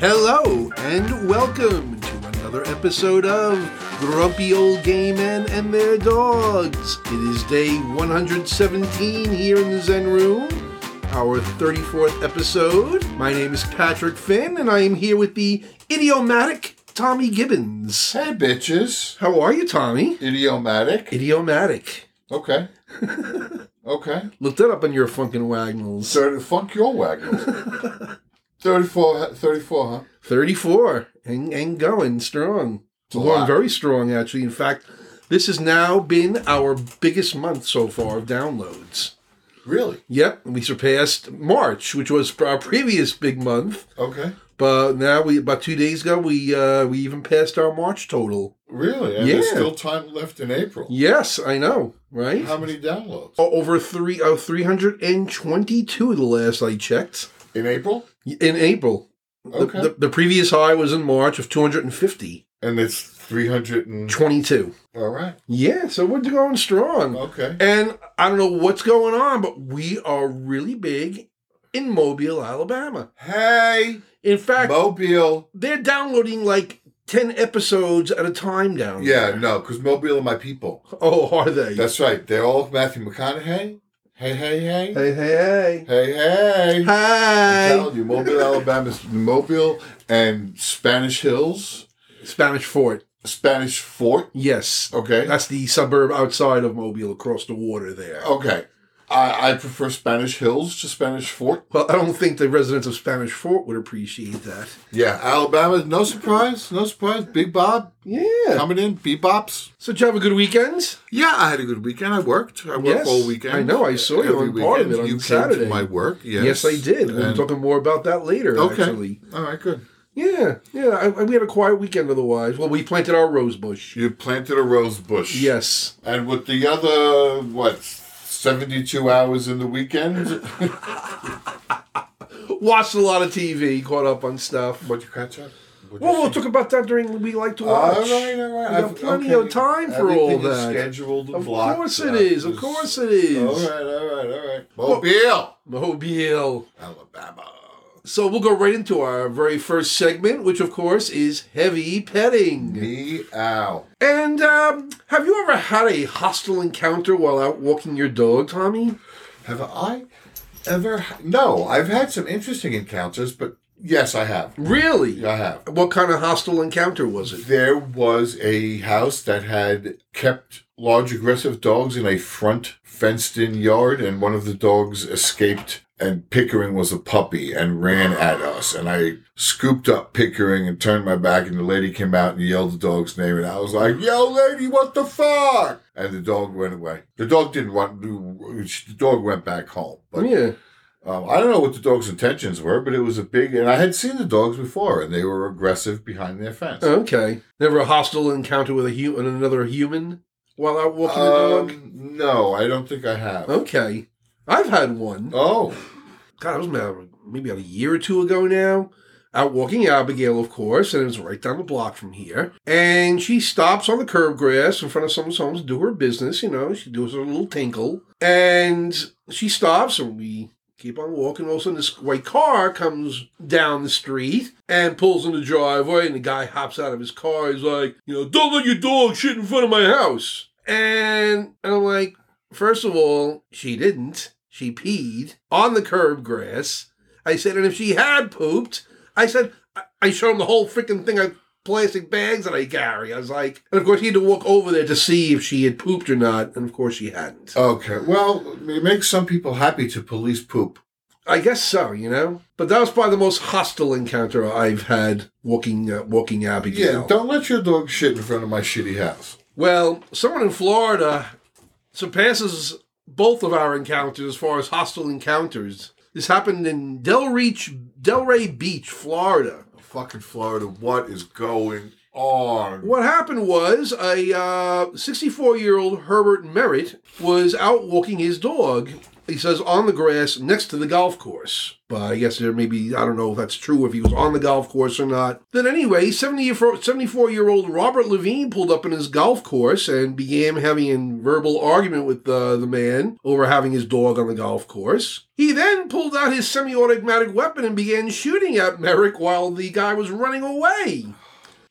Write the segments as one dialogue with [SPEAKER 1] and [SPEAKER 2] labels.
[SPEAKER 1] Hello and welcome to another episode of Grumpy Old Gay Men and Their Dogs. It is day 117 here in the Zen Room, our 34th episode. My name is Patrick Finn and I am here with the idiomatic Tommy Gibbons.
[SPEAKER 2] Hey, bitches.
[SPEAKER 1] How are you, Tommy?
[SPEAKER 2] Idiomatic.
[SPEAKER 1] Idiomatic.
[SPEAKER 2] Okay. okay.
[SPEAKER 1] Look that up on your funkin' Wagnalls.
[SPEAKER 2] 30, funk your wagon. 34, huh? 34, huh?
[SPEAKER 1] 34 and, and going strong.
[SPEAKER 2] a
[SPEAKER 1] Going
[SPEAKER 2] lot.
[SPEAKER 1] very strong, actually. In fact, this has now been our biggest month so far of downloads.
[SPEAKER 2] Really?
[SPEAKER 1] Yep, we surpassed March, which was our previous big month.
[SPEAKER 2] Okay.
[SPEAKER 1] But now we about two days ago we uh, we even passed our March total.
[SPEAKER 2] Really? And there's
[SPEAKER 1] Yeah.
[SPEAKER 2] still time left in April.
[SPEAKER 1] Yes, I know, right?
[SPEAKER 2] How many downloads?
[SPEAKER 1] O- Over three uh, three hundred and twenty two the last I checked
[SPEAKER 2] In April?
[SPEAKER 1] in April. The-
[SPEAKER 2] Okay.
[SPEAKER 1] the, the previous high was in March of 250.
[SPEAKER 2] And it's 300 and...
[SPEAKER 1] 22.
[SPEAKER 2] All right.
[SPEAKER 1] Yeah, so we're going strong.
[SPEAKER 2] Okay.
[SPEAKER 1] And I don't know what's going on, but we are really big in Mobile, Alabama.
[SPEAKER 2] Hey,
[SPEAKER 1] In fact,
[SPEAKER 2] Mobile.
[SPEAKER 1] they're downloading like 10 episodes at a time down
[SPEAKER 2] Yeah,
[SPEAKER 1] there.
[SPEAKER 2] no, because Mobile are my people.
[SPEAKER 1] Oh, are they?
[SPEAKER 2] That's right. They're all Matthew McConaughey. Hey, hey, hey.
[SPEAKER 1] hey, hey,
[SPEAKER 2] Hey, hey.
[SPEAKER 1] hey.
[SPEAKER 2] I'm
[SPEAKER 1] Hi.
[SPEAKER 2] telling you, Mobile, Alabama, Mobile and Spanish Hills,
[SPEAKER 1] Spanish Fort.
[SPEAKER 2] Spanish Fort.
[SPEAKER 1] Yes.
[SPEAKER 2] Okay,
[SPEAKER 1] That's the suburb outside of Mobile across the water there.
[SPEAKER 2] okay. I, I prefer Spanish Hills to Spanish Fort.
[SPEAKER 1] Well, I don't think the residents of Spanish Fort would appreciate that.
[SPEAKER 2] Yeah, Alabama. No surprise. No surprise. Big Bob
[SPEAKER 1] Yeah.
[SPEAKER 2] coming in. Bebops.
[SPEAKER 1] So, did you have a good weekend?
[SPEAKER 2] Yeah, I had a good weekend. I worked. I worked
[SPEAKER 1] Yes,
[SPEAKER 2] all weekend.
[SPEAKER 1] I know. I saw you
[SPEAKER 2] Every
[SPEAKER 1] on part of
[SPEAKER 2] weekend.
[SPEAKER 1] it on
[SPEAKER 2] you Came
[SPEAKER 1] Saturday.
[SPEAKER 2] to my work. Yes.
[SPEAKER 1] Yes, I did. We'll be
[SPEAKER 2] And-
[SPEAKER 1] talking more about that later,
[SPEAKER 2] Okay.
[SPEAKER 1] actually.
[SPEAKER 2] all right. Good.
[SPEAKER 1] Yeah, yeah. I, I- we had a quiet weekend otherwise. Well, we planted our rose bush.
[SPEAKER 2] You planted a rose bush.
[SPEAKER 1] Yes.
[SPEAKER 2] And with the other what, seventy-two hours in the weekend.
[SPEAKER 1] Watched a lot of TV, caught up on stuff.
[SPEAKER 2] What'd you catch up? What'd you
[SPEAKER 1] Well, we'll
[SPEAKER 2] see?
[SPEAKER 1] talk about that during We Like to Watch.
[SPEAKER 2] All right, all right.
[SPEAKER 1] We got
[SPEAKER 2] I've-
[SPEAKER 1] plenty
[SPEAKER 2] okay.
[SPEAKER 1] of time for all
[SPEAKER 2] Everything is
[SPEAKER 1] that.
[SPEAKER 2] scheduled and
[SPEAKER 1] Of
[SPEAKER 2] blocked.
[SPEAKER 1] course it
[SPEAKER 2] Uh,
[SPEAKER 1] is. Of
[SPEAKER 2] it's-
[SPEAKER 1] course it is.
[SPEAKER 2] All right, all right, all right. Mobile,
[SPEAKER 1] Mobile.
[SPEAKER 2] Alabama.
[SPEAKER 1] So we'll go right into our very first segment, which of course is heavy petting.
[SPEAKER 2] Meow.
[SPEAKER 1] And um, have you ever had a hostile encounter while out walking your dog, Tommy?
[SPEAKER 2] Have I ever? No, I've had some interesting encounters, but yes, I have.
[SPEAKER 1] Really?
[SPEAKER 2] Yeah, I have.
[SPEAKER 1] What kind of hostile encounter was it?
[SPEAKER 2] There was a house that had kept large aggressive dogs in a front fenced in yard, and one of the dogs escaped, and Pickering was a puppy and ran at us. And I scooped up Pickering and turned my back, and the lady came out and yelled the dog's name, and I was like, Yo, lady, what the fuck? And the dog went away. The dog didn't want the dog went back home. But
[SPEAKER 1] Oh, yeah.
[SPEAKER 2] um, I don't know what the dog's intentions were, but it was a big, and I had seen the dogs before, and they were aggressive behind their
[SPEAKER 1] Uh-huh.
[SPEAKER 2] fence.
[SPEAKER 1] Oh, Okay. Never a hostile encounter with a hu- and another human while out walking the dog?
[SPEAKER 2] Um, No, I don't think I have.
[SPEAKER 1] Okay. I've had one.
[SPEAKER 2] Oh,
[SPEAKER 1] God, it was about- maybe about a year or two ago now. Out walking Abigail, of course, and it was right down the block from here. And she stops on the curb grass in front of someone's home to do her business, you know, she does her little tinkle. And she stops, and we keep on walking. All of a sudden, this white car comes down the street and pulls in the driveway, and the guy hops out of his car. He's like, you know, don't let your dog shit in front of my house. And I'm like, First of all, she didn't. She peed on the curb grass. I said, and if she had pooped, I said, I- I showed him the whole freaking thing of plastic bags that I carry. I was like, and of course, he had to walk over there to see if she had pooped or not. And of course, she hadn't.
[SPEAKER 2] okay. Well, it makes some people happy to police poop.
[SPEAKER 1] I guess so, you know? But that was probably the most hostile encounter I've had walking, uh, walking Abigail.
[SPEAKER 2] Yeah, don't let your dog shit in front of my shitty house.
[SPEAKER 1] Well, someone in Florida surpasses both of our encounters as far as hostile encounters. This happened in Delreach, Delray Beach, Florida.
[SPEAKER 2] Fucking Florida, what is going on?
[SPEAKER 1] What happened was uh, a 64 year old Herbert Merritt was out walking his dog He says on the grass next to the golf course. But I guess there may be, I don't know if that's true, if he was on the golf course or not. Then anyway, 70 year, 74 year old Robert Levine pulled up in his golf course and began having a verbal argument with uh, the man over having his dog on the golf course. He then pulled out his semi automatic weapon and began shooting at Merrick while the guy was running away.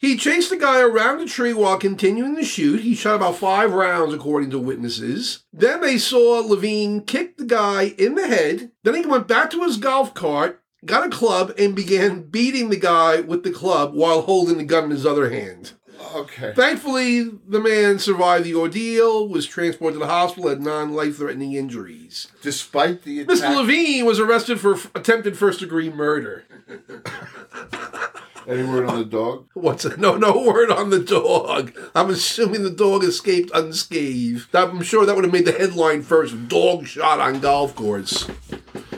[SPEAKER 1] He chased the guy around the tree while continuing to shoot. He shot about five rounds, according to witnesses. Then they saw Levine kick the guy in the head. Then he went back to his golf cart, got a club, and began beating the guy with the club while holding the gun in his other hand.
[SPEAKER 2] Okay.
[SPEAKER 1] Thankfully, the man survived the ordeal, was transported to the hospital, had non life threatening injuries.
[SPEAKER 2] Despite the attack,
[SPEAKER 1] Mr. Levine was arrested for f- attempted first degree murder.
[SPEAKER 2] any word on the dog?
[SPEAKER 1] What's no no word on the dog? I'm assuming the dog escaped unscathed. I'm sure that would have made the headline first. Dog shot on golf course.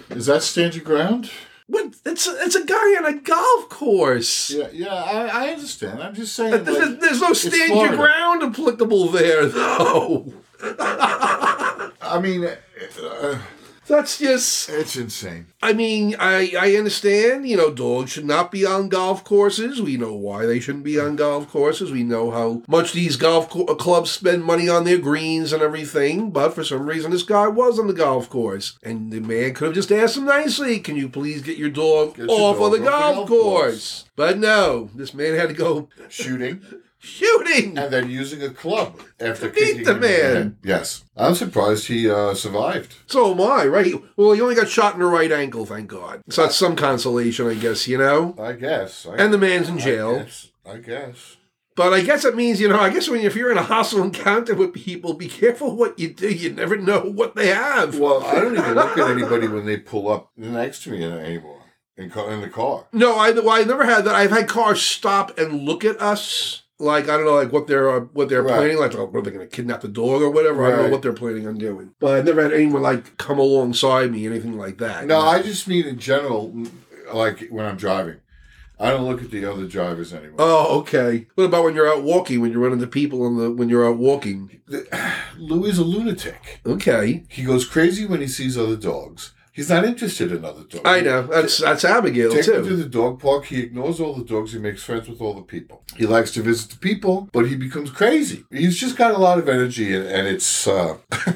[SPEAKER 2] Is that stand your ground?
[SPEAKER 1] What? It's a, it's a guy on a golf course.
[SPEAKER 2] Yeah, yeah, I, I understand. I'm just saying.
[SPEAKER 1] Th- th-
[SPEAKER 2] Like,
[SPEAKER 1] There's no stand your
[SPEAKER 2] Florida.
[SPEAKER 1] ground applicable there, though.
[SPEAKER 2] I mean, uh,
[SPEAKER 1] That's just.
[SPEAKER 2] it's insane.
[SPEAKER 1] I mean, I I understand. You know, dogs should not be on golf courses. We know why they shouldn't be on golf courses. We know how much these golf co- uh, clubs spend money on their greens and everything. But for some reason, this guy was on the golf course, and the man could have just asked him nicely, "Can you please get your dog
[SPEAKER 2] Get your
[SPEAKER 1] off
[SPEAKER 2] dog
[SPEAKER 1] of the golf, course? But no, this man had to go
[SPEAKER 2] Shooting
[SPEAKER 1] shooting.
[SPEAKER 2] and then using a club after
[SPEAKER 1] Beat
[SPEAKER 2] kicking
[SPEAKER 1] the
[SPEAKER 2] him in
[SPEAKER 1] man.
[SPEAKER 2] head. Yes, I'm surprised he uh, survived.
[SPEAKER 1] So am I, right? Well, he only got shot in the right ankle, thank God. So that's some consolation, I guess. You know.
[SPEAKER 2] I guess. I,
[SPEAKER 1] And the man's in
[SPEAKER 2] I
[SPEAKER 1] jail.
[SPEAKER 2] guess. I guess.
[SPEAKER 1] But I guess it means, you know, I guess when if you're in a hostile encounter with people, be careful what you do. You never know what they have.
[SPEAKER 2] Well, I don't even look at anybody when they pull up next to me anymore in, ca- in the car.
[SPEAKER 1] No, I well, I never had that. I've had cars stop and look at us. Like I don't know, like what they're uh, what they're
[SPEAKER 2] Right.
[SPEAKER 1] planning. Like, oh, are they going to kidnap the dog or whatever? I don't know
[SPEAKER 2] Right.
[SPEAKER 1] what they're planning on doing. But I've never had anyone like come alongside me, anything like that.
[SPEAKER 2] No, I just mean in general, like when I'm driving, I don't look at the other drivers anymore.
[SPEAKER 1] Oh, okay. What about when you're out walking? When you run into people on the when you're out walking?
[SPEAKER 2] Louis is a lunatic.
[SPEAKER 1] Okay,
[SPEAKER 2] He goes crazy when he sees other dogs. He's not interested in other dogs.
[SPEAKER 1] I know that's that's Abigail
[SPEAKER 2] Take him to
[SPEAKER 1] too.
[SPEAKER 2] the dog park. He ignores all the dogs. He makes friends with all the people. He likes to visit the people, but he becomes crazy. He's just got a lot of energy, and, and it's uh,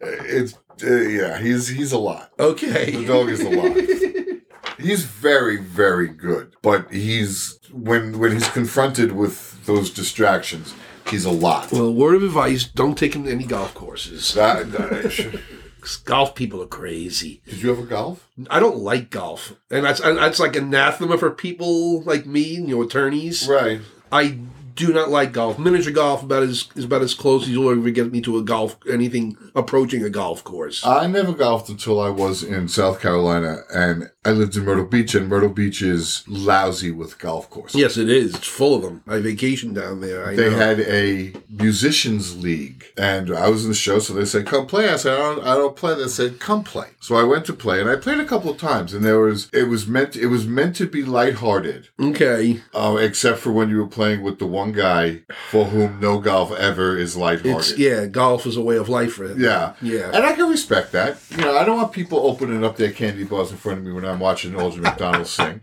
[SPEAKER 2] it's uh, yeah. He's he's a lot.
[SPEAKER 1] Okay,
[SPEAKER 2] The dog is alive. He's very very good, but he's when when he's confronted with those distractions, he's a lot.
[SPEAKER 1] Well, word of advice: don't take him to any golf courses.
[SPEAKER 2] That- that-
[SPEAKER 1] 'Cause golf people are crazy.
[SPEAKER 2] did you ever golf?
[SPEAKER 1] I don't like golf, and that's and that's like anathema for people like me, you know, attorneys.
[SPEAKER 2] Right.
[SPEAKER 1] I do not like golf. Miniature golf about as is about as close as you'll ever get me to a golf anything approaching a golf course.
[SPEAKER 2] I never golfed until I was in South Carolina, and I lived in Myrtle Beach, and Myrtle Beach is lousy with golf courses.
[SPEAKER 1] yes, it is. It's full of them. I vacationed down there. I
[SPEAKER 2] They
[SPEAKER 1] know.
[SPEAKER 2] had a musicians league, and I was in the show, so they said, "Come play." I said, "I don't, I don't play." They said, "Come play." So I went to play, and I played a couple of times, and there was it was meant it was meant to be lighthearted,
[SPEAKER 1] okay.
[SPEAKER 2] uh, except for when you were playing with the one guy for whom no golf ever is
[SPEAKER 1] It's
[SPEAKER 2] lighthearted.
[SPEAKER 1] yeah, golf is a way of life for him.
[SPEAKER 2] Yeah.
[SPEAKER 1] Yeah.
[SPEAKER 2] And I can respect that. You know, I don't want people opening up their candy bars in front of me when I'm watching Aldrin McDonald sing.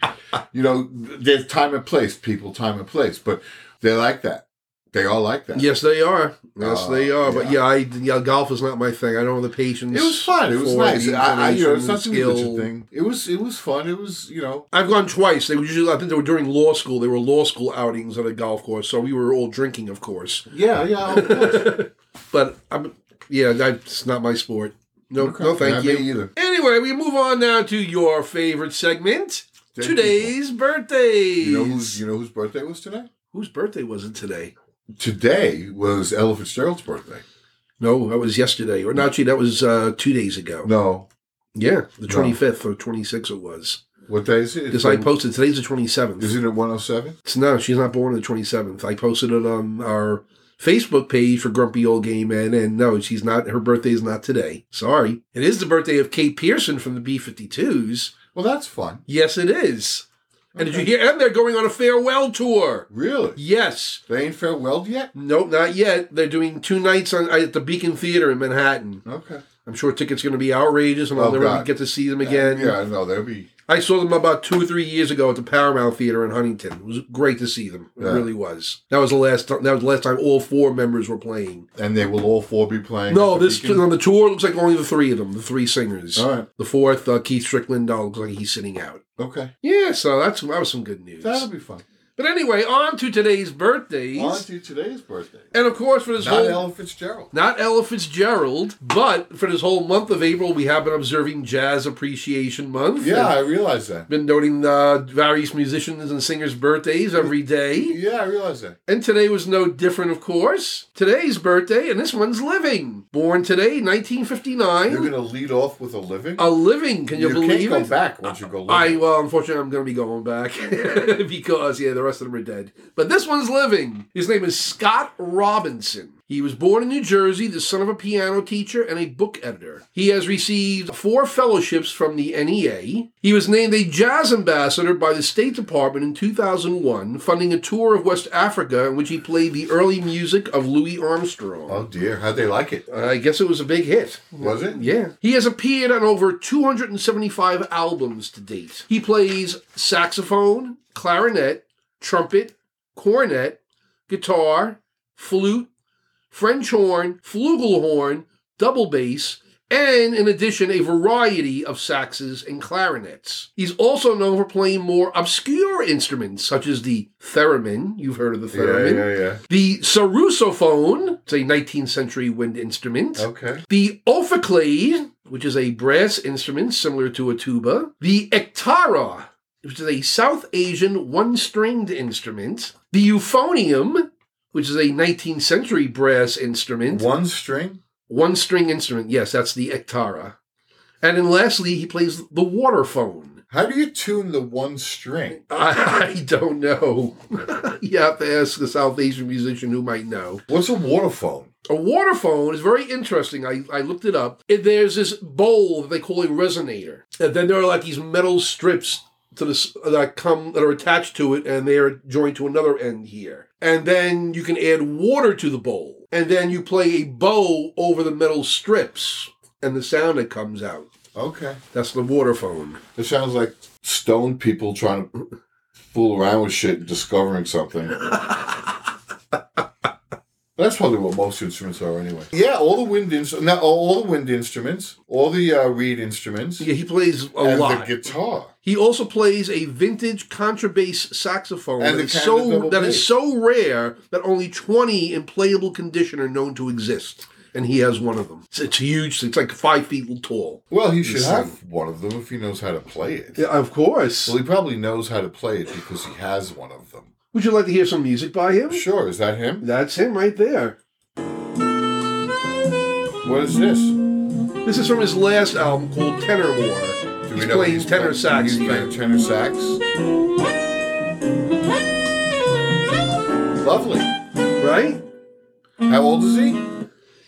[SPEAKER 2] You know, there's time and place, people, time and place. But they like that. They all like that.
[SPEAKER 1] Yes, they are. Yes,
[SPEAKER 2] Uh,
[SPEAKER 1] they are. But yeah,
[SPEAKER 2] yeah.
[SPEAKER 1] I, yeah, golf is not my thing. I don't have the patience.
[SPEAKER 2] It was fun. It was
[SPEAKER 1] for
[SPEAKER 2] nice.
[SPEAKER 1] the
[SPEAKER 2] I, I, you know, it's not
[SPEAKER 1] inclination,
[SPEAKER 2] too much
[SPEAKER 1] skill.
[SPEAKER 2] a thing. It was, it was fun. It was, you know,
[SPEAKER 1] I've gone twice. They were usually, I think they were during law school. They were law school outings at a golf course, so we were all drinking, of course.
[SPEAKER 2] yeah, yeah. of course.
[SPEAKER 1] But I'm, yeah, that's not my sport. No, no, thank
[SPEAKER 2] Not
[SPEAKER 1] you.
[SPEAKER 2] me either.
[SPEAKER 1] Anyway, we move on now to your favorite segment:
[SPEAKER 2] Dead
[SPEAKER 1] today's birthdays.
[SPEAKER 2] people. You know who's, you know whose birthday was today?
[SPEAKER 1] Whose birthday was it today?
[SPEAKER 2] Today was Ella Fitzgerald's birthday.
[SPEAKER 1] No, that was yesterday, or not? Gee, that was uh, two days ago.
[SPEAKER 2] No.
[SPEAKER 1] Yeah, the
[SPEAKER 2] No.
[SPEAKER 1] twenty fifth or twenty sixth. It was.
[SPEAKER 2] What day is it? It's
[SPEAKER 1] Because I
[SPEAKER 2] been-
[SPEAKER 1] posted today's the twenty seventh.
[SPEAKER 2] Isn't it 107?
[SPEAKER 1] It's no, she's not born on the 27th. I posted it on our Facebook page for Grumpy Old Gay Men, and no, she's not. Her birthday is not today. Sorry. It is the birthday of Kate Pearson from the B 52s.
[SPEAKER 2] Well, that's fun.
[SPEAKER 1] Yes, it is. And did
[SPEAKER 2] Okay.
[SPEAKER 1] you hear? And they're going on a farewell tour.
[SPEAKER 2] Really?
[SPEAKER 1] Yes.
[SPEAKER 2] They ain't farewelled yet?
[SPEAKER 1] Nope, not yet. They're doing two nights on, at the Beacon Theater in Manhattan.
[SPEAKER 2] Okay.
[SPEAKER 1] I'm sure tickets are going to be outrageous, and I'll
[SPEAKER 2] Oh,
[SPEAKER 1] never
[SPEAKER 2] God.
[SPEAKER 1] get to see them again.
[SPEAKER 2] Yeah, no, that'd be
[SPEAKER 1] I saw them about two or three years ago at the Paramount Theater in Huntington. It was great to see them. It
[SPEAKER 2] Yeah.
[SPEAKER 1] really was. That was the last. Time, that was the last time all four members were playing.
[SPEAKER 2] and they will all four be playing.
[SPEAKER 1] No,
[SPEAKER 2] at the
[SPEAKER 1] this
[SPEAKER 2] Beacon?
[SPEAKER 1] on the tour it looks like only the three of them, the three singers.
[SPEAKER 2] All right.
[SPEAKER 1] The fourth, uh, Keith Strickland, uh, looks like he's sitting out.
[SPEAKER 2] Okay.
[SPEAKER 1] Yeah, so that's that was some good news.
[SPEAKER 2] That'll be fun.
[SPEAKER 1] But anyway, on to today's birthdays,
[SPEAKER 2] On to today's birthday.
[SPEAKER 1] and of course for this
[SPEAKER 2] Not
[SPEAKER 1] whole
[SPEAKER 2] Ella Fitzgerald.
[SPEAKER 1] not Ella Fitzgerald, but for this whole month of April, we have been observing Jazz Appreciation Month.
[SPEAKER 2] Yeah,
[SPEAKER 1] And
[SPEAKER 2] I realize that.
[SPEAKER 1] been noting uh, various musicians and singers' birthdays every day.
[SPEAKER 2] Yeah, I realize that.
[SPEAKER 1] And today was no different, of course. Today's birthday, and this one's living. Born today, 1959.
[SPEAKER 2] You're going to lead off with a living?
[SPEAKER 1] a living. Can Uh, you, believe
[SPEAKER 2] can't
[SPEAKER 1] it?
[SPEAKER 2] go back once you go
[SPEAKER 1] I
[SPEAKER 2] living.
[SPEAKER 1] well, unfortunately, I'm going to be going back because yeah, the rest of them are dead. But this one's living. His name is Scott Robinson. He was born in New Jersey, the son of a piano teacher and a book editor. He has received four fellowships from the NEA. He was named a jazz ambassador by the State Department in 2001, funding a tour of West Africa in which he played the early music of Louis Armstrong.
[SPEAKER 2] oh, dear. How'd they like it?
[SPEAKER 1] I guess it was a big hit.
[SPEAKER 2] Was it?
[SPEAKER 1] Yeah. He has appeared on over 275 albums to date. He plays saxophone, clarinet, trumpet, cornet, guitar, flute, French horn, flugelhorn, double bass, and in addition, a variety of saxes and clarinets. He's also known for playing more obscure instruments such as the theremin. You've heard of the
[SPEAKER 2] Yeah,
[SPEAKER 1] theremin.
[SPEAKER 2] yeah, yeah.
[SPEAKER 1] The sarusophone, it's a 19th century wind instrument.
[SPEAKER 2] Okay.
[SPEAKER 1] The ophiclade, which is a brass instrument similar to a tuba. The ektara, which is a South Asian one stringed instrument. The euphonium, which is a 19th century brass instrument.
[SPEAKER 2] One string?
[SPEAKER 1] One string instrument, yes, that's the ektara. And then lastly, he plays the waterphone.
[SPEAKER 2] How do you tune the one string?
[SPEAKER 1] I, I don't know. you have to ask a South Asian musician who might know.
[SPEAKER 2] What's a waterphone?
[SPEAKER 1] A water phone is very interesting. I, I looked it up. It- there's this bowl that they call a resonator. And then there are like these metal strips to this that come that are attached to it and they are joined to another end here. And then you can add water to the bowl. And then you play a bow over the metal strips and the sound that comes out.
[SPEAKER 2] Okay.
[SPEAKER 1] That's the water phone.
[SPEAKER 2] It sounds like stone people trying to fool around with shit and discovering something. That's probably what most instruments are, anyway. Yeah, all the wind instruments, not all the wind instruments, all the uh, reed instruments,
[SPEAKER 1] Yeah, he plays a
[SPEAKER 2] and
[SPEAKER 1] lot.
[SPEAKER 2] the guitar.
[SPEAKER 1] He also plays a vintage contrabass saxophone
[SPEAKER 2] And
[SPEAKER 1] that
[SPEAKER 2] the
[SPEAKER 1] is
[SPEAKER 2] Canada
[SPEAKER 1] so
[SPEAKER 2] double
[SPEAKER 1] that
[SPEAKER 2] bass.
[SPEAKER 1] is so rare that only twenty in playable condition are known to exist, and he has one of them. It's, it's huge. It's like five feet tall.
[SPEAKER 2] Well, he should
[SPEAKER 1] Listen.
[SPEAKER 2] have one of them if he knows how to play it.
[SPEAKER 1] of course.
[SPEAKER 2] Well, he probably knows how to play it because he has one of them.
[SPEAKER 1] Would you like to hear some music by him?
[SPEAKER 2] Sure, is that him?
[SPEAKER 1] That's him right there.
[SPEAKER 2] What is this? Do
[SPEAKER 1] This is from his last album called Tenor War. He's
[SPEAKER 2] what
[SPEAKER 1] playing tenor
[SPEAKER 2] play-
[SPEAKER 1] sax.
[SPEAKER 2] He's playing
[SPEAKER 1] here.
[SPEAKER 2] tenor sax. Lovely.
[SPEAKER 1] Right?
[SPEAKER 2] How old is he?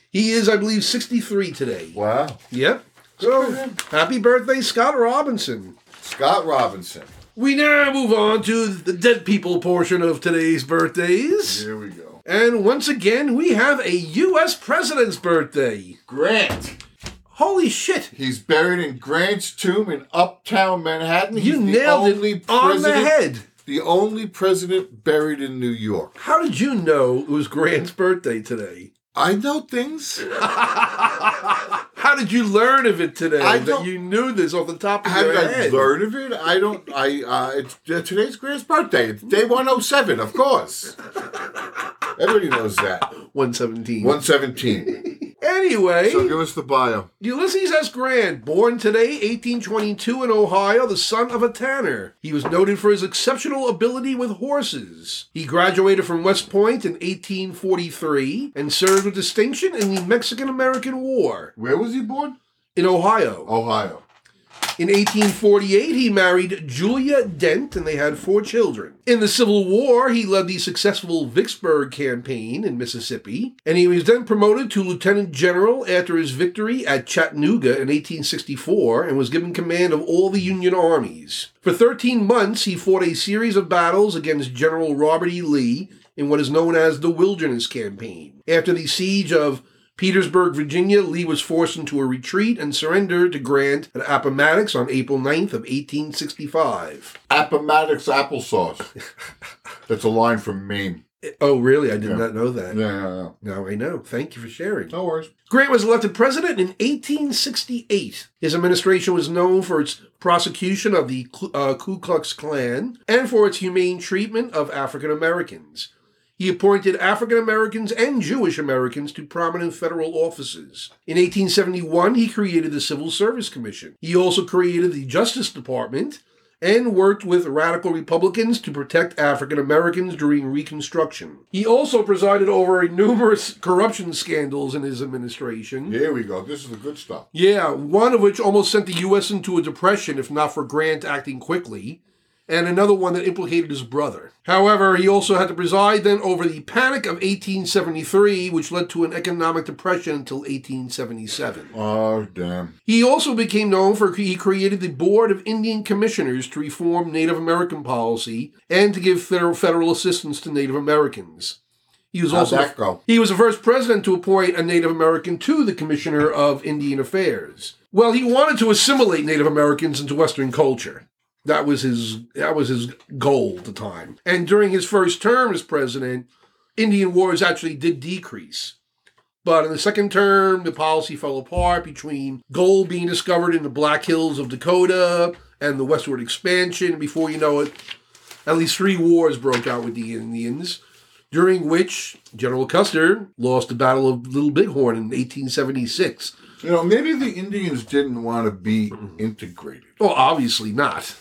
[SPEAKER 1] He is, I believe, sixty-three today.
[SPEAKER 2] Wow.
[SPEAKER 1] Yep. So happy birthday, Scott Robinson.
[SPEAKER 2] Scott Robinson.
[SPEAKER 1] We now move on to the dead people portion of today's birthdays.
[SPEAKER 2] Here we go.
[SPEAKER 1] And once again, we have a U.S. president's birthday.
[SPEAKER 2] Grant.
[SPEAKER 1] Holy shit!
[SPEAKER 2] He's buried in Grant's tomb in uptown Manhattan.
[SPEAKER 1] You
[SPEAKER 2] He's
[SPEAKER 1] nailed it on the
[SPEAKER 2] president-
[SPEAKER 1] head.
[SPEAKER 2] The only president buried in New York.
[SPEAKER 1] How did you know it was Grant's birthday today?
[SPEAKER 2] I know things.
[SPEAKER 1] How did you learn of it today?
[SPEAKER 2] I
[SPEAKER 1] that
[SPEAKER 2] don't-
[SPEAKER 1] you knew this off the top of
[SPEAKER 2] How
[SPEAKER 1] your
[SPEAKER 2] did I
[SPEAKER 1] head.
[SPEAKER 2] learn of it? I don't. I. Uh, it's, uh, today's Grant's birthday. It's day one hundred seven, of course. Everybody knows that.
[SPEAKER 1] 117.
[SPEAKER 2] One seventeen.
[SPEAKER 1] Anyway,
[SPEAKER 2] So give us the bio.
[SPEAKER 1] Ulysses S. Grant, born today, 1822 in Ohio, the son of a tanner. He was noted for his exceptional ability with horses. He graduated from West Point in 1843 and served with distinction in the Mexican American War
[SPEAKER 2] Where was he born?
[SPEAKER 1] in Ohio.
[SPEAKER 2] Ohio.
[SPEAKER 1] In 1848, he married Julia Dent and they had four children. In the Civil War, he led the successful Vicksburg campaign in Mississippi, and he was then promoted to lieutenant general after his victory at Chattanooga in 1864 and was given command of all the Union armies. For 13 months, he fought a series of battles against General Robert E. Lee in what is known as the Wilderness Campaign. After the siege of Petersburg, Virginia, Lee was forced into a retreat and surrendered to Grant at Appomattox on April 9th of 1865.
[SPEAKER 2] Appomattox applesauce. That's a line from Maine.
[SPEAKER 1] Oh, really? I did
[SPEAKER 2] Yeah.
[SPEAKER 1] not know
[SPEAKER 2] Yeah,
[SPEAKER 1] that.
[SPEAKER 2] yeah, yeah.
[SPEAKER 1] Now I know. Thank you for sharing.
[SPEAKER 2] No worries.
[SPEAKER 1] Grant was elected president in 1868. His administration was known for its prosecution of the Ku- uh, Ku Klux Klan and for its humane treatment of African Americans. He appointed African Americans and Jewish Americans to prominent federal offices. In 1871, he created the Civil Service Commission. He also created the Justice Department and worked with radical Republicans to protect African Americans during Reconstruction. He also presided over numerous corruption scandals in his administration.
[SPEAKER 2] Here we go. This is the good stuff.
[SPEAKER 1] Yeah, one of which almost sent the U.S. into a depression if not for Grant acting quickly, and another one that implicated his brother. However, he also had to preside then over the Panic of 1873, which led to an economic depression until 1877.
[SPEAKER 2] Oh, damn.
[SPEAKER 1] He also became known for he created the Board of Indian Commissioners to reform Native American policy and to give federal, federal assistance to Native Americans. He was
[SPEAKER 2] How'd
[SPEAKER 1] also
[SPEAKER 2] that go?
[SPEAKER 1] he was the first president to appoint a Native American to the Commissioner of Indian Affairs. Well, he wanted to assimilate Native Americans into Western culture. That was his that was his goal at the time. And during his first term as president, Indian wars actually did decrease. But in the second term, the policy fell apart between gold being discovered in the Black Hills of Dakota and the westward expansion. Before you know it, at least three wars broke out with the Indians during which General Custer lost the Battle of Little Bighorn in 1876.
[SPEAKER 2] You know, maybe the Indians didn't want to be integrated.
[SPEAKER 1] Well, obviously not,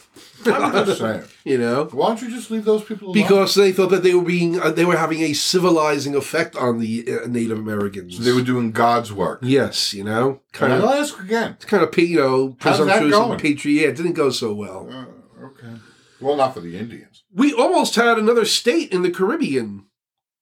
[SPEAKER 2] I'm just saying.
[SPEAKER 1] you know,
[SPEAKER 2] Why don't you just leave those people alone?
[SPEAKER 1] because they thought that they were being uh, they were having a civilizing effect on the uh, Native Americans.
[SPEAKER 2] they were doing God's work.
[SPEAKER 1] yes, you know, kind
[SPEAKER 2] And I'll
[SPEAKER 1] of
[SPEAKER 2] ask again.
[SPEAKER 1] kind of you know
[SPEAKER 2] How's that
[SPEAKER 1] presumptuous
[SPEAKER 2] going?
[SPEAKER 1] and patriotic. Yeah, it didn't go so well.
[SPEAKER 2] Uh, okay. Well, not for the Indians.
[SPEAKER 1] We almost had another state in the Caribbean.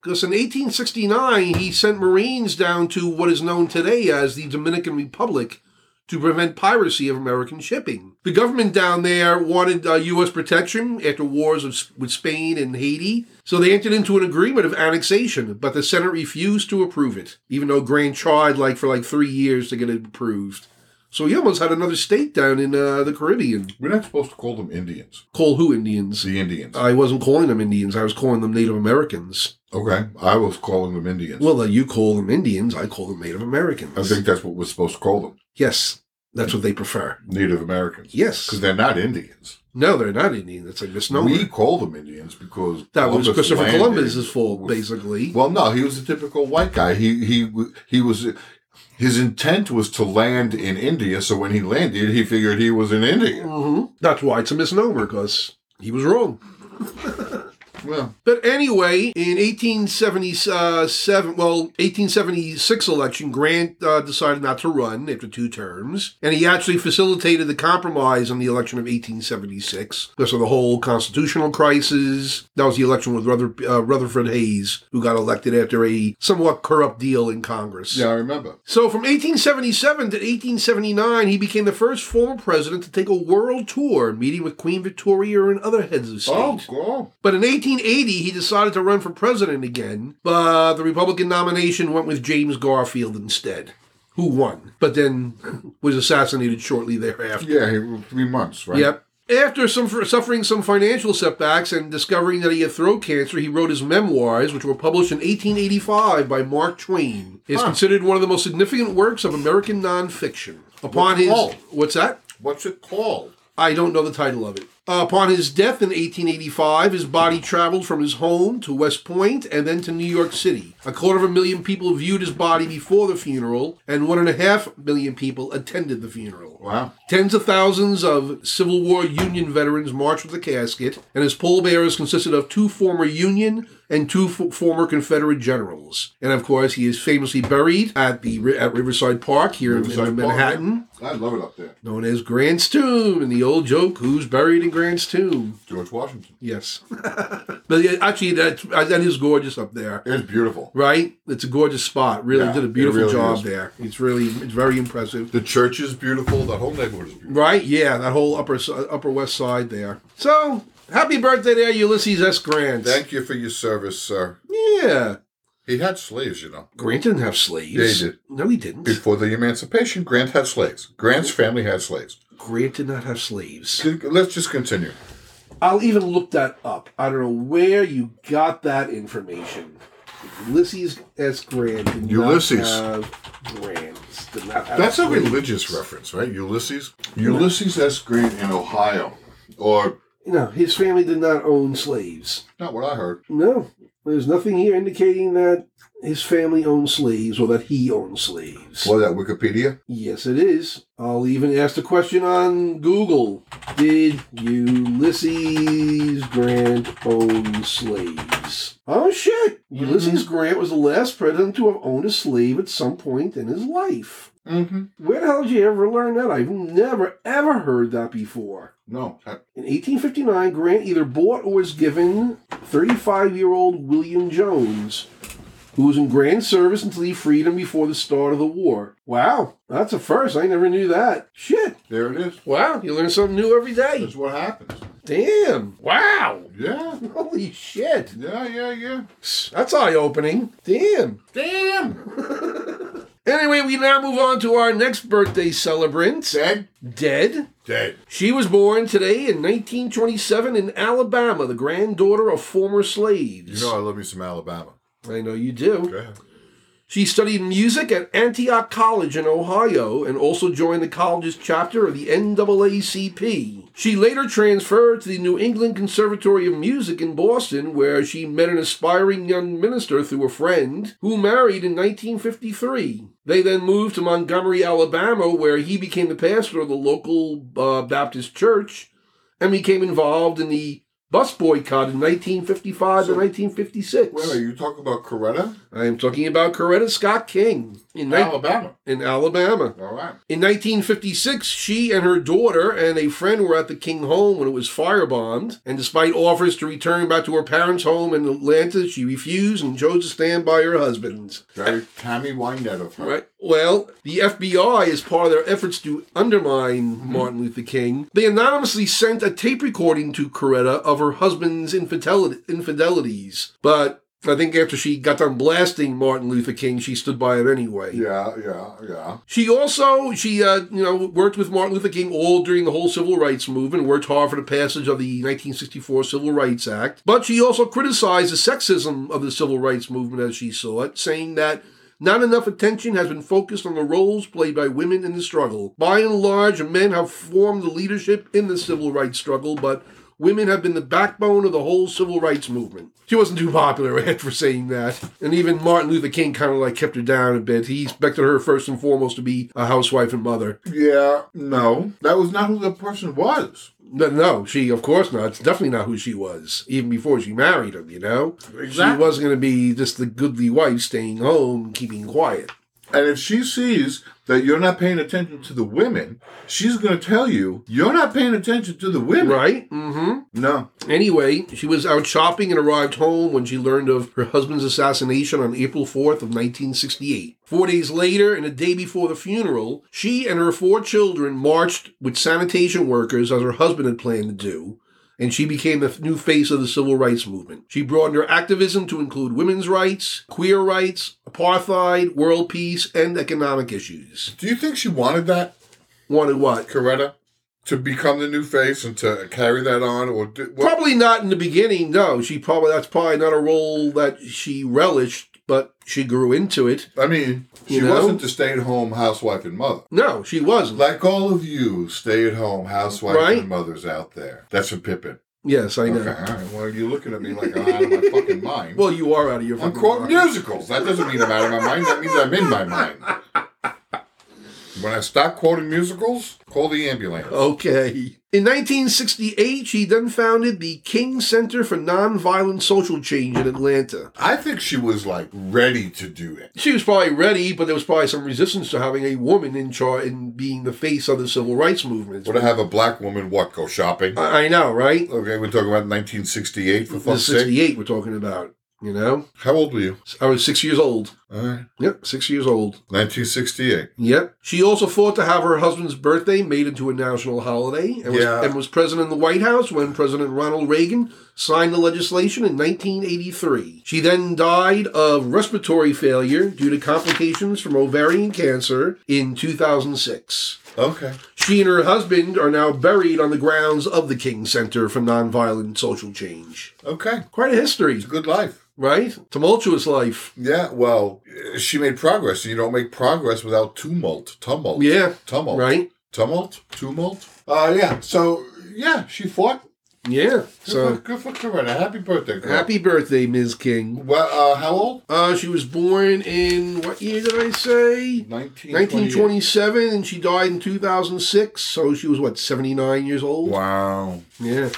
[SPEAKER 1] Because in 1869, he sent Marines down to what is known today as the Dominican Republic to prevent piracy of American shipping. The government down there wanted uh, U.S. protection after wars of, with Spain and Haiti, so they entered into an agreement of annexation, but the Senate refused to approve it, even though Grant tried like for like three years to get it approved. So he almost had another state down in uh, the Caribbean.
[SPEAKER 2] We're not supposed to call them Indians.
[SPEAKER 1] Call who Indians?
[SPEAKER 2] The Indians.
[SPEAKER 1] I wasn't calling them Indians. I was calling them Native Americans.
[SPEAKER 2] okay. I was calling them Indians.
[SPEAKER 1] Well, then you call them Indians. I call them Native Americans.
[SPEAKER 2] I think that's what we're supposed to call them
[SPEAKER 1] yes, that's what they prefer.
[SPEAKER 2] Native Americans.
[SPEAKER 1] Yes.
[SPEAKER 2] Because they're not Indians.
[SPEAKER 1] No, they're not Indian. That's a misnomer.
[SPEAKER 2] we call them Indians because
[SPEAKER 1] that was
[SPEAKER 2] Columbus
[SPEAKER 1] Christopher
[SPEAKER 2] landed-
[SPEAKER 1] Columbus's fault, basically.
[SPEAKER 2] Well, no, he was a typical white guy. He he w- he was. His intent was to land in India, so when he landed, he figured he was an Indian.
[SPEAKER 1] Mhm. That's why it's a misnomer, because he was wrong.
[SPEAKER 2] Well,
[SPEAKER 1] But anyway, in 1877, well, 1876 election, Grant uh, decided not to run after two terms, and he actually facilitated the compromise on the election of 1876 because of the whole constitutional crisis. That was the election with Ruther, uh, Rutherford Hayes, who got elected after a somewhat corrupt deal in Congress.
[SPEAKER 2] yeah, I remember.
[SPEAKER 1] So from 1877 to 1879, he became the first former president to take a world tour, meeting with Queen Victoria and other heads of state.
[SPEAKER 2] Oh, cool.
[SPEAKER 1] But in 1880, he decided to run for president again, but the Republican nomination went with James Garfield instead, who won, but then was assassinated shortly thereafter.
[SPEAKER 2] Yeah, he was three months, right?
[SPEAKER 1] Yep. After some suffering some financial setbacks and discovering that he had throat cancer, he wrote his memoirs, which were published in 1885 by Mark Twain. It's
[SPEAKER 2] Huh.
[SPEAKER 1] considered one of the most significant works of American nonfiction. Upon
[SPEAKER 2] What's it
[SPEAKER 1] his
[SPEAKER 2] called?
[SPEAKER 1] what's that?
[SPEAKER 2] What's it called?
[SPEAKER 1] I don't know the title of it. upon his death in 1885, his body traveled from his home to West Point and then to New York City. A quarter of a million people viewed his body before the funeral, and one and a half million people attended the funeral.
[SPEAKER 2] Wow.
[SPEAKER 1] Tens of thousands of Civil War Union veterans marched with the casket, and his pallbearers consisted of two former Union and two f- former Confederate generals. And of course, he is famously buried at the ri- at Riverside Park here in-
[SPEAKER 2] Riverside
[SPEAKER 1] in
[SPEAKER 2] Park,
[SPEAKER 1] Manhattan
[SPEAKER 2] I love it up there.
[SPEAKER 1] known as Grant's Tomb, and the old joke, who's buried in Grant's Tomb?
[SPEAKER 2] George Washington.
[SPEAKER 1] Yes. but yeah, actually, that's, that is gorgeous up there,
[SPEAKER 2] It's beautiful.
[SPEAKER 1] right? It's a gorgeous spot. Really
[SPEAKER 2] Yeah,
[SPEAKER 1] did a
[SPEAKER 2] it
[SPEAKER 1] beautiful
[SPEAKER 2] really
[SPEAKER 1] job
[SPEAKER 2] is.
[SPEAKER 1] there. It's really, it's very impressive.
[SPEAKER 2] The church is beautiful. The whole neighborhood is beautiful.
[SPEAKER 1] Right? Yeah, that whole upper s- uh, upper west side there. So, happy birthday there, Ulysses S. Grant.
[SPEAKER 2] Thank you for your service, sir.
[SPEAKER 1] yeah.
[SPEAKER 2] He had slaves, you know.
[SPEAKER 1] Grant didn't have slaves.
[SPEAKER 2] Yeah, he did.
[SPEAKER 1] No, he didn't.
[SPEAKER 2] Before the emancipation, Grant had slaves. Grant's family had slaves.
[SPEAKER 1] Grant did not have slaves.
[SPEAKER 2] Let's just continue.
[SPEAKER 1] I'll even look that up. I don't know where you got that information. Ulysses S. Grant did
[SPEAKER 2] Ulysses.
[SPEAKER 1] not have grants. Did not have
[SPEAKER 2] That's a
[SPEAKER 1] slaves.
[SPEAKER 2] religious reference, right? Ulysses? Ulysses S. Grant in Ohio. Or,
[SPEAKER 1] No, his family did not own slaves.
[SPEAKER 2] not what I heard.
[SPEAKER 1] No, there's nothing here indicating that his family owned slaves or that he owned slaves.
[SPEAKER 2] What, that Wikipedia?
[SPEAKER 1] Yes, it is. I'll even ask the question on Google. Did Ulysses Grant own slaves? Oh, shit. Ulysses Grant was the last president to have owned a slave at some point in his life.
[SPEAKER 2] Mm-hmm.
[SPEAKER 1] Where the hell did you ever learn that? I've never, ever heard that before.
[SPEAKER 2] No. Uh, I-
[SPEAKER 1] In 1859, Grant either bought or was given 35 year old William Jones, who was in grand service until he freed him before the start of the war. Wow, that's a first. I never knew that. Shit.
[SPEAKER 2] There it is.
[SPEAKER 1] Wow, you learn something new every day.
[SPEAKER 2] That's what happens.
[SPEAKER 1] Damn. Wow.
[SPEAKER 2] Yeah.
[SPEAKER 1] Holy shit.
[SPEAKER 2] Yeah, yeah, yeah.
[SPEAKER 1] That's eye opening. Damn.
[SPEAKER 2] Damn!
[SPEAKER 1] Anyway, we now move on to our next birthday celebrant.
[SPEAKER 2] Dead?
[SPEAKER 1] Dead.
[SPEAKER 2] Dead.
[SPEAKER 1] She was born today in 1927 in Alabama, the granddaughter of former
[SPEAKER 2] You
[SPEAKER 1] slaves.
[SPEAKER 2] know I love me some Alabama.
[SPEAKER 1] I know you do.
[SPEAKER 2] Go ahead.
[SPEAKER 1] She studied music at Antioch College in Ohio and also joined the college's chapter of the NAACP. She later transferred to the New England Conservatory of Music in Boston, where she met an aspiring young minister through a friend who married in 1953. They then moved to Montgomery, Alabama, where he became the pastor of the local uh, Baptist church and became involved in the bus boycott in 1955
[SPEAKER 2] So-
[SPEAKER 1] to 1956.
[SPEAKER 2] Wait, wait, you talking about Coretta?
[SPEAKER 1] I am talking about Coretta Scott King in, ni-
[SPEAKER 2] Alabama.
[SPEAKER 1] in Alabama.
[SPEAKER 2] All right.
[SPEAKER 1] In 1956, she and her daughter and a friend were at the King home when it was firebombed. And despite offers to return back to her parents' home in Atlanta, she refused and chose to stand by her husband.
[SPEAKER 2] Very Tammy Wynette of her.
[SPEAKER 1] Right. Well, the FBI, as part of their efforts to undermine Martin Luther King, they anonymously sent a tape recording to Coretta of her husband's infidelity, infidelities. But I think after she got done blasting Martin Luther King, she stood by it anyway.
[SPEAKER 2] Yeah, yeah, yeah.
[SPEAKER 1] She also she uh, you know worked with Martin Luther King all during the whole civil rights movement, worked hard for the passage of the 1964 Civil Rights Act, but she also criticized the sexism of the civil rights movement as she saw it, saying that not enough attention has been focused on the roles played by women in the struggle. By and large, men have formed the leadership in the civil rights struggle, but Women have been the backbone of the whole civil rights movement. She wasn't too popular Ed, for saying that. And even Martin Luther King kind of like kept her down a bit. He expected her first and foremost to be a housewife and mother.
[SPEAKER 2] Yeah, no. That was not who the person was.
[SPEAKER 1] No, no, she, of course not. It's definitely not who she was, even before she married him, you know? She
[SPEAKER 2] Exactly.
[SPEAKER 1] wasn't going to be just the goodly wife staying home, keeping quiet.
[SPEAKER 2] And if she sees that you're not paying attention to the women, she's going to tell you, you're not paying attention to the women.
[SPEAKER 1] Right? Mm hmm.
[SPEAKER 2] No.
[SPEAKER 1] Anyway, she was out shopping and arrived home when she learned of her husband's assassination on April 4th of 1968. Four days later, and a day before the funeral, she and her four children marched with sanitation workers as her husband had planned to do, and she became the new face of the civil rights movement. She broadened her activism to include women's rights, queer rights, apartheid, world peace, and economic issues.
[SPEAKER 2] Do you think she wanted that,
[SPEAKER 1] Wanted what?
[SPEAKER 2] Coretta? To become the new face and to carry that on? Or do, what?
[SPEAKER 1] Probably not in the beginning. No, she probably that's probably not a role that she relished, but she grew into it.
[SPEAKER 2] I mean, she
[SPEAKER 1] You know?
[SPEAKER 2] wasn't the stay at home housewife and mother.
[SPEAKER 1] No, she wasn't.
[SPEAKER 2] Like all of you stay at home housewives
[SPEAKER 1] Right.
[SPEAKER 2] and mothers out there. That's from Pippin.
[SPEAKER 1] Yes, I know.
[SPEAKER 2] Okay, all right. Well, you're looking at me like I'm out of my fucking mind.
[SPEAKER 1] Well, you are out of your
[SPEAKER 2] I'm
[SPEAKER 1] fucking
[SPEAKER 2] quoting
[SPEAKER 1] mind.
[SPEAKER 2] musicals. That doesn't mean I'm out of my mind. That means I'm in my mind. When I stop quoting musicals, call the ambulance.
[SPEAKER 1] Okay. In 1968, she then founded the King Center for Nonviolent Social Change in Atlanta.
[SPEAKER 2] I think she was like ready to do it.
[SPEAKER 1] She was probably ready, but there was probably some resistance to having a woman in charge and being the face of the civil rights movement.
[SPEAKER 2] Would I have a black woman what go shopping?
[SPEAKER 1] I I know, right?
[SPEAKER 2] Okay, we're talking about 1968 for
[SPEAKER 1] The
[SPEAKER 2] fuck's sake.
[SPEAKER 1] 68 we're talking about. You know,
[SPEAKER 2] How old were you?
[SPEAKER 1] So I was six years old.
[SPEAKER 2] All right.
[SPEAKER 1] Yep, six years old.
[SPEAKER 2] 1968.
[SPEAKER 1] Yep. She also fought to have her husband's birthday made into a national holiday and was,
[SPEAKER 2] Yeah.
[SPEAKER 1] and was present in the White House when President Ronald Reagan signed the legislation in 1983. She then died of respiratory failure due to complications from ovarian cancer in 2006.
[SPEAKER 2] Okay.
[SPEAKER 1] She and her husband are now buried on the grounds of the King Center for Nonviolent Social Change.
[SPEAKER 2] Okay.
[SPEAKER 1] Quite a history,
[SPEAKER 2] It's a good life.
[SPEAKER 1] right? Tumultuous life.
[SPEAKER 2] Yeah. Well, uh, she made progress. You don't make progress without tumult. Tumult.
[SPEAKER 1] Yeah,
[SPEAKER 2] Tumult.
[SPEAKER 1] right?
[SPEAKER 2] Tumult. Tumult. Uh, yeah. So, yeah, she fought.
[SPEAKER 1] Yeah.
[SPEAKER 2] Good
[SPEAKER 1] So
[SPEAKER 2] for, good for Corinna. Happy birthday, girl.
[SPEAKER 1] happy birthday, Ms. King.
[SPEAKER 2] Well, uh, how old?
[SPEAKER 1] Uh, she was born in what year did I say?
[SPEAKER 2] 1920.
[SPEAKER 1] 1927, and she died in 2006. So she was what, 79 years old?
[SPEAKER 2] Wow.
[SPEAKER 1] Yeah.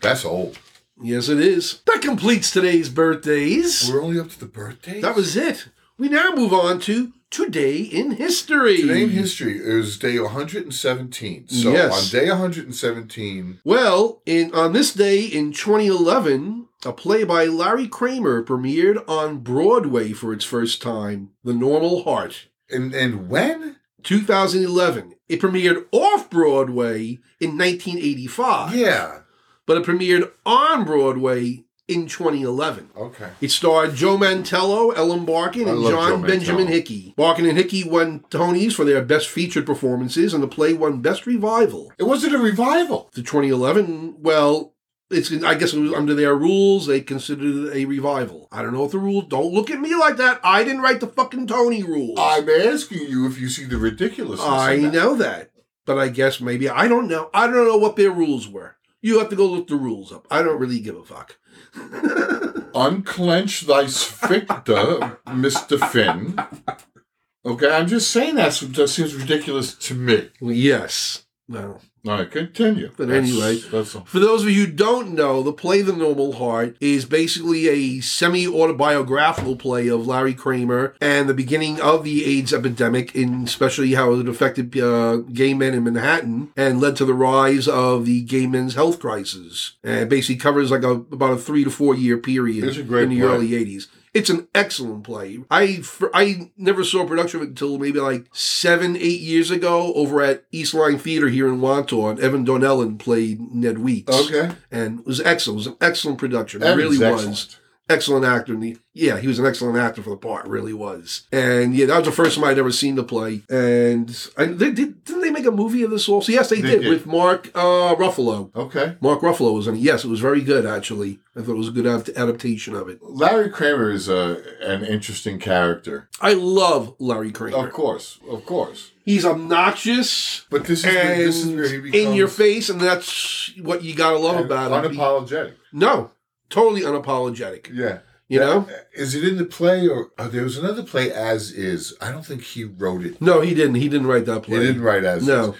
[SPEAKER 2] That's old.
[SPEAKER 1] Yes, it is. That completes today's birthdays.
[SPEAKER 2] We're only up to the birthday?
[SPEAKER 1] That was it. We now move on to today in history.
[SPEAKER 2] Today in history is day 117. So
[SPEAKER 1] Yes.
[SPEAKER 2] on day 117,
[SPEAKER 1] Well, in on this day in 2011, a play by Larry Kramer premiered on Broadway for its first time, The Normal Heart.
[SPEAKER 2] and and when?
[SPEAKER 1] 2011. It premiered off Broadway in 1985,
[SPEAKER 2] Yeah.
[SPEAKER 1] but it premiered on Broadway in 2011.
[SPEAKER 2] Okay.
[SPEAKER 1] It starred Joe Mantello, Ellen Barkin,
[SPEAKER 2] I
[SPEAKER 1] and
[SPEAKER 2] love
[SPEAKER 1] John
[SPEAKER 2] Joe
[SPEAKER 1] Benjamin
[SPEAKER 2] Mantello.
[SPEAKER 1] Hickey. Barkin and Hickey won Tonys for their best featured performances, and the play won Best Revival.
[SPEAKER 2] It wasn't a revival.
[SPEAKER 1] the 2011 well it's i guess it was under their rules they considered it a revival i don't know if the rules don't look at me like that i didn't write the fucking tony rules
[SPEAKER 2] I'm asking you if you see the ridiculousness.
[SPEAKER 1] I
[SPEAKER 2] in that.
[SPEAKER 1] know that but i guess maybe i don't know i don't know what their rules were you have to go look the rules up i don't really give a fuck
[SPEAKER 2] Unclench thy sphincter, Mr. Finn. Okay, I'm just saying that's, that seems ridiculous to me.
[SPEAKER 1] Well, yes no
[SPEAKER 2] All right, continue.
[SPEAKER 1] But
[SPEAKER 2] That's-
[SPEAKER 1] anyway.
[SPEAKER 2] That's all.
[SPEAKER 1] For those of you who don't know, the play The Normal Heart is basically a semi autobiographical play of Larry Kramer and the beginning of the AIDS epidemic, and especially how it affected uh, gay men in Manhattan and led to the rise of the gay men's health crisis. And it basically covers like a, about a three to four year period
[SPEAKER 2] It's a great
[SPEAKER 1] in the
[SPEAKER 2] play.
[SPEAKER 1] early 80s. It's an excellent play. I, f- I never saw a production of it until maybe like seven, eight years ago over at East Line Theater here in Wanton. Evan Donnellan played Ned Weeks
[SPEAKER 2] Okay.
[SPEAKER 1] and it was excellent. It was an excellent production.
[SPEAKER 2] That
[SPEAKER 1] it really
[SPEAKER 2] is excellent.
[SPEAKER 1] was. Excellent actor. And he, yeah, he was an excellent actor for the part. Really was. And yeah, that was the first time I'd ever seen the play. And I, they did, didn't they make a movie of this also? Yes, they,
[SPEAKER 2] They
[SPEAKER 1] did,
[SPEAKER 2] did.
[SPEAKER 1] with Mark uh, Ruffalo.
[SPEAKER 2] Okay.
[SPEAKER 1] Mark Ruffalo was in it. Yes, it was very good, actually. I thought it was a good ad- adaptation of it.
[SPEAKER 2] Larry Kramer is a, an interesting character.
[SPEAKER 1] I love Larry Kramer.
[SPEAKER 2] Of course, of course.
[SPEAKER 1] He's obnoxious
[SPEAKER 2] But this is where,
[SPEAKER 1] and
[SPEAKER 2] this is where he becomes
[SPEAKER 1] in your face, and that's what you got to love
[SPEAKER 2] un-
[SPEAKER 1] about him.
[SPEAKER 2] unapologetic.
[SPEAKER 1] No, totally unapologetic.
[SPEAKER 2] Yeah. uh,
[SPEAKER 1] You know?
[SPEAKER 2] Is it in the play or oh, there was another play as is? I don't think he wrote it.
[SPEAKER 1] No, he didn't. He didn't write that
[SPEAKER 2] He
[SPEAKER 1] play.
[SPEAKER 2] didn't write as
[SPEAKER 1] No.
[SPEAKER 2] is.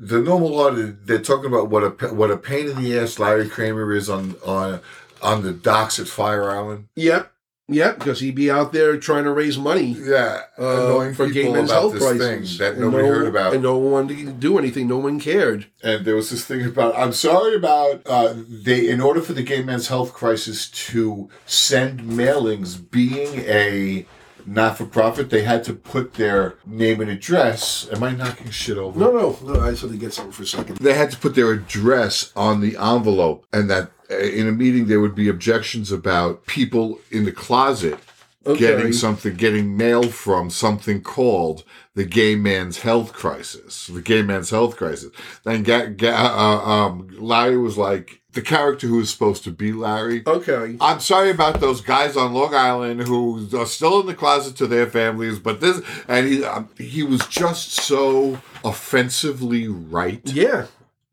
[SPEAKER 2] The normal law. They're talking about what a pa- what a pain in the ass Larry Kramer is on on on the docks at Fire Island.
[SPEAKER 1] Yep. Yep. Because he'd be out there trying to raise money
[SPEAKER 2] Yeah,
[SPEAKER 1] uh,
[SPEAKER 2] annoying
[SPEAKER 1] for gay
[SPEAKER 2] people
[SPEAKER 1] men's
[SPEAKER 2] about
[SPEAKER 1] health
[SPEAKER 2] this
[SPEAKER 1] crisis
[SPEAKER 2] thing that
[SPEAKER 1] And
[SPEAKER 2] nobody
[SPEAKER 1] no-
[SPEAKER 2] heard about.
[SPEAKER 1] and no one wanted to do anything. No one cared.
[SPEAKER 2] and there was this thing about I'm sorry about uh, they in order for the gay men's health crisis to send mailings being a not for profit they had to put their name and address am I knocking shit over
[SPEAKER 1] No, no, no. I just had to get something for a second.
[SPEAKER 2] they had to put their address on the envelope and that uh, in a meeting there would be objections about people in the closet
[SPEAKER 1] Okay.
[SPEAKER 2] getting something getting mail from something called the gay man's health crisis the gay man's health crisis then ga- ga- uh, um, larry was like the character who was supposed to be larry
[SPEAKER 1] Okay.
[SPEAKER 2] I'm sorry about those guys on Long Island who are still in the closet to their families, but this and he um, he was just so offensively right.
[SPEAKER 1] Yeah.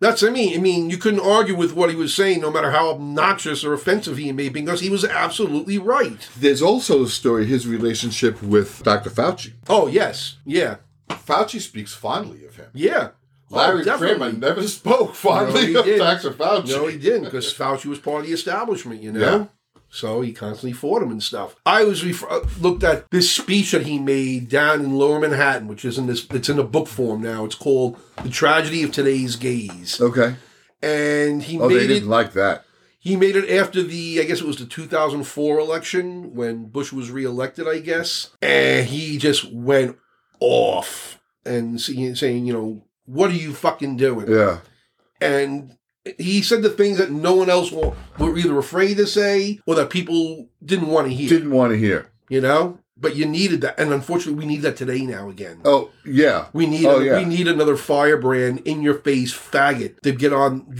[SPEAKER 1] That's I mean. I mean, you couldn't argue with what he was saying, no matter how obnoxious or offensive he may be, because he was absolutely right.
[SPEAKER 2] There's also a story his relationship with Dr. Fauci.
[SPEAKER 1] Oh yes, yeah,
[SPEAKER 2] Fauci speaks fondly of him.
[SPEAKER 1] yeah. Oh,
[SPEAKER 2] Larry
[SPEAKER 1] definitely.
[SPEAKER 2] Kramer never spoke fondly
[SPEAKER 1] No,
[SPEAKER 2] of
[SPEAKER 1] he didn't.
[SPEAKER 2] Dr. Fauci.
[SPEAKER 1] No, he didn't, because Fauci was part of the establishment, you know.
[SPEAKER 2] Yeah.
[SPEAKER 1] So he constantly fought him and stuff. I was refer- uh, looked at this speech that he made down in Lower Manhattan, which is in this. It's in a book form now. It's called "The Tragedy of Today's Gays,"
[SPEAKER 2] Okay.
[SPEAKER 1] and he
[SPEAKER 2] Oh, they
[SPEAKER 1] made
[SPEAKER 2] didn't
[SPEAKER 1] it.
[SPEAKER 2] like that.
[SPEAKER 1] He made it after the, I guess it was the 2004 election when Bush was reelected, I guess. And he just went off and see- saying, you know, what are you fucking doing?
[SPEAKER 2] Yeah.
[SPEAKER 1] And he said the things that no one else wa- were either afraid to say or that people didn't want to hear,
[SPEAKER 2] Didn't want to hear.
[SPEAKER 1] you know? But you needed that. And unfortunately, we need that today now again.
[SPEAKER 2] Oh, yeah.
[SPEAKER 1] We need
[SPEAKER 2] Oh, yeah.
[SPEAKER 1] we need another firebrand in your face faggot to get on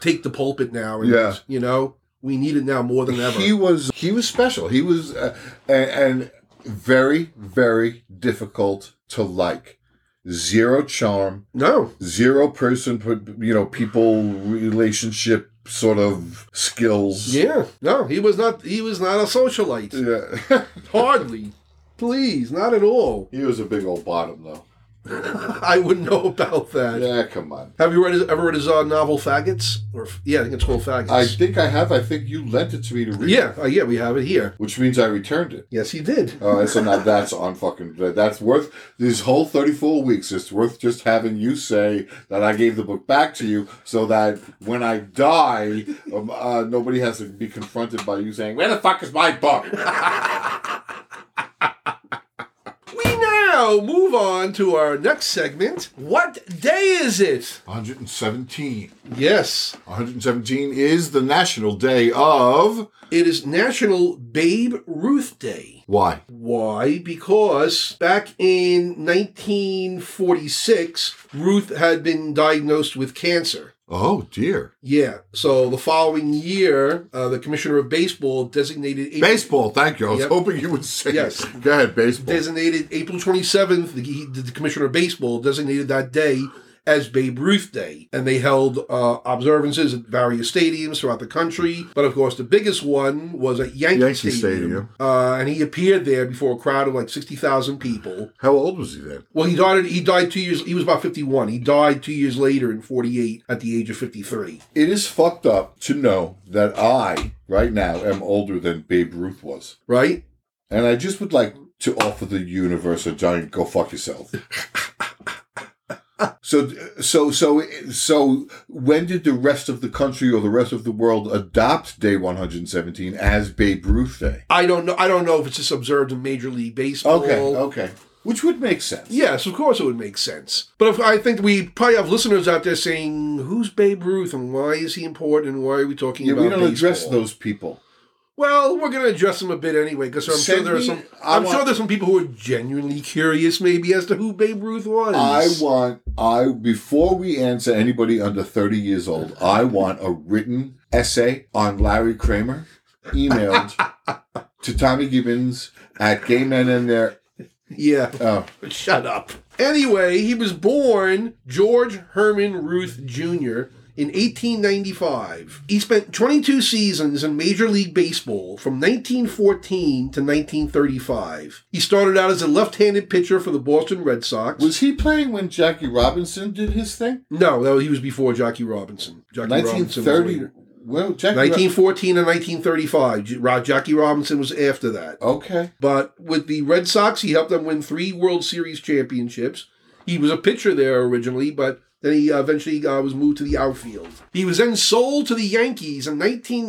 [SPEAKER 1] take the pulpit now and
[SPEAKER 2] Yeah.
[SPEAKER 1] you know we need it now more than ever.
[SPEAKER 2] He was he was special. He was uh, and, and very very difficult to like. Zero charm,
[SPEAKER 1] no.
[SPEAKER 2] zero person, but you know, people relationship sort of skills.
[SPEAKER 1] Yeah. No, he was not he was not a
[SPEAKER 2] Mm.
[SPEAKER 1] socialite.
[SPEAKER 2] Yeah.
[SPEAKER 1] Hardly. Please, not at all.
[SPEAKER 2] he was a big old bottom though.
[SPEAKER 1] I wouldn't know about that.
[SPEAKER 2] Yeah, come on.
[SPEAKER 1] Have you read his, ever read his uh, novel Faggots? Or yeah, I think it's called Faggots.
[SPEAKER 2] I think I have. I think you lent it to me to read.
[SPEAKER 1] yeah, uh, yeah, we have it here.
[SPEAKER 2] Which means I returned it.
[SPEAKER 1] Yes, he did.
[SPEAKER 2] Oh, so now that's on fucking. That's worth these whole thirty four weeks. It's worth just having you say that I gave the book back to you, so that when I die, um, uh, nobody has to be confronted by you saying, "Where the fuck is my book?"
[SPEAKER 1] we now move on to our next segment. What day is it?
[SPEAKER 2] One hundred and seventeen.
[SPEAKER 1] Yes.
[SPEAKER 2] One hundred and seventeen is the national day of
[SPEAKER 1] It is National Babe Ruth Day.
[SPEAKER 2] why?
[SPEAKER 1] Why? Because back in 1946, Ruth had been diagnosed with cancer.
[SPEAKER 2] Oh dear,
[SPEAKER 1] Yeah. So the following year, uh, the commissioner of baseball designated April,
[SPEAKER 2] baseball. Thank you. I was
[SPEAKER 1] Yep.
[SPEAKER 2] hoping you would say
[SPEAKER 1] Yes.
[SPEAKER 2] Go ahead, baseball.
[SPEAKER 1] designated April 27th. The, he- the commissioner of baseball designated that day as Babe Ruth Day, and they held uh, observances at various stadiums throughout the country. But of course, the biggest one was at Yankee,
[SPEAKER 2] Yankee
[SPEAKER 1] Stadium,
[SPEAKER 2] Stadium.
[SPEAKER 1] Uh, and he appeared there before a crowd of like 60,000 people.
[SPEAKER 2] How old was he then?
[SPEAKER 1] Well, he died. He died two years. He was about 51. He died two years later in 48 at the age of 53.
[SPEAKER 2] It is fucked up to know that I right now am older than Babe Ruth was.
[SPEAKER 1] Right?
[SPEAKER 2] And I just would like to offer the universe a giant go fuck yourself. so so so so when did the rest of the country or the rest of the world adopt day 117 as Babe Ruth Day?
[SPEAKER 1] I don't know. I don't know if it's just observed in Major League Baseball.
[SPEAKER 2] Okay, okay. Which would make sense.
[SPEAKER 1] Yes, of course it would make sense. But if, I think we probably have listeners out there saying, "Who's Babe Ruth and why is he important and why are we talking
[SPEAKER 2] Yeah,
[SPEAKER 1] about?"
[SPEAKER 2] we don't address
[SPEAKER 1] baseball?"
[SPEAKER 2] those people.
[SPEAKER 1] Well, we're going to address them a bit anyway because I'm sure
[SPEAKER 2] Send
[SPEAKER 1] there are
[SPEAKER 2] me-
[SPEAKER 1] some.
[SPEAKER 2] I
[SPEAKER 1] I'm
[SPEAKER 2] want-
[SPEAKER 1] sure there's some people who are genuinely curious, maybe as to who Babe Ruth was.
[SPEAKER 2] I want I before we answer anybody under 30 years old, I want a written essay on Larry Kramer emailed to Tommy Gibbons at gay men in their
[SPEAKER 1] yeah.
[SPEAKER 2] oh
[SPEAKER 1] Shut up. Anyway, he was born George Herman Ruth Jr. in 1895. He spent 22 seasons in Major League Baseball from 1914 to 1935. He started out as a left-handed pitcher for the Boston Red Sox.
[SPEAKER 2] was he playing when Jackie Robinson did his thing?
[SPEAKER 1] no, that was, he was before Jockey Robinson. Jockey Robinson was
[SPEAKER 2] 1930
[SPEAKER 1] later.
[SPEAKER 2] Well, Jackie Rob-
[SPEAKER 1] 1914 and 1935. J- Ro- Jockey Robinson was after that.
[SPEAKER 2] Okay.
[SPEAKER 1] But with the Red Sox, he helped them win three World Series championships. He was a pitcher there originally, but then he uh, eventually uh, was moved to the outfield. He was then sold to the Yankees in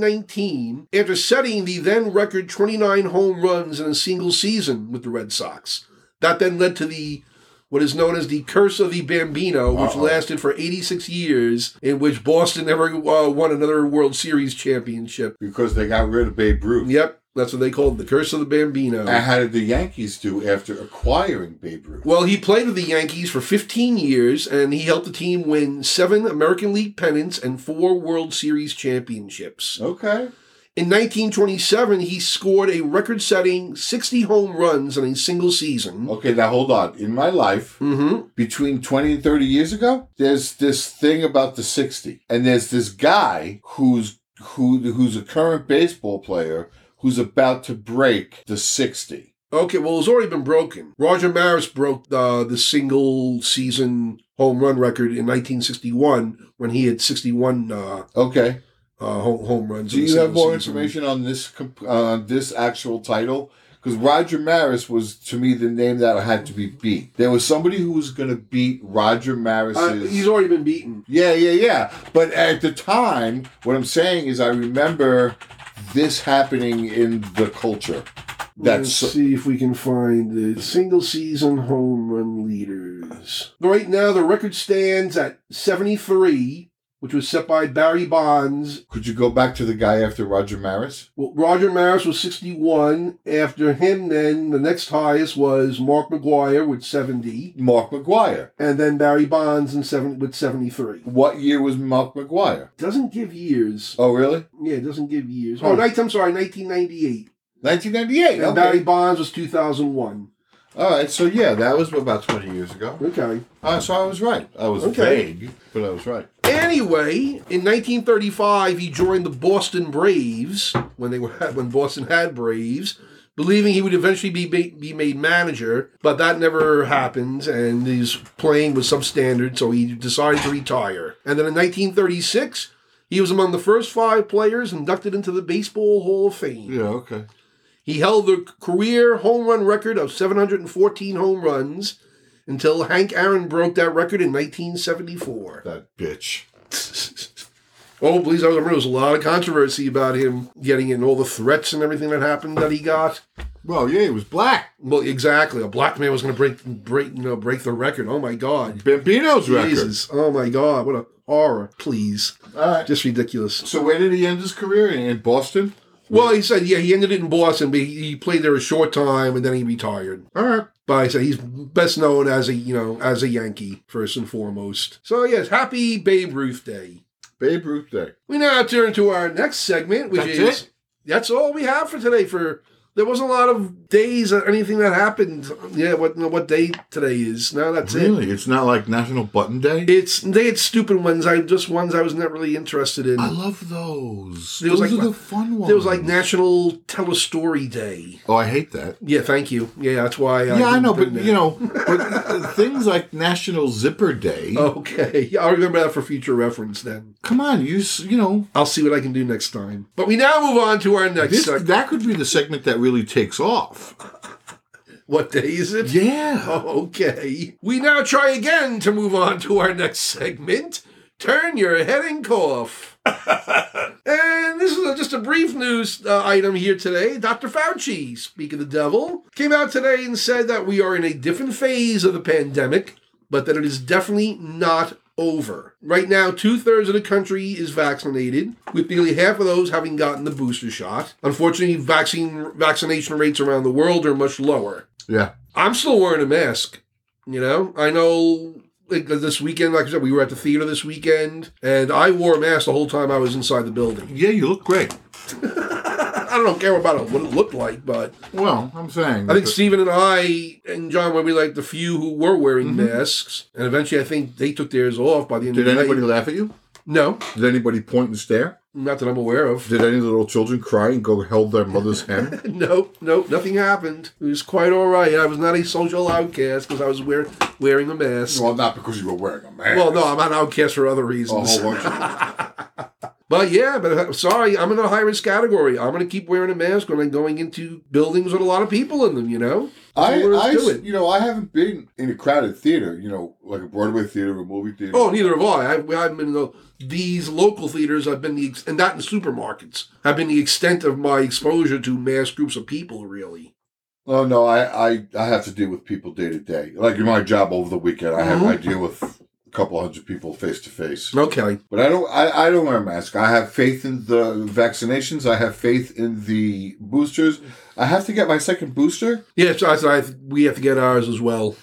[SPEAKER 1] 1919 after setting the then record 29 home runs in a single season with the Red Sox. That then led to the what is known as the curse of the Bambino, which
[SPEAKER 2] Uh-oh.
[SPEAKER 1] lasted for 86 years, in which Boston never uh, won another World Series championship.
[SPEAKER 2] Because they got rid of Babe Ruth.
[SPEAKER 1] Yep, that's what they called the curse of the Bambino.
[SPEAKER 2] And how did the Yankees do after acquiring Babe Ruth?
[SPEAKER 1] Well, he played with the Yankees for 15 years, and he helped the team win seven American League pennants and four World Series championships.
[SPEAKER 2] Okay.
[SPEAKER 1] In 1927, he scored a record setting 60 home runs in a single season.
[SPEAKER 2] Okay, now hold on. In my life,
[SPEAKER 1] hmm
[SPEAKER 2] between 20 and 30 years ago there's this thing about the 60 and there's this guy who's who who's a current baseball player who's about to break the 60
[SPEAKER 1] Okay, well, it's already been broken. Roger Maris broke uh, the single season home run record in 1961 when he had 61 uh,
[SPEAKER 2] okay
[SPEAKER 1] uh, home, home runs.
[SPEAKER 2] do
[SPEAKER 1] in a
[SPEAKER 2] you have
[SPEAKER 1] single
[SPEAKER 2] more
[SPEAKER 1] season.
[SPEAKER 2] information on this comp- on this actual title because Roger Maris was to me the name that had to be beat. There was somebody who was going to beat Roger Maris's.
[SPEAKER 1] Uh, he's already been beaten.
[SPEAKER 2] Yeah, yeah, yeah. But at the time, what I'm saying is, I remember this happening in the culture.
[SPEAKER 1] Let's
[SPEAKER 2] That's
[SPEAKER 1] see if we can find the single season home run leaders. Right now, the record stands at 73, which was set by Barry Bonds.
[SPEAKER 2] could you go back to the guy after Roger Maris?
[SPEAKER 1] Well, Roger Maris was 61. After him, then the next highest was Mark McGuire with 70,
[SPEAKER 2] Mark McGuire.
[SPEAKER 1] and then Barry Bonds in seven, with 73.
[SPEAKER 2] What year was Mark McGuire?
[SPEAKER 1] Doesn't give years.
[SPEAKER 2] Oh, really?
[SPEAKER 1] Yeah, it doesn't give years.
[SPEAKER 2] Huh.
[SPEAKER 1] Oh, night, I'm sorry, 1998.
[SPEAKER 2] 1998.
[SPEAKER 1] And
[SPEAKER 2] Hmm. Okay.
[SPEAKER 1] Barry Bonds was 2001.
[SPEAKER 2] All right. So yeah, that was about 20 years ago.
[SPEAKER 1] Okay.
[SPEAKER 2] Uh, so I was right. I was
[SPEAKER 1] Okay.
[SPEAKER 2] vague, but I was right.
[SPEAKER 1] Anyway, in 1935, he joined the Boston Braves when they were when Boston had Braves, believing he would eventually be be, be made manager. But that never happened, and his playing was substandard, so he decided to retire. And then in 1936, he was among the first five players inducted into the Baseball Hall of Fame.
[SPEAKER 2] Yeah. Okay.
[SPEAKER 1] He held the career home run record of 714 home runs until Hank Aaron broke that record in 1974.
[SPEAKER 2] That bitch.
[SPEAKER 1] Oh, please, I remember there was a lot of controversy about him getting in all the threats and everything that happened that he got.
[SPEAKER 2] Well, yeah, he was black.
[SPEAKER 1] Well, exactly. A black man was going to break, break, you know, break the record. Oh my God,
[SPEAKER 2] Bambino's record.
[SPEAKER 1] Jesus! Oh my God, what a horror! Please,
[SPEAKER 2] All right.
[SPEAKER 1] just ridiculous.
[SPEAKER 2] So where did he end his career in, in Boston?
[SPEAKER 1] Well, he said, yeah, he ended it in Boston, but he, he played there a short time and then he retired.
[SPEAKER 2] All right.
[SPEAKER 1] But I said he's best known as a, you know, as a Yankee first and foremost. So yes, happy Babe Ruth Day.
[SPEAKER 2] Babe Ruth Day.
[SPEAKER 1] We now turn to our next segment, which
[SPEAKER 2] That's
[SPEAKER 1] is
[SPEAKER 2] it?
[SPEAKER 1] that's all we have for today. For there wasn't a lot of days or anything that happened. Yeah, what what day today is? No, that's it.
[SPEAKER 2] Really? It's not like National Button Day?
[SPEAKER 1] It's they had stupid ones. I just ones I was not really interested in.
[SPEAKER 2] I love those.
[SPEAKER 1] There was
[SPEAKER 2] Those
[SPEAKER 1] like-
[SPEAKER 2] are the fun ones.
[SPEAKER 1] There was like National Telestory Day.
[SPEAKER 2] Oh, I hate that.
[SPEAKER 1] Yeah, thank you. Yeah, that's why.
[SPEAKER 2] yeah, I
[SPEAKER 1] didn't
[SPEAKER 2] know, but
[SPEAKER 1] bring that.
[SPEAKER 2] you know, but uh, things like National Zipper Day.
[SPEAKER 1] Okay, I'll remember that for future reference. Then
[SPEAKER 2] Come on, you s- you know,
[SPEAKER 1] I'll see what I can do next time. But we now move on to our next.
[SPEAKER 2] this,
[SPEAKER 1] seg-
[SPEAKER 2] that could be the segment that really takes off.
[SPEAKER 1] what day is it?
[SPEAKER 2] Yeah.
[SPEAKER 1] Okay. We now try again to move on to our next segment. Turn your head and cough. and this is a- just a brief news uh, item here today. Dr. Fauci, speak of the devil, came out today and said that we are in a different phase of the pandemic, but that it is definitely not over. Right now, two thirds of the country is vaccinated, with nearly half of those having gotten the booster shot. Unfortunately, vaccine vaccination rates around the world are much lower.
[SPEAKER 2] Yeah.
[SPEAKER 1] I'm still wearing a mask. You know, I know like, uh, this weekend, like I said, we were at the theater this weekend, and I wore a mask the whole time I was inside the building.
[SPEAKER 2] Yeah, you look great.
[SPEAKER 1] I don't care about it, what it looked like, but
[SPEAKER 2] Well, I'm saying.
[SPEAKER 1] I think
[SPEAKER 2] that-
[SPEAKER 1] Stephen and I and John were we like the few who were wearing masks, and eventually I think they took theirs off by the end
[SPEAKER 2] Mm-hmm. Did
[SPEAKER 1] of the
[SPEAKER 2] anybody
[SPEAKER 1] night.
[SPEAKER 2] laugh at you?
[SPEAKER 1] No,
[SPEAKER 2] Did anybody point and stare?
[SPEAKER 1] not that I'm aware of.
[SPEAKER 2] Did any little children cry and go held their mother's hand?
[SPEAKER 1] No, no, nothing happened. It was quite all right. I was not a social outcast because I was wear, wearing a mask.
[SPEAKER 2] well, not because you were wearing a mask.
[SPEAKER 1] Well, no, I'm an outcast for other
[SPEAKER 2] a
[SPEAKER 1] reasons.
[SPEAKER 2] whole bunch of
[SPEAKER 1] But yeah, but uh, sorry, I'm in a high risk category. I'm going to keep wearing a mask when I'm going into buildings with a lot of people in them. You know,
[SPEAKER 2] I,
[SPEAKER 1] Let's
[SPEAKER 2] I
[SPEAKER 1] do it.
[SPEAKER 2] you know, I haven't been in a crowded theater, you know, like a Broadway theater or movie theater.
[SPEAKER 1] oh, neither have I. I I've been in the, these local theaters. I've been the ex- and not in supermarkets. I've been the extent of my exposure to mass groups of people. Really,
[SPEAKER 2] Oh no, I, I, I have to deal with people day to day. Like in my job over the weekend, I have
[SPEAKER 1] Mhm.
[SPEAKER 2] I deal with a couple hundred people face to face.
[SPEAKER 1] okay,
[SPEAKER 2] But I don't I, I don't wear a mask. I have faith in the vaccinations. I have faith in the boosters. I have to get my second booster.
[SPEAKER 1] yeah. So I, so I we have to get ours as well.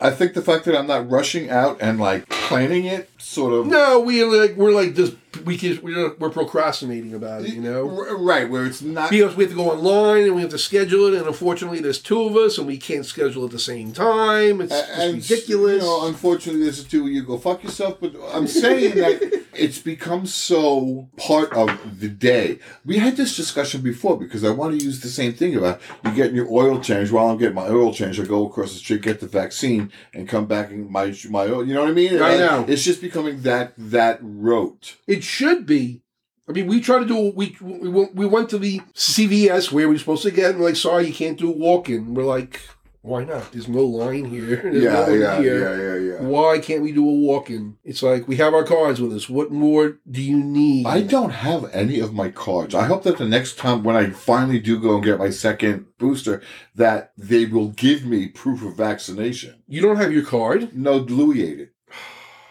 [SPEAKER 2] I think the fact that I'm not rushing out and like planning it sort of
[SPEAKER 1] No, we like we're like this. We can, we're we're procrastinating about it. You know,
[SPEAKER 2] R- right where it's not
[SPEAKER 1] because we have to go online and we have to schedule it, and unfortunately, there's two of us and we can't schedule at the same time. It's
[SPEAKER 2] A- and,
[SPEAKER 1] just ridiculous.
[SPEAKER 2] You know, unfortunately, there's a two you go fuck yourself. But I'm saying that it's become so part of the day. We had this discussion before because I want to use the same thing about you getting your oil change. While I'm getting my oil change, I go across the street, get the vaccine, and come back and my my oil. You know what I mean?
[SPEAKER 1] I
[SPEAKER 2] And
[SPEAKER 1] know.
[SPEAKER 2] It's just becoming that that rote.
[SPEAKER 1] it should be. I I mean, we tried to do we we went- we went to the CVS where we were supposed to get, and we're like, sorry, you can't do a walk-in. We're like, why not? There's no line here. There's no
[SPEAKER 2] Yeah,
[SPEAKER 1] one
[SPEAKER 2] yeah,
[SPEAKER 1] here.
[SPEAKER 2] yeah, yeah, yeah.
[SPEAKER 1] Why can't we do a walk-in? It's like we have our cards with us. What more do you need?
[SPEAKER 2] I don't have any of my cards. I hope that the next time when I finally do go and get my second booster, that they will give me proof of vaccination.
[SPEAKER 1] You don't have your card.
[SPEAKER 2] No, Louis ate it.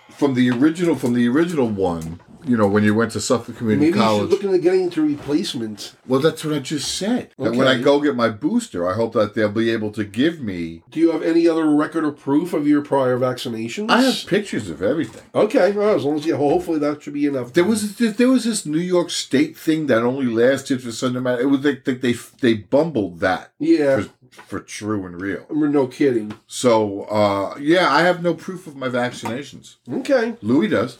[SPEAKER 2] From the original, from the original one, you know, when you went to Suffolk Community
[SPEAKER 1] Maybe you
[SPEAKER 2] College.
[SPEAKER 1] should look into getting into replacement.
[SPEAKER 2] well, that's what I just said. That when
[SPEAKER 1] Okay.
[SPEAKER 2] I go get my booster, I hope that they'll be able to give me.
[SPEAKER 1] Do you have any other record or proof of your prior vaccinations?
[SPEAKER 2] I have pictures of everything.
[SPEAKER 1] Okay, well, as long as you, well, hopefully that should be enough.
[SPEAKER 2] There was there was this New York State thing that only lasted for some amount. It was like like they they bumbled that
[SPEAKER 1] yeah,
[SPEAKER 2] for true and real.
[SPEAKER 1] we're no kidding.
[SPEAKER 2] So uh, yeah, I have no proof of my vaccinations.
[SPEAKER 1] Okay,
[SPEAKER 2] Louis does.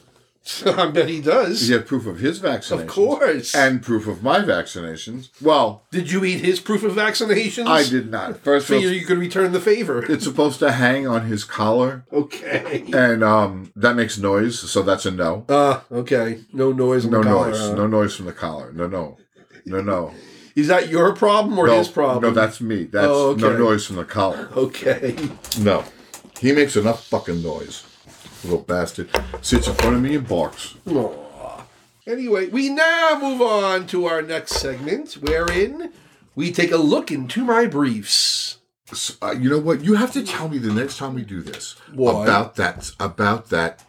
[SPEAKER 1] I bet he does.
[SPEAKER 2] He had proof of his vaccinations.
[SPEAKER 1] of course.
[SPEAKER 2] And proof of my vaccinations. Well,
[SPEAKER 1] did you eat his proof of vaccinations?
[SPEAKER 2] I did not. First
[SPEAKER 1] So
[SPEAKER 2] of
[SPEAKER 1] you,
[SPEAKER 2] all,
[SPEAKER 1] you could return the favor.
[SPEAKER 2] it's supposed to hang on his collar,
[SPEAKER 1] Okay.
[SPEAKER 2] and um, that makes noise. So that's a no.
[SPEAKER 1] Uh, okay. No noise. on
[SPEAKER 2] No
[SPEAKER 1] the collar,
[SPEAKER 2] noise.
[SPEAKER 1] huh?
[SPEAKER 2] No noise from the collar. No, no, no, no.
[SPEAKER 1] Is that your problem or
[SPEAKER 2] no,
[SPEAKER 1] his problem?
[SPEAKER 2] No, that's me. That's
[SPEAKER 1] Oh, okay.
[SPEAKER 2] no noise from the collar.
[SPEAKER 1] okay.
[SPEAKER 2] No, he makes enough fucking noise. Little bastard sits in front of me and barks.
[SPEAKER 1] Aw. Anyway, we now move on to our next segment, wherein we take a look into my briefs.
[SPEAKER 2] S- uh, you know what? You have to tell me the next time we do this
[SPEAKER 1] Why?
[SPEAKER 2] about that. About that,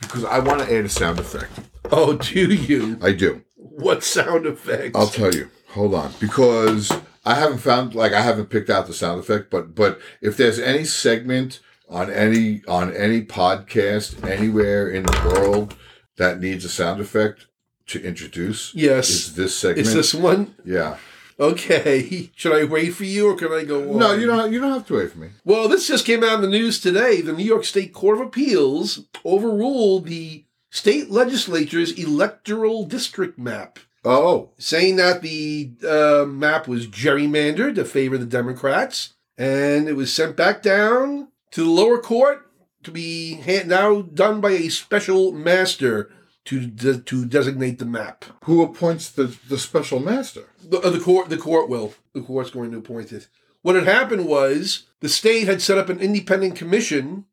[SPEAKER 2] because I want to add a sound effect.
[SPEAKER 1] Oh, do you?
[SPEAKER 2] I do.
[SPEAKER 1] What sound effects?
[SPEAKER 2] I'll tell you. Hold on, because I haven't found like I haven't picked out the sound effect. But but if there's any segment on any on any podcast anywhere in the world that needs a sound effect to introduce,
[SPEAKER 1] Yes.
[SPEAKER 2] is this segment?
[SPEAKER 1] Is this one
[SPEAKER 2] yeah.
[SPEAKER 1] okay? Should I wait for you, or can I go on?
[SPEAKER 2] No, you don't. You don't have to wait for me.
[SPEAKER 1] Well, this just came out in the news today. The New York State Court of Appeals overruled the state legislature's electoral district map,
[SPEAKER 2] Oh,
[SPEAKER 1] saying that the uh, map was gerrymandered to favor the Democrats, and it was sent back down to the lower court to be ha- now done by a special master to de- to designate the map.
[SPEAKER 2] who appoints the the special master?
[SPEAKER 1] The, uh, the court, the court will. The court's going to appoint it. What had happened was the state had set up an independent commission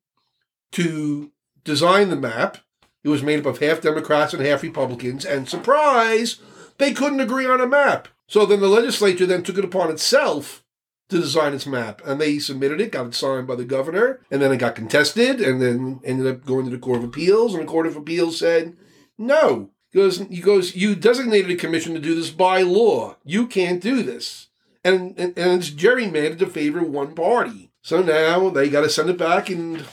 [SPEAKER 1] to design the map. It was made up of half Democrats and half Republicans, and surprise, they couldn't agree on a map. So then the legislature then took it upon itself to design its map, and they submitted it, got it signed by the governor, and then it got contested, and then ended up going to the Court of Appeals, and the Court of Appeals said, no. He goes, he goes, you designated a commission to do this by law. You can't do this. And, and, and it's gerrymandered to favor one party. So now they got to send it back, and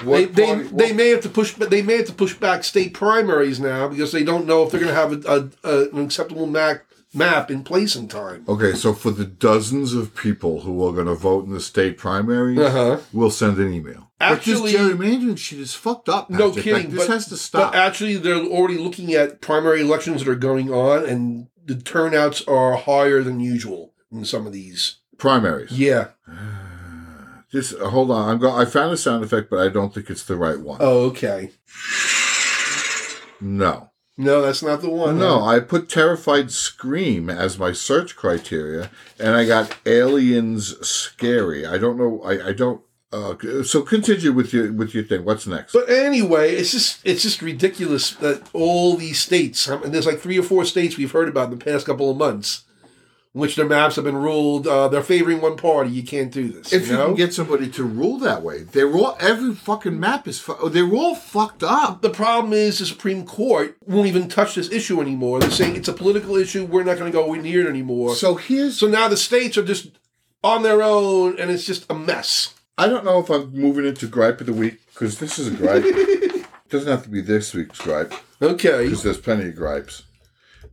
[SPEAKER 1] they,
[SPEAKER 2] What
[SPEAKER 1] they,
[SPEAKER 2] party-
[SPEAKER 1] they
[SPEAKER 2] what-
[SPEAKER 1] may have to push, but they may have to push back state primaries now because they don't know if they're going to have a, a, a, an acceptable map map in place in time.
[SPEAKER 2] okay, so for the dozens of people who are going to vote in the state primaries,
[SPEAKER 1] huh.
[SPEAKER 2] we'll send an email.
[SPEAKER 1] Uh-huh. Actually,
[SPEAKER 2] but this gerrymandering shit is fucked up.
[SPEAKER 1] No
[SPEAKER 2] Patrick. Like,
[SPEAKER 1] kidding,
[SPEAKER 2] this
[SPEAKER 1] but-
[SPEAKER 2] has to stop.
[SPEAKER 1] But actually, they're already looking at primary elections that are going on, and the turnouts are higher than usual in some of these.
[SPEAKER 2] primaries.
[SPEAKER 1] Yeah.
[SPEAKER 2] Just uh, hold on. I'm go- I found a sound effect, but I don't think it's the right one.
[SPEAKER 1] Oh, okay.
[SPEAKER 2] No,
[SPEAKER 1] No, that's not the one.
[SPEAKER 2] no. I put terrified scream as my search criteria, and I got aliens scary. I don't know. I I don't. Uh, so continue with your with your thing. What's next?
[SPEAKER 1] But anyway, it's just it's just ridiculous that all these states, um, and there's like three or four states we've heard about in the past couple of months, in which their maps have been ruled. Uh, they're favoring one party. You can't do this.
[SPEAKER 2] If
[SPEAKER 1] you
[SPEAKER 2] you
[SPEAKER 1] know?
[SPEAKER 2] can get somebody to rule that way, they're all every fucking map is fu- oh, they're all fucked up.
[SPEAKER 1] the problem is the Supreme Court won't even touch this issue anymore. They're saying it's a political issue. We're not going to go near it anymore.
[SPEAKER 2] So here's
[SPEAKER 1] So now the states are just on their own, and it's just a mess.
[SPEAKER 2] I don't know if I'm moving into gripe of the week because this is a gripe. Doesn't have to be this week's gripe
[SPEAKER 1] Okay.
[SPEAKER 2] because there's plenty of gripes.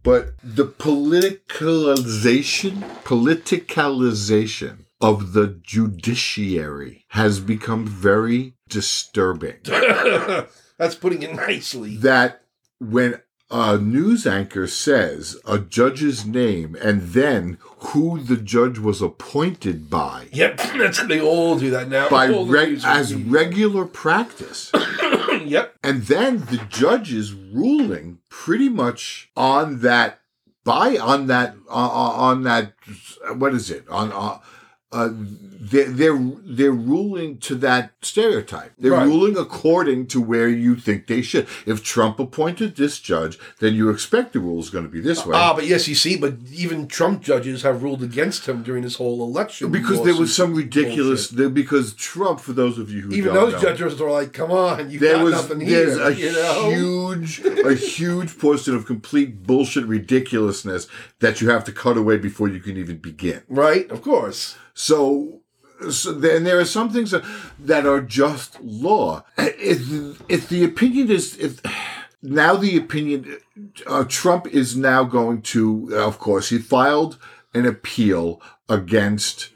[SPEAKER 2] But the politicalization, politicalization of the judiciary has become very disturbing.
[SPEAKER 1] That's putting it nicely.
[SPEAKER 2] that when a news anchor says a judge's name and then who the judge was appointed by
[SPEAKER 1] Yep, that's they all do that now.
[SPEAKER 2] by
[SPEAKER 1] All the
[SPEAKER 2] reg-
[SPEAKER 1] news
[SPEAKER 2] as
[SPEAKER 1] media.
[SPEAKER 2] regular practice
[SPEAKER 1] Yep.
[SPEAKER 2] And then the judge is ruling pretty much on that by on that uh, on that what is it on uh, uh, they're, they're they're ruling to that stereotype. They're
[SPEAKER 1] Right.
[SPEAKER 2] ruling according to where you think they should. If Trump appointed this judge, then you expect the rule is going to be this way.
[SPEAKER 1] Ah, but yes, you see, but even Trump judges have ruled against him during this whole election
[SPEAKER 2] because there was
[SPEAKER 1] lawsuit.
[SPEAKER 2] some ridiculous there, because Trump, for those of you who
[SPEAKER 1] Even
[SPEAKER 2] don't
[SPEAKER 1] those
[SPEAKER 2] know,
[SPEAKER 1] judges were like, "Come on, you
[SPEAKER 2] there
[SPEAKER 1] got
[SPEAKER 2] was
[SPEAKER 1] nothing
[SPEAKER 2] there's
[SPEAKER 1] here." you
[SPEAKER 2] a
[SPEAKER 1] know?
[SPEAKER 2] huge a huge portion of complete bullshit ridiculousness that you have to cut away before you can even begin.
[SPEAKER 1] right? Of course.
[SPEAKER 2] So, so then there are some things that, that are just law. If, if the opinion is if now the opinion uh, Trump is now going to of course he filed an appeal against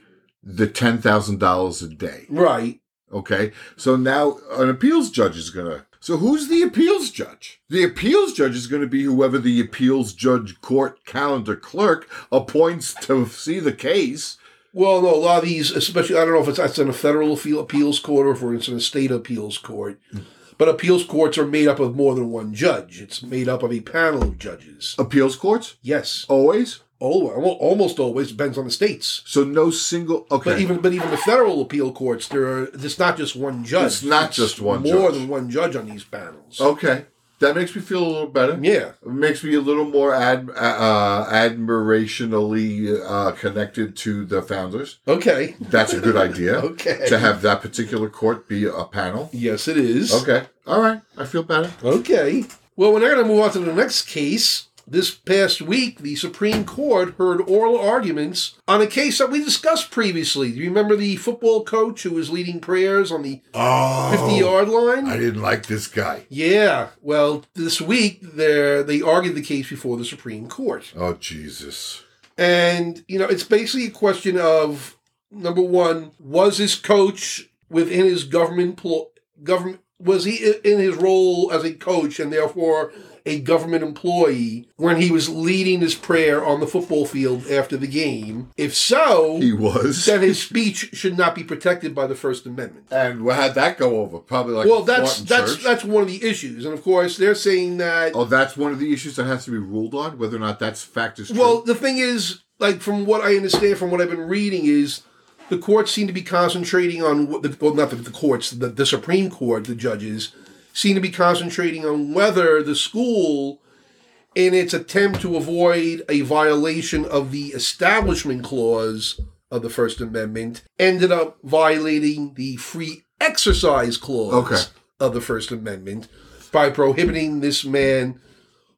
[SPEAKER 2] the ten thousand dollars a day.
[SPEAKER 1] Right.
[SPEAKER 2] Okay, so now an appeals judge is gonna. So who's the appeals judge? The appeals judge is going to be whoever the appeals judge court calendar clerk appoints to see the case.
[SPEAKER 1] Well, no, a lot of these, especially, I don't know if it's that's in a federal appeal, appeals court or if it's in a state appeals court. But appeals courts are made up of more than one judge. It's made up of a panel of judges.
[SPEAKER 2] Appeals courts
[SPEAKER 1] Yes,
[SPEAKER 2] always.
[SPEAKER 1] always, almost always depends on the states.
[SPEAKER 2] So no single. Okay,
[SPEAKER 1] But even but even the federal appeal courts, there are it's not just one judge.
[SPEAKER 2] It's not just one
[SPEAKER 1] More
[SPEAKER 2] judge. Oh.
[SPEAKER 1] than one judge on these panels.
[SPEAKER 2] okay, that makes me feel a little better.
[SPEAKER 1] Yeah.
[SPEAKER 2] It makes me a little more ad, uh, admirationally uh, connected to the founders.
[SPEAKER 1] Okay.
[SPEAKER 2] That's a good idea.
[SPEAKER 1] Okay.
[SPEAKER 2] To have that particular court be a panel.
[SPEAKER 1] Yes, it is.
[SPEAKER 2] Okay. All right. I feel better.
[SPEAKER 1] Okay. Well, we're now going to move on to the next case. This past week, the Supreme Court heard oral arguments on a case that we discussed previously. Do you remember the football coach who was leading prayers on the
[SPEAKER 3] Oh,
[SPEAKER 1] 50 yard line?
[SPEAKER 3] I didn't like this guy.
[SPEAKER 1] yeah. Well, this week, they're- they argued the case before the Supreme Court.
[SPEAKER 3] Oh, Jesus.
[SPEAKER 1] And, you know, it's basically a question of number one, was his coach within his government, pl- government, was he i- in his role as a coach and therefore a government employee when he was leading his prayer on the football field after the game? If so,
[SPEAKER 2] He was.
[SPEAKER 1] then his speech should not be protected by the First Amendment.
[SPEAKER 2] And how'd that go over? Probably like
[SPEAKER 1] Well,
[SPEAKER 2] a
[SPEAKER 1] that's
[SPEAKER 2] fart in
[SPEAKER 1] that's
[SPEAKER 2] church.
[SPEAKER 1] that's one of the issues, and of course they're saying that
[SPEAKER 2] oh, that's one of the issues that has to be ruled on whether or not that's fact is true.
[SPEAKER 1] Well, the thing is, like from what I understand, from what I've been reading, is the courts seem to be concentrating on what the well, not the, the courts, the, the Supreme Court, the judges seem to be concentrating on whether the school, in its attempt to avoid a violation of the Establishment Clause of the First Amendment, ended up violating the Free Exercise Clause
[SPEAKER 2] Okay.
[SPEAKER 1] of the First Amendment by prohibiting this man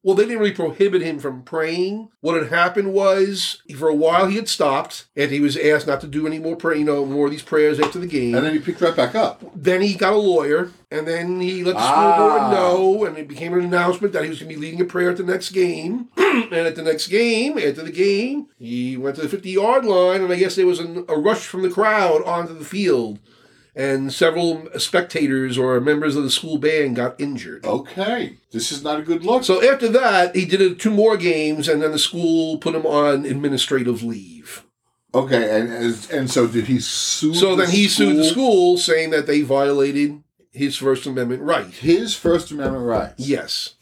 [SPEAKER 1] well, they didn't really prohibit him from praying. What had happened was, for a while, he had stopped, and he was asked not to do any more pray, you know, more of these prayers after the game.
[SPEAKER 2] and then he picked right back up.
[SPEAKER 1] then he got a lawyer, and then he let the school
[SPEAKER 2] Ah.
[SPEAKER 1] board know, and it became an announcement that he was going to be leading a prayer at the next game. and at the next game, after the game, he went to the 50 yard line, and I guess there was an, a rush from the crowd onto the field, and several spectators or members of the school band got injured.
[SPEAKER 2] Okay, this is not a good look.
[SPEAKER 1] So after that, he did it two more games, and then the school put him on administrative leave.
[SPEAKER 2] Okay, and as, and so did he sue?
[SPEAKER 1] So
[SPEAKER 2] the
[SPEAKER 1] then he sued the school, saying that they violated his First Amendment right.
[SPEAKER 2] His First Amendment rights.
[SPEAKER 1] Yes,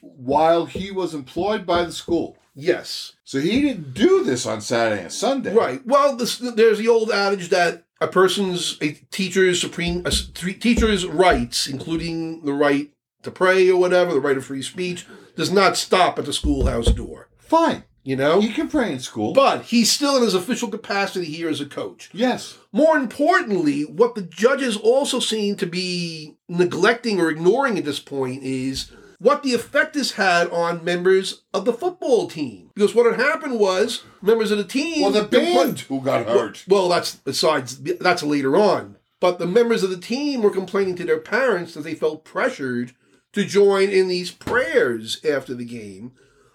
[SPEAKER 2] While he was employed by the school,
[SPEAKER 1] yes,
[SPEAKER 2] so he didn't do this on Saturday and Sunday.
[SPEAKER 1] right. Well, this, there's the old adage that a person's a teacher's supreme a s- three- teacher's rights, including the right to pray or whatever, the right of free speech, does not stop at the schoolhouse door.
[SPEAKER 2] Fine.
[SPEAKER 1] You know.
[SPEAKER 2] He can pray in school.
[SPEAKER 1] But he's still in his official capacity here as a coach.
[SPEAKER 2] yes.
[SPEAKER 1] More importantly, what the judges also seem to be neglecting or ignoring at this point is what the effect this had on members of the football team. Because what had happened was members of the team.
[SPEAKER 2] Well, the band who got hurt.
[SPEAKER 1] Well, that's besides, that's later on. But the members of the team were complaining to their parents that they felt pressured to join in these prayers after the game.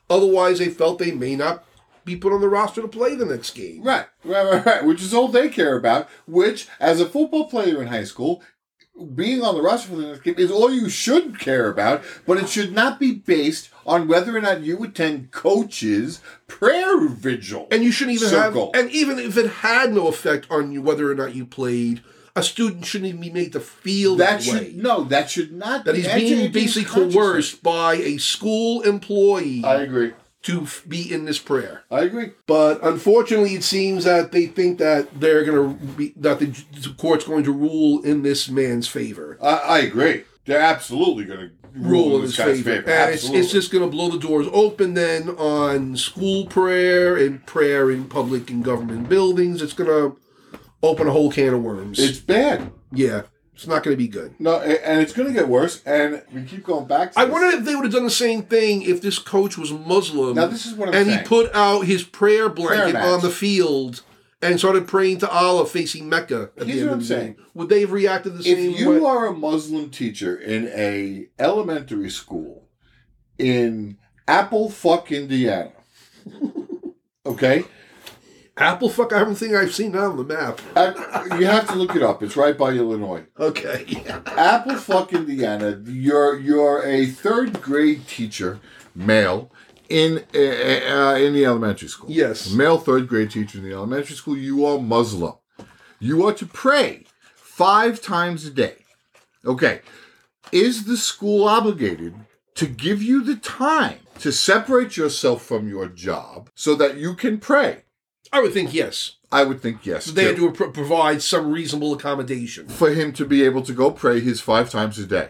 [SPEAKER 1] Otherwise, they felt they may not be put on the roster to play the next game.
[SPEAKER 2] Right, right, right, right. Which is all they care about. Which, as a football player in high school, being on the roster for the next game is all you should care about. But it should not be based on whether or not you attend coaches' prayer vigil.
[SPEAKER 1] And you shouldn't even
[SPEAKER 2] Circle.
[SPEAKER 1] have. And even if it had no effect on you whether or not you played, a student shouldn't even be made to feel
[SPEAKER 4] that
[SPEAKER 1] that,
[SPEAKER 4] should
[SPEAKER 1] way.
[SPEAKER 4] no, that should not.
[SPEAKER 1] That he's
[SPEAKER 4] enter
[SPEAKER 1] being
[SPEAKER 4] into
[SPEAKER 1] basically
[SPEAKER 4] consciousness.
[SPEAKER 1] coerced by a school employee
[SPEAKER 2] I agree.
[SPEAKER 1] to f- be in this prayer.
[SPEAKER 2] I agree.
[SPEAKER 1] But unfortunately, it seems that they think that they're going to be that the, the court's going to rule in this man's favor.
[SPEAKER 2] I, I agree. They're absolutely going to
[SPEAKER 1] Rule in his favor. And it's, it's just going to blow the doors open then on school prayer and prayer in public and government buildings. It's going to open a whole can of worms.
[SPEAKER 2] it's bad.
[SPEAKER 1] yeah, it's not going to be good.
[SPEAKER 2] No, a- and it's going to get worse. And we keep going back. to
[SPEAKER 1] I
[SPEAKER 2] this.
[SPEAKER 1] wonder if they would have done the same thing if this coach was Muslim
[SPEAKER 2] Now this is what I'm
[SPEAKER 1] and
[SPEAKER 2] saying.
[SPEAKER 1] he put out his prayer blanket
[SPEAKER 2] mats.
[SPEAKER 1] on the field and started praying to Allah facing Mecca. At
[SPEAKER 2] Here's
[SPEAKER 1] the end
[SPEAKER 2] what I'm
[SPEAKER 1] of the
[SPEAKER 2] saying.
[SPEAKER 1] Day. Would they have reacted the same
[SPEAKER 2] if you
[SPEAKER 1] way?
[SPEAKER 2] are a Muslim teacher in a elementary school in Apple fuck Indiana, okay,
[SPEAKER 1] Apple fuck, I don't think I've seen that on the map.
[SPEAKER 2] I- you have to look it up. It's right by Illinois.
[SPEAKER 1] Okay.
[SPEAKER 2] Apple fuck Indiana. You're you're a third grade teacher,
[SPEAKER 4] male in uh, uh, in the elementary school.
[SPEAKER 1] Yes.
[SPEAKER 4] male third grade teacher in the elementary school. You are Muslim. You are to pray five times a day. Okay, is the school obligated to give you the time to separate yourself from your job so that you can pray?
[SPEAKER 1] I would think yes.
[SPEAKER 4] I would think yes.
[SPEAKER 1] So they had
[SPEAKER 4] too,
[SPEAKER 1] to pro- provide some reasonable accommodation.
[SPEAKER 4] for him to be able to go pray his five times a day.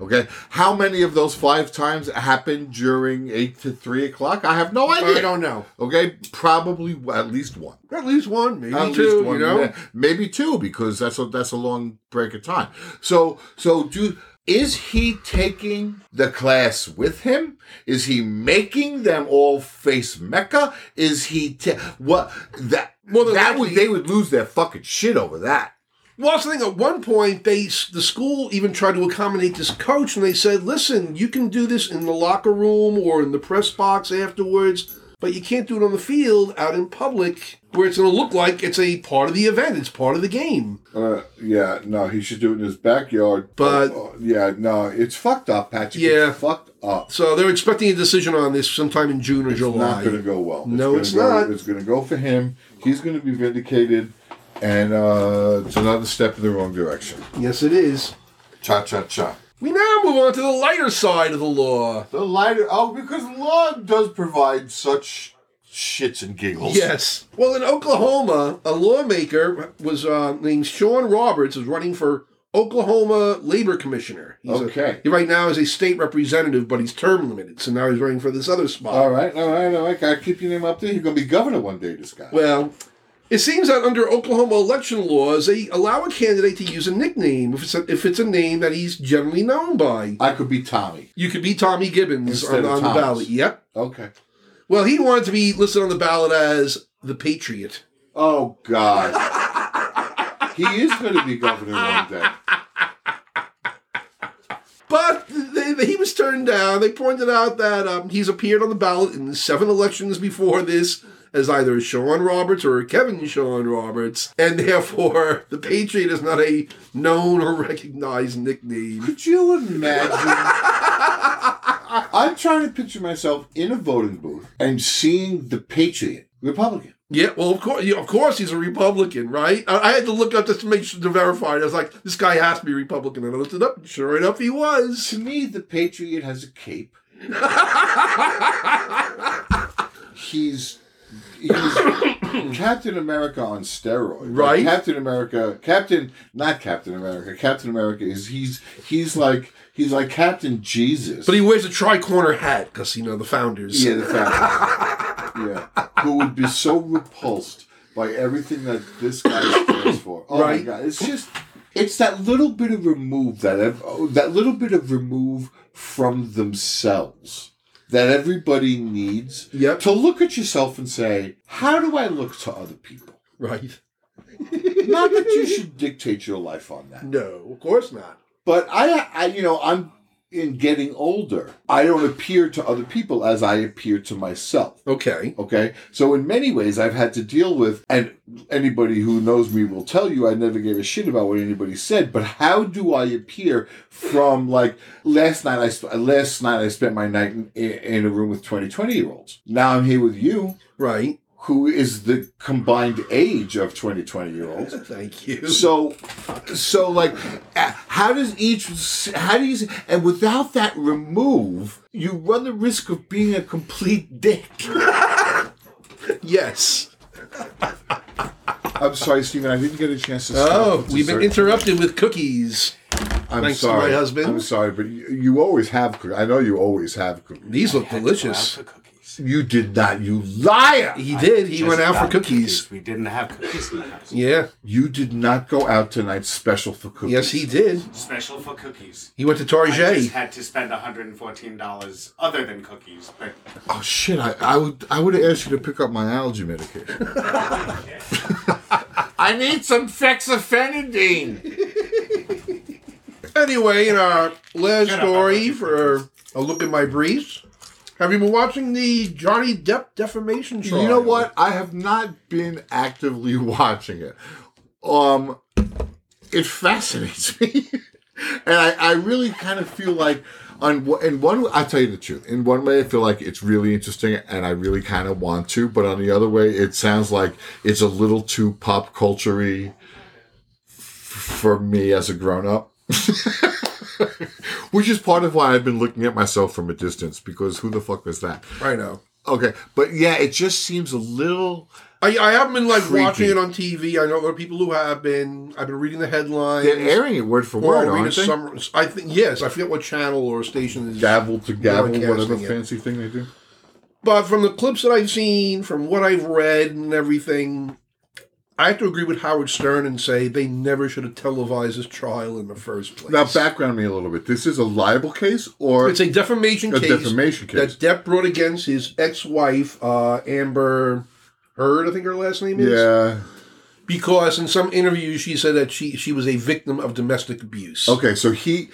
[SPEAKER 4] Okay, how many of those five times happened during eight to three o'clock? I have no idea.
[SPEAKER 1] I don't know.
[SPEAKER 4] Okay, probably w- at least one.
[SPEAKER 1] At least one, maybe
[SPEAKER 4] At
[SPEAKER 1] two,
[SPEAKER 4] least one,
[SPEAKER 1] you know?
[SPEAKER 4] yeah. maybe two, because that's a that's a long break of time. So so do is he taking the class with him? Is he making them all face Mecca? Is he ta- what that
[SPEAKER 1] Well, they're
[SPEAKER 4] that would
[SPEAKER 1] likely-
[SPEAKER 4] they would lose their fucking shit over that.
[SPEAKER 1] Well, I was thinking at one point they the school even tried to accommodate this coach, and they said, "Listen, you can do this in the locker room or in the press box afterwards, but you can't do it on the field out in public where it's going to look like it's a part of the event. It's part of the game."
[SPEAKER 2] Uh, yeah, no, he should do it in his backyard.
[SPEAKER 1] But-
[SPEAKER 2] Uh, yeah, no, it's fucked up, Patrick.
[SPEAKER 1] Yeah.
[SPEAKER 2] it's fucked up.
[SPEAKER 1] So they're expecting a decision on this sometime in June or
[SPEAKER 2] It's not going
[SPEAKER 1] July.
[SPEAKER 2] to go well.
[SPEAKER 1] No,
[SPEAKER 2] gonna
[SPEAKER 1] it's
[SPEAKER 2] go-
[SPEAKER 1] not.
[SPEAKER 2] It's going to go for him. He's going to be vindicated.
[SPEAKER 4] And uh, it's another step in the wrong direction.
[SPEAKER 1] Yes, it is.
[SPEAKER 2] Cha cha cha.
[SPEAKER 1] We now move on to the lighter side of the law.
[SPEAKER 2] The lighter. Oh, because law does provide such shits and giggles.
[SPEAKER 1] Yes. Well, in Oklahoma, a lawmaker was uh, named Sean Roberts is running for Oklahoma Labor Commissioner. He's a-
[SPEAKER 2] Okay.
[SPEAKER 1] he right now is a state representative, but he's term limited, so now he's running for this other spot.
[SPEAKER 2] All right, all right, all right. Gotta keep your name up there. You're gonna be governor one day, this guy.
[SPEAKER 1] Well, it seems that under Oklahoma election laws, they allow a candidate to use a nickname if it's a, if it's a name that he's generally known by.
[SPEAKER 2] I could be Tommy.
[SPEAKER 1] You could be Tommy Gibbons
[SPEAKER 2] Instead
[SPEAKER 1] on,
[SPEAKER 2] of
[SPEAKER 1] on the
[SPEAKER 2] Thomas.
[SPEAKER 1] ballot. Yep.
[SPEAKER 2] Okay.
[SPEAKER 1] Well, he wanted to be listed on the ballot as the Patriot.
[SPEAKER 2] Oh God. he is gonna be governor one day.
[SPEAKER 1] But they, they- he was turned down. They pointed out that um, he's appeared on the ballot in seven elections before this as either Sean Roberts or Kevin Sean Roberts, and therefore the Patriot is not a known or recognized nickname.
[SPEAKER 2] Could you imagine? I'm trying to picture myself in a voting booth and seeing the Patriot Republican.
[SPEAKER 1] Yeah, well, of course, of course, he's a Republican, right? I, I had to look up just to make sure to verify. it. I was like, this guy has to be Republican, and I looked it up. Sure enough, he was.
[SPEAKER 2] To me, the Patriot has a cape. he's he's Captain America on steroids. Like,
[SPEAKER 1] Right.
[SPEAKER 2] Captain America Captain not Captain America. Captain America is he's he's like he's like Captain Jesus.
[SPEAKER 1] But he wears a tri-corner hat because you know the founders.
[SPEAKER 2] Yeah, the fact. yeah. Who would be so repulsed by everything that this guy stands for. Oh
[SPEAKER 1] Right.
[SPEAKER 2] my god. It's just it's that little bit of remove that ev- oh, that little bit of remove from themselves that everybody needs
[SPEAKER 1] Yep.
[SPEAKER 2] to look at yourself and say, how do I look to other people?
[SPEAKER 1] Right.
[SPEAKER 2] Not that you should dictate your life on that.
[SPEAKER 1] No, of course not.
[SPEAKER 2] But I, I you know, I'm in getting older. I don't appear to other people as I appear to myself.
[SPEAKER 1] Okay.
[SPEAKER 2] Okay. So in many ways I've had to deal with and anybody who knows me will tell you I never gave a shit about what anybody said, but how do I appear from like last night I sp- last night I spent my night in, in a room with 20 20 year olds. Now I'm here with you.
[SPEAKER 1] Right.
[SPEAKER 2] who is the combined age of 20 20 year olds
[SPEAKER 1] Thank you.
[SPEAKER 2] so so like uh, how does each how do you and without that remove you run the risk of being a complete dick
[SPEAKER 1] yes.
[SPEAKER 2] i'm sorry stephen i didn't get a chance to stop
[SPEAKER 1] Oh,
[SPEAKER 2] and
[SPEAKER 1] we've been
[SPEAKER 2] dessert.
[SPEAKER 1] interrupted with cookies.
[SPEAKER 2] i'm
[SPEAKER 1] thanks to
[SPEAKER 2] sorry
[SPEAKER 1] my husband.
[SPEAKER 2] i'm sorry but you, you always have cookies i know you always have cookies
[SPEAKER 1] These look
[SPEAKER 5] Just
[SPEAKER 1] delicious.
[SPEAKER 5] for cookies.
[SPEAKER 2] you did not you liar
[SPEAKER 1] He did. He
[SPEAKER 5] Just
[SPEAKER 1] went out for
[SPEAKER 5] about
[SPEAKER 1] cookies.
[SPEAKER 5] We didn't have cookies in the house.
[SPEAKER 1] Yeah.
[SPEAKER 2] you did not go out tonight special for cookies
[SPEAKER 1] Yes, he did.
[SPEAKER 5] Special for cookies.
[SPEAKER 1] He went to
[SPEAKER 5] I just
[SPEAKER 1] Target.
[SPEAKER 5] had to spend $114 other than cookies, but
[SPEAKER 2] oh shit i, I would i would have asked you to pick up my allergy medication i need some fexofenadine
[SPEAKER 1] Anyway, in our last
[SPEAKER 5] Shut up, I
[SPEAKER 1] story
[SPEAKER 5] want you
[SPEAKER 1] for a look at my briefs, have you been watching the Johnny Depp defamation trial?
[SPEAKER 2] You know what? I have not been actively watching it. Um, it fascinates me, and I, I really kind of feel like on one- in one. I tell you the truth. In one way, I feel like it's really interesting, and I really kind of want to. But on the other way, it sounds like it's a little too pop culturey for me as a grown up. Which is part of why I've been looking at myself from a distance because who the fuck was that?
[SPEAKER 1] I know.
[SPEAKER 2] Okay, but yeah, it just seems a little.
[SPEAKER 1] I, I haven't been like
[SPEAKER 2] Creepy.
[SPEAKER 1] watching it on TV. I know there are people who have been. I've been reading the headlines.
[SPEAKER 2] They're airing it word for
[SPEAKER 1] Or I'll
[SPEAKER 2] word,
[SPEAKER 1] read
[SPEAKER 2] aren't
[SPEAKER 1] a
[SPEAKER 2] they?
[SPEAKER 1] summary. I think yes. I forget what channel or station it is.
[SPEAKER 2] gavel to gavel,
[SPEAKER 1] Broadcasting
[SPEAKER 2] whatever
[SPEAKER 1] it.
[SPEAKER 2] fancy thing they do.
[SPEAKER 1] But from the clips that I've seen, from what I've read and everything, I have to agree with Howard Stern and say they never should have televised this trial in the first place.
[SPEAKER 2] Now, background me a little bit. This is a libel case or
[SPEAKER 1] It's a defamation
[SPEAKER 2] a
[SPEAKER 1] case
[SPEAKER 2] defamation case?
[SPEAKER 1] that Depp brought against his ex-wife uh, Amber Heard, I think her last name is.
[SPEAKER 2] yeah.
[SPEAKER 1] Because in some interview she said that she she was a victim of domestic abuse.
[SPEAKER 2] Okay, so he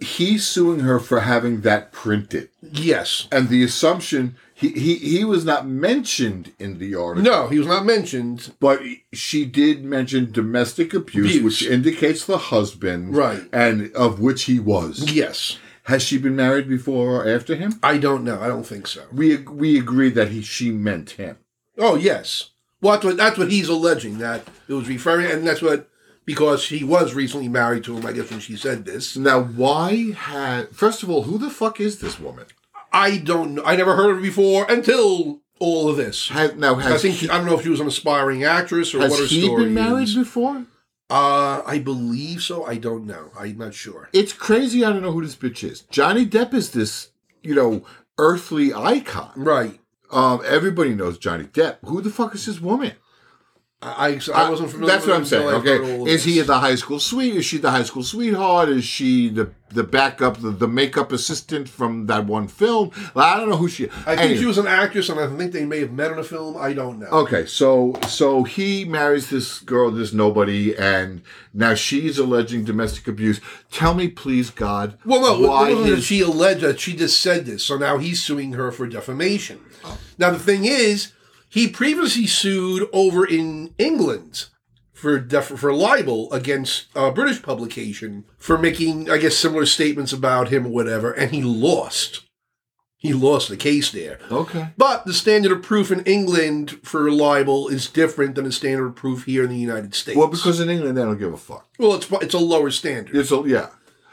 [SPEAKER 2] he's suing her for having that printed,
[SPEAKER 1] Yes.
[SPEAKER 2] and the assumption he he, he was not mentioned in the article.
[SPEAKER 1] No, he was not mentioned.
[SPEAKER 2] But she did mention domestic abuse,
[SPEAKER 1] Abuse.
[SPEAKER 2] which indicates the husband,
[SPEAKER 1] Right.
[SPEAKER 2] And of which he was.
[SPEAKER 1] Yes.
[SPEAKER 2] Has she been married before or after him?
[SPEAKER 1] I don't know. I don't think so.
[SPEAKER 2] we we agreed that he she meant him.
[SPEAKER 1] Oh yes. Well, that's what that's what he's alleging that it was referring, and that's what because he was recently married to him. I guess when she said this,
[SPEAKER 2] Now, why had first of all, who the fuck is this woman?
[SPEAKER 1] I don't. know. I never heard of her before until all of this.
[SPEAKER 2] Has, now, has
[SPEAKER 1] I think
[SPEAKER 2] he,
[SPEAKER 1] I don't know if she was an aspiring actress or
[SPEAKER 2] has
[SPEAKER 1] what her
[SPEAKER 2] he
[SPEAKER 1] story
[SPEAKER 2] been married
[SPEAKER 1] is.
[SPEAKER 2] before?
[SPEAKER 1] Uh, I believe so. I don't know. I'm not sure.
[SPEAKER 2] It's crazy. I don't know who this bitch is. Johnny Depp is this, you know, earthly icon.
[SPEAKER 1] Right.
[SPEAKER 2] Um, everybody knows Johnny Depp. Who the fuck is this woman?
[SPEAKER 1] I I, I wasn't familiar.
[SPEAKER 2] Uh, That's
[SPEAKER 1] with
[SPEAKER 2] what
[SPEAKER 1] him
[SPEAKER 2] I'm
[SPEAKER 1] until
[SPEAKER 2] saying.
[SPEAKER 1] I heard all of
[SPEAKER 2] Okay, is he
[SPEAKER 1] this.
[SPEAKER 2] the high school sweet? Is she the high school sweetheart? Is she the the backup, the, the makeup assistant from that one film? I don't know who she.
[SPEAKER 1] I think she was an actress, and I think they may have met in a film. I don't know.
[SPEAKER 2] Okay, so so he marries this girl, this nobody, and now she's alleging domestic abuse. Tell me, please, God,
[SPEAKER 1] Well, no,
[SPEAKER 2] why
[SPEAKER 1] it wasn't that
[SPEAKER 2] his,
[SPEAKER 1] she alleged that she just said this, so now he's suing her for defamation.
[SPEAKER 2] Oh.
[SPEAKER 1] Now the thing is, he previously sued over in England for def- for libel against a British publication for making, I guess, similar statements about him or whatever, and he lost. He lost the case there.
[SPEAKER 2] okay,
[SPEAKER 1] But the standard of proof in England for libel is different than the standard of proof here in the United States.
[SPEAKER 2] well, because in England they don't give a fuck.
[SPEAKER 1] well, it's it's a lower standard.
[SPEAKER 2] It's a, yeah.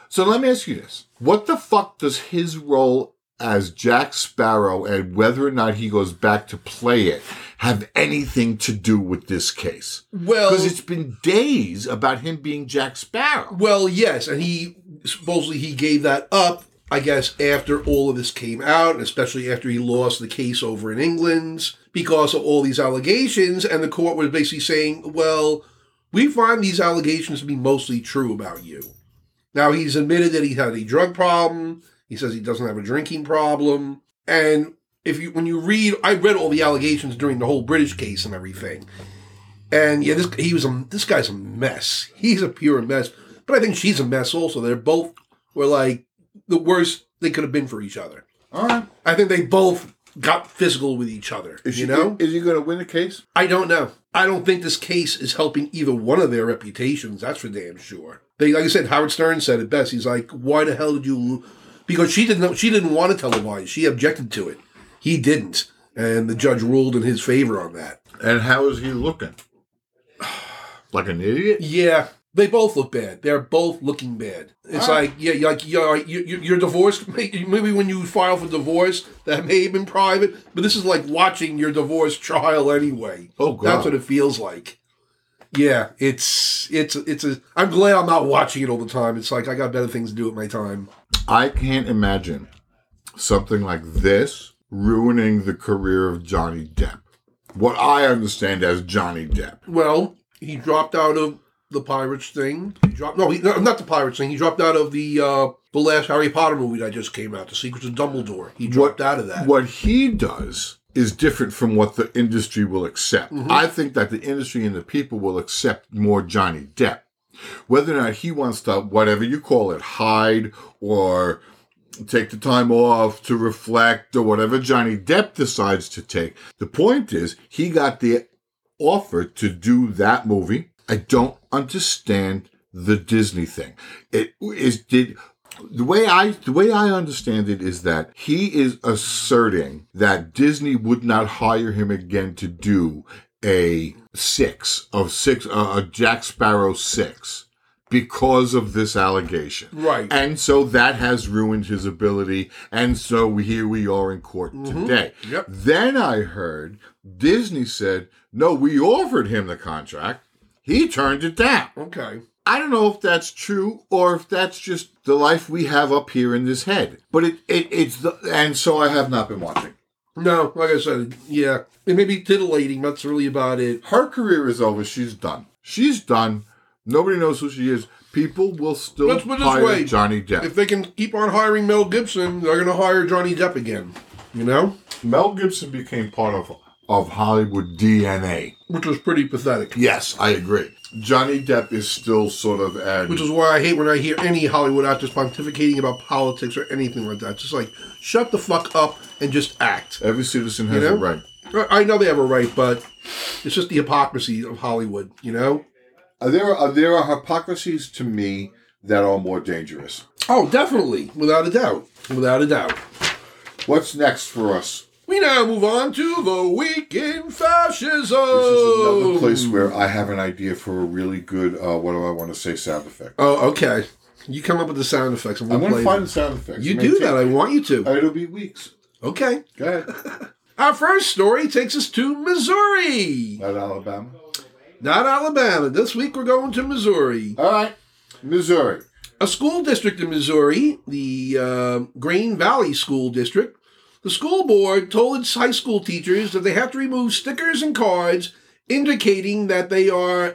[SPEAKER 2] So let me ask you this: What the fuck does his role as Jack Sparrow and whether or not he goes back to play it have anything to do with this case?
[SPEAKER 1] well,
[SPEAKER 2] Because it's been days about him being Jack Sparrow.
[SPEAKER 1] Well, yes, and he supposedly he gave that up. I guess after all of this came out, and especially after he lost the case over in England because of all these allegations, and the court was basically saying, "Well, we find these allegations to be mostly true about you." Now he's admitted that he had a drug problem. He says he doesn't have a drinking problem, and if you when you read, I read all the allegations during the whole British case and everything. And yeah, this he was a this guy's a mess. He's a pure mess. But I think she's a mess also. They're both were like the worst they could have been for each other.
[SPEAKER 2] All right,
[SPEAKER 1] I think they both got physical with each other.
[SPEAKER 2] is she,
[SPEAKER 1] you know?
[SPEAKER 2] is he going to win the case?
[SPEAKER 1] I don't know. I don't think this case is helping either one of their reputations. That's for damn sure. They, like I said, Howard Stern said it best. He's like, "Why the hell did you?" Because she didn't. She didn't want to televise. She objected to it. He didn't, and the judge ruled in his favor on that.
[SPEAKER 2] And how is he looking? Like an idiot?
[SPEAKER 1] Yeah, they both look bad. They're both looking bad. It's like yeah, you're like you're, you you- you're divorced. Maybe maybe when you file for divorce, that may have been private, but this is like watching your divorce trial anyway.
[SPEAKER 2] Oh
[SPEAKER 1] That's
[SPEAKER 2] god.
[SPEAKER 1] what it feels like. Yeah, it's it's it's a. I'm glad I'm not watching it all the time. It's like I got better things to do with my time.
[SPEAKER 2] I can't imagine something like this ruining the career of Johnny Depp. What I understand as Johnny Depp.
[SPEAKER 1] Well, he dropped out of the Pirates thing. He dropped no, he, no, not the Pirates thing. He dropped out of the uh, the last Harry Potter movie that just came out, The Secrets of Dumbledore. He dropped out of that.
[SPEAKER 2] What he does is different from what the industry will accept. I think that the industry and the people will accept more Johnny Depp. Whether or not he wants to, whatever you call it, hide or take the time off to reflect or whatever Johnny Depp decides to take. The point is, he got the offer to do that movie. I don't understand the Disney thing. It is did the way I the way I understand it is that he is asserting that Disney would not hire him again to do a six of six uh, a Jack Sparrow six because of this allegation.
[SPEAKER 1] Right.
[SPEAKER 2] And so that has ruined his ability. And so here we are in court today.
[SPEAKER 1] Mm-hmm. Yep.
[SPEAKER 2] Then I heard Disney said, no, we offered him the contract. He turned it down.
[SPEAKER 1] Okay.
[SPEAKER 2] I don't know if that's true or if that's just the life we have up here in this head. But it, it it's the and so I have not been watching.
[SPEAKER 1] No, like I said, yeah, it may be titillating. That's really about it.
[SPEAKER 2] Her career is over. She's done. She's done. Nobody knows who she is. People will still
[SPEAKER 1] Let's put it this
[SPEAKER 2] hire
[SPEAKER 1] way.
[SPEAKER 2] Johnny Depp.
[SPEAKER 1] If they can keep on hiring Mel Gibson, they're going to hire Johnny Depp again. You know,
[SPEAKER 2] Mel Gibson became part of of Hollywood DNA.
[SPEAKER 1] which was pretty pathetic.
[SPEAKER 2] Yes, I agree. Johnny Depp is still sort of an
[SPEAKER 1] Which is why I hate when I hear any Hollywood actors pontificating about politics or anything like that. Just like, shut the fuck up and just act.
[SPEAKER 2] every citizen has
[SPEAKER 1] You know?
[SPEAKER 2] a right.
[SPEAKER 1] I I know they have a right, but it's just the hypocrisy of Hollywood, you know?
[SPEAKER 6] Uh, There are there are hypocrisies to me that are more dangerous.
[SPEAKER 1] Oh, definitely. Without a doubt. Without a doubt.
[SPEAKER 6] What's next for us?
[SPEAKER 1] We now move on to the week in fascism.
[SPEAKER 6] This is
[SPEAKER 1] Oh.
[SPEAKER 6] another place where I have an idea for a really good. Uh, what do I want to say? Sound effect.
[SPEAKER 1] Oh, okay. You come up with the sound effects. I'm
[SPEAKER 6] I'm
[SPEAKER 1] going to
[SPEAKER 6] gonna
[SPEAKER 1] play
[SPEAKER 6] find
[SPEAKER 1] them.
[SPEAKER 6] the sound effects.
[SPEAKER 1] You
[SPEAKER 6] It may
[SPEAKER 1] do that. I
[SPEAKER 6] take- Uh,
[SPEAKER 1] want you to.
[SPEAKER 6] It'll be weeks.
[SPEAKER 1] Okay.
[SPEAKER 6] Go ahead.
[SPEAKER 1] Our first story takes us to Missouri,
[SPEAKER 6] Not Alabama.
[SPEAKER 1] not Alabama. This week we're going to Missouri.
[SPEAKER 6] All right. Missouri.
[SPEAKER 1] A school district in Missouri, the uh, Grain Valley School District, the school board told its high school teachers that they have to remove stickers and cards indicating that they are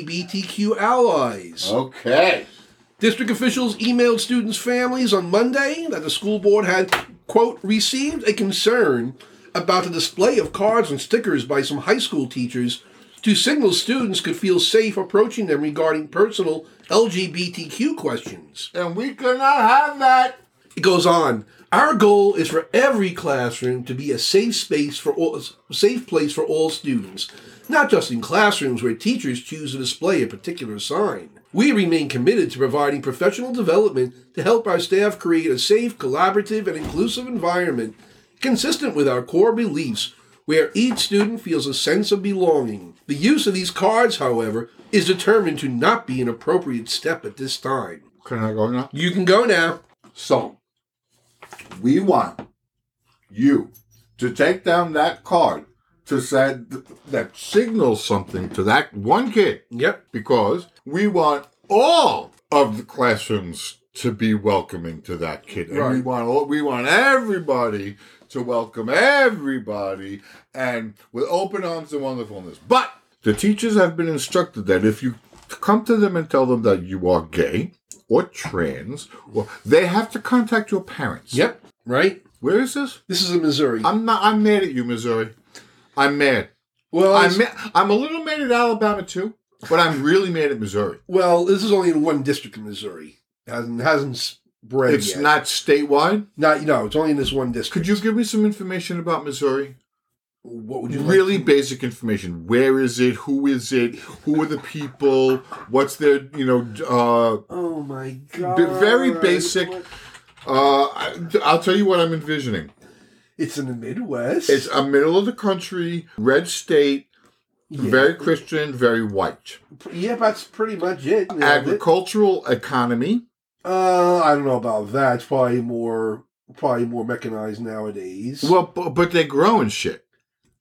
[SPEAKER 1] LGBTQ allies.
[SPEAKER 6] Okay.
[SPEAKER 1] District officials emailed students' families on Monday that the school board had, quote, received a concern about the display of cards and stickers by some high school teachers to signal students could feel safe approaching them regarding personal LGBTQ questions.
[SPEAKER 2] And we could not have that.
[SPEAKER 1] It goes on. Our goal is for every classroom to be a safe space for all, safe place for all students, not just in classrooms where teachers choose to display a particular sign. We remain committed to providing professional development to help our staff create a safe, collaborative, and inclusive environment consistent with our core beliefs where each student feels a sense of belonging. The use of these cards, however, is determined to not be an appropriate step at this time.
[SPEAKER 2] Can I go now?
[SPEAKER 1] You can go now.
[SPEAKER 2] So, we want you to take down that card to say that signals something to that one kid
[SPEAKER 1] Yep.
[SPEAKER 2] because we want all of the classrooms to be welcoming to that kid, and we
[SPEAKER 1] Right.
[SPEAKER 2] want all, we want everybody to welcome everybody, and with open arms and wonderfulness. But the teachers have been instructed that if you come to them and tell them that you are gay or trans, or they have to contact your parents.
[SPEAKER 1] Yep. Right.
[SPEAKER 2] Where is this?
[SPEAKER 1] This is in Missouri.
[SPEAKER 2] I'm not. I'm mad at you, Missouri. I'm mad.
[SPEAKER 1] well,
[SPEAKER 2] I'm
[SPEAKER 1] it's-
[SPEAKER 2] ma- I'm a little mad at Alabama too, but I'm really mad at Missouri.
[SPEAKER 1] well, this is only in one district in Missouri. hasn't hasn't spread
[SPEAKER 2] It's
[SPEAKER 1] yet.
[SPEAKER 2] not statewide.
[SPEAKER 1] not. No, it's only in this one district.
[SPEAKER 2] Could you give me some information about Missouri?
[SPEAKER 1] What would you like?
[SPEAKER 2] Really basic information. Where is it? Who is it? Who are the people? What's their, you know,
[SPEAKER 1] Oh my
[SPEAKER 2] uh,
[SPEAKER 1] god.
[SPEAKER 2] b- very basic. Uh, I- I'll tell you what I'm envisioning.
[SPEAKER 1] It's in the Midwest.
[SPEAKER 4] It's a middle of the country, red state,
[SPEAKER 1] yeah.
[SPEAKER 4] very Christian, very white.
[SPEAKER 1] Yeah, that's pretty much it. Nailed it.
[SPEAKER 4] Agricultural economy.
[SPEAKER 1] Uh, I don't know about that. It's probably more probably more mechanized nowadays.
[SPEAKER 4] Well, but, but they're growing shit.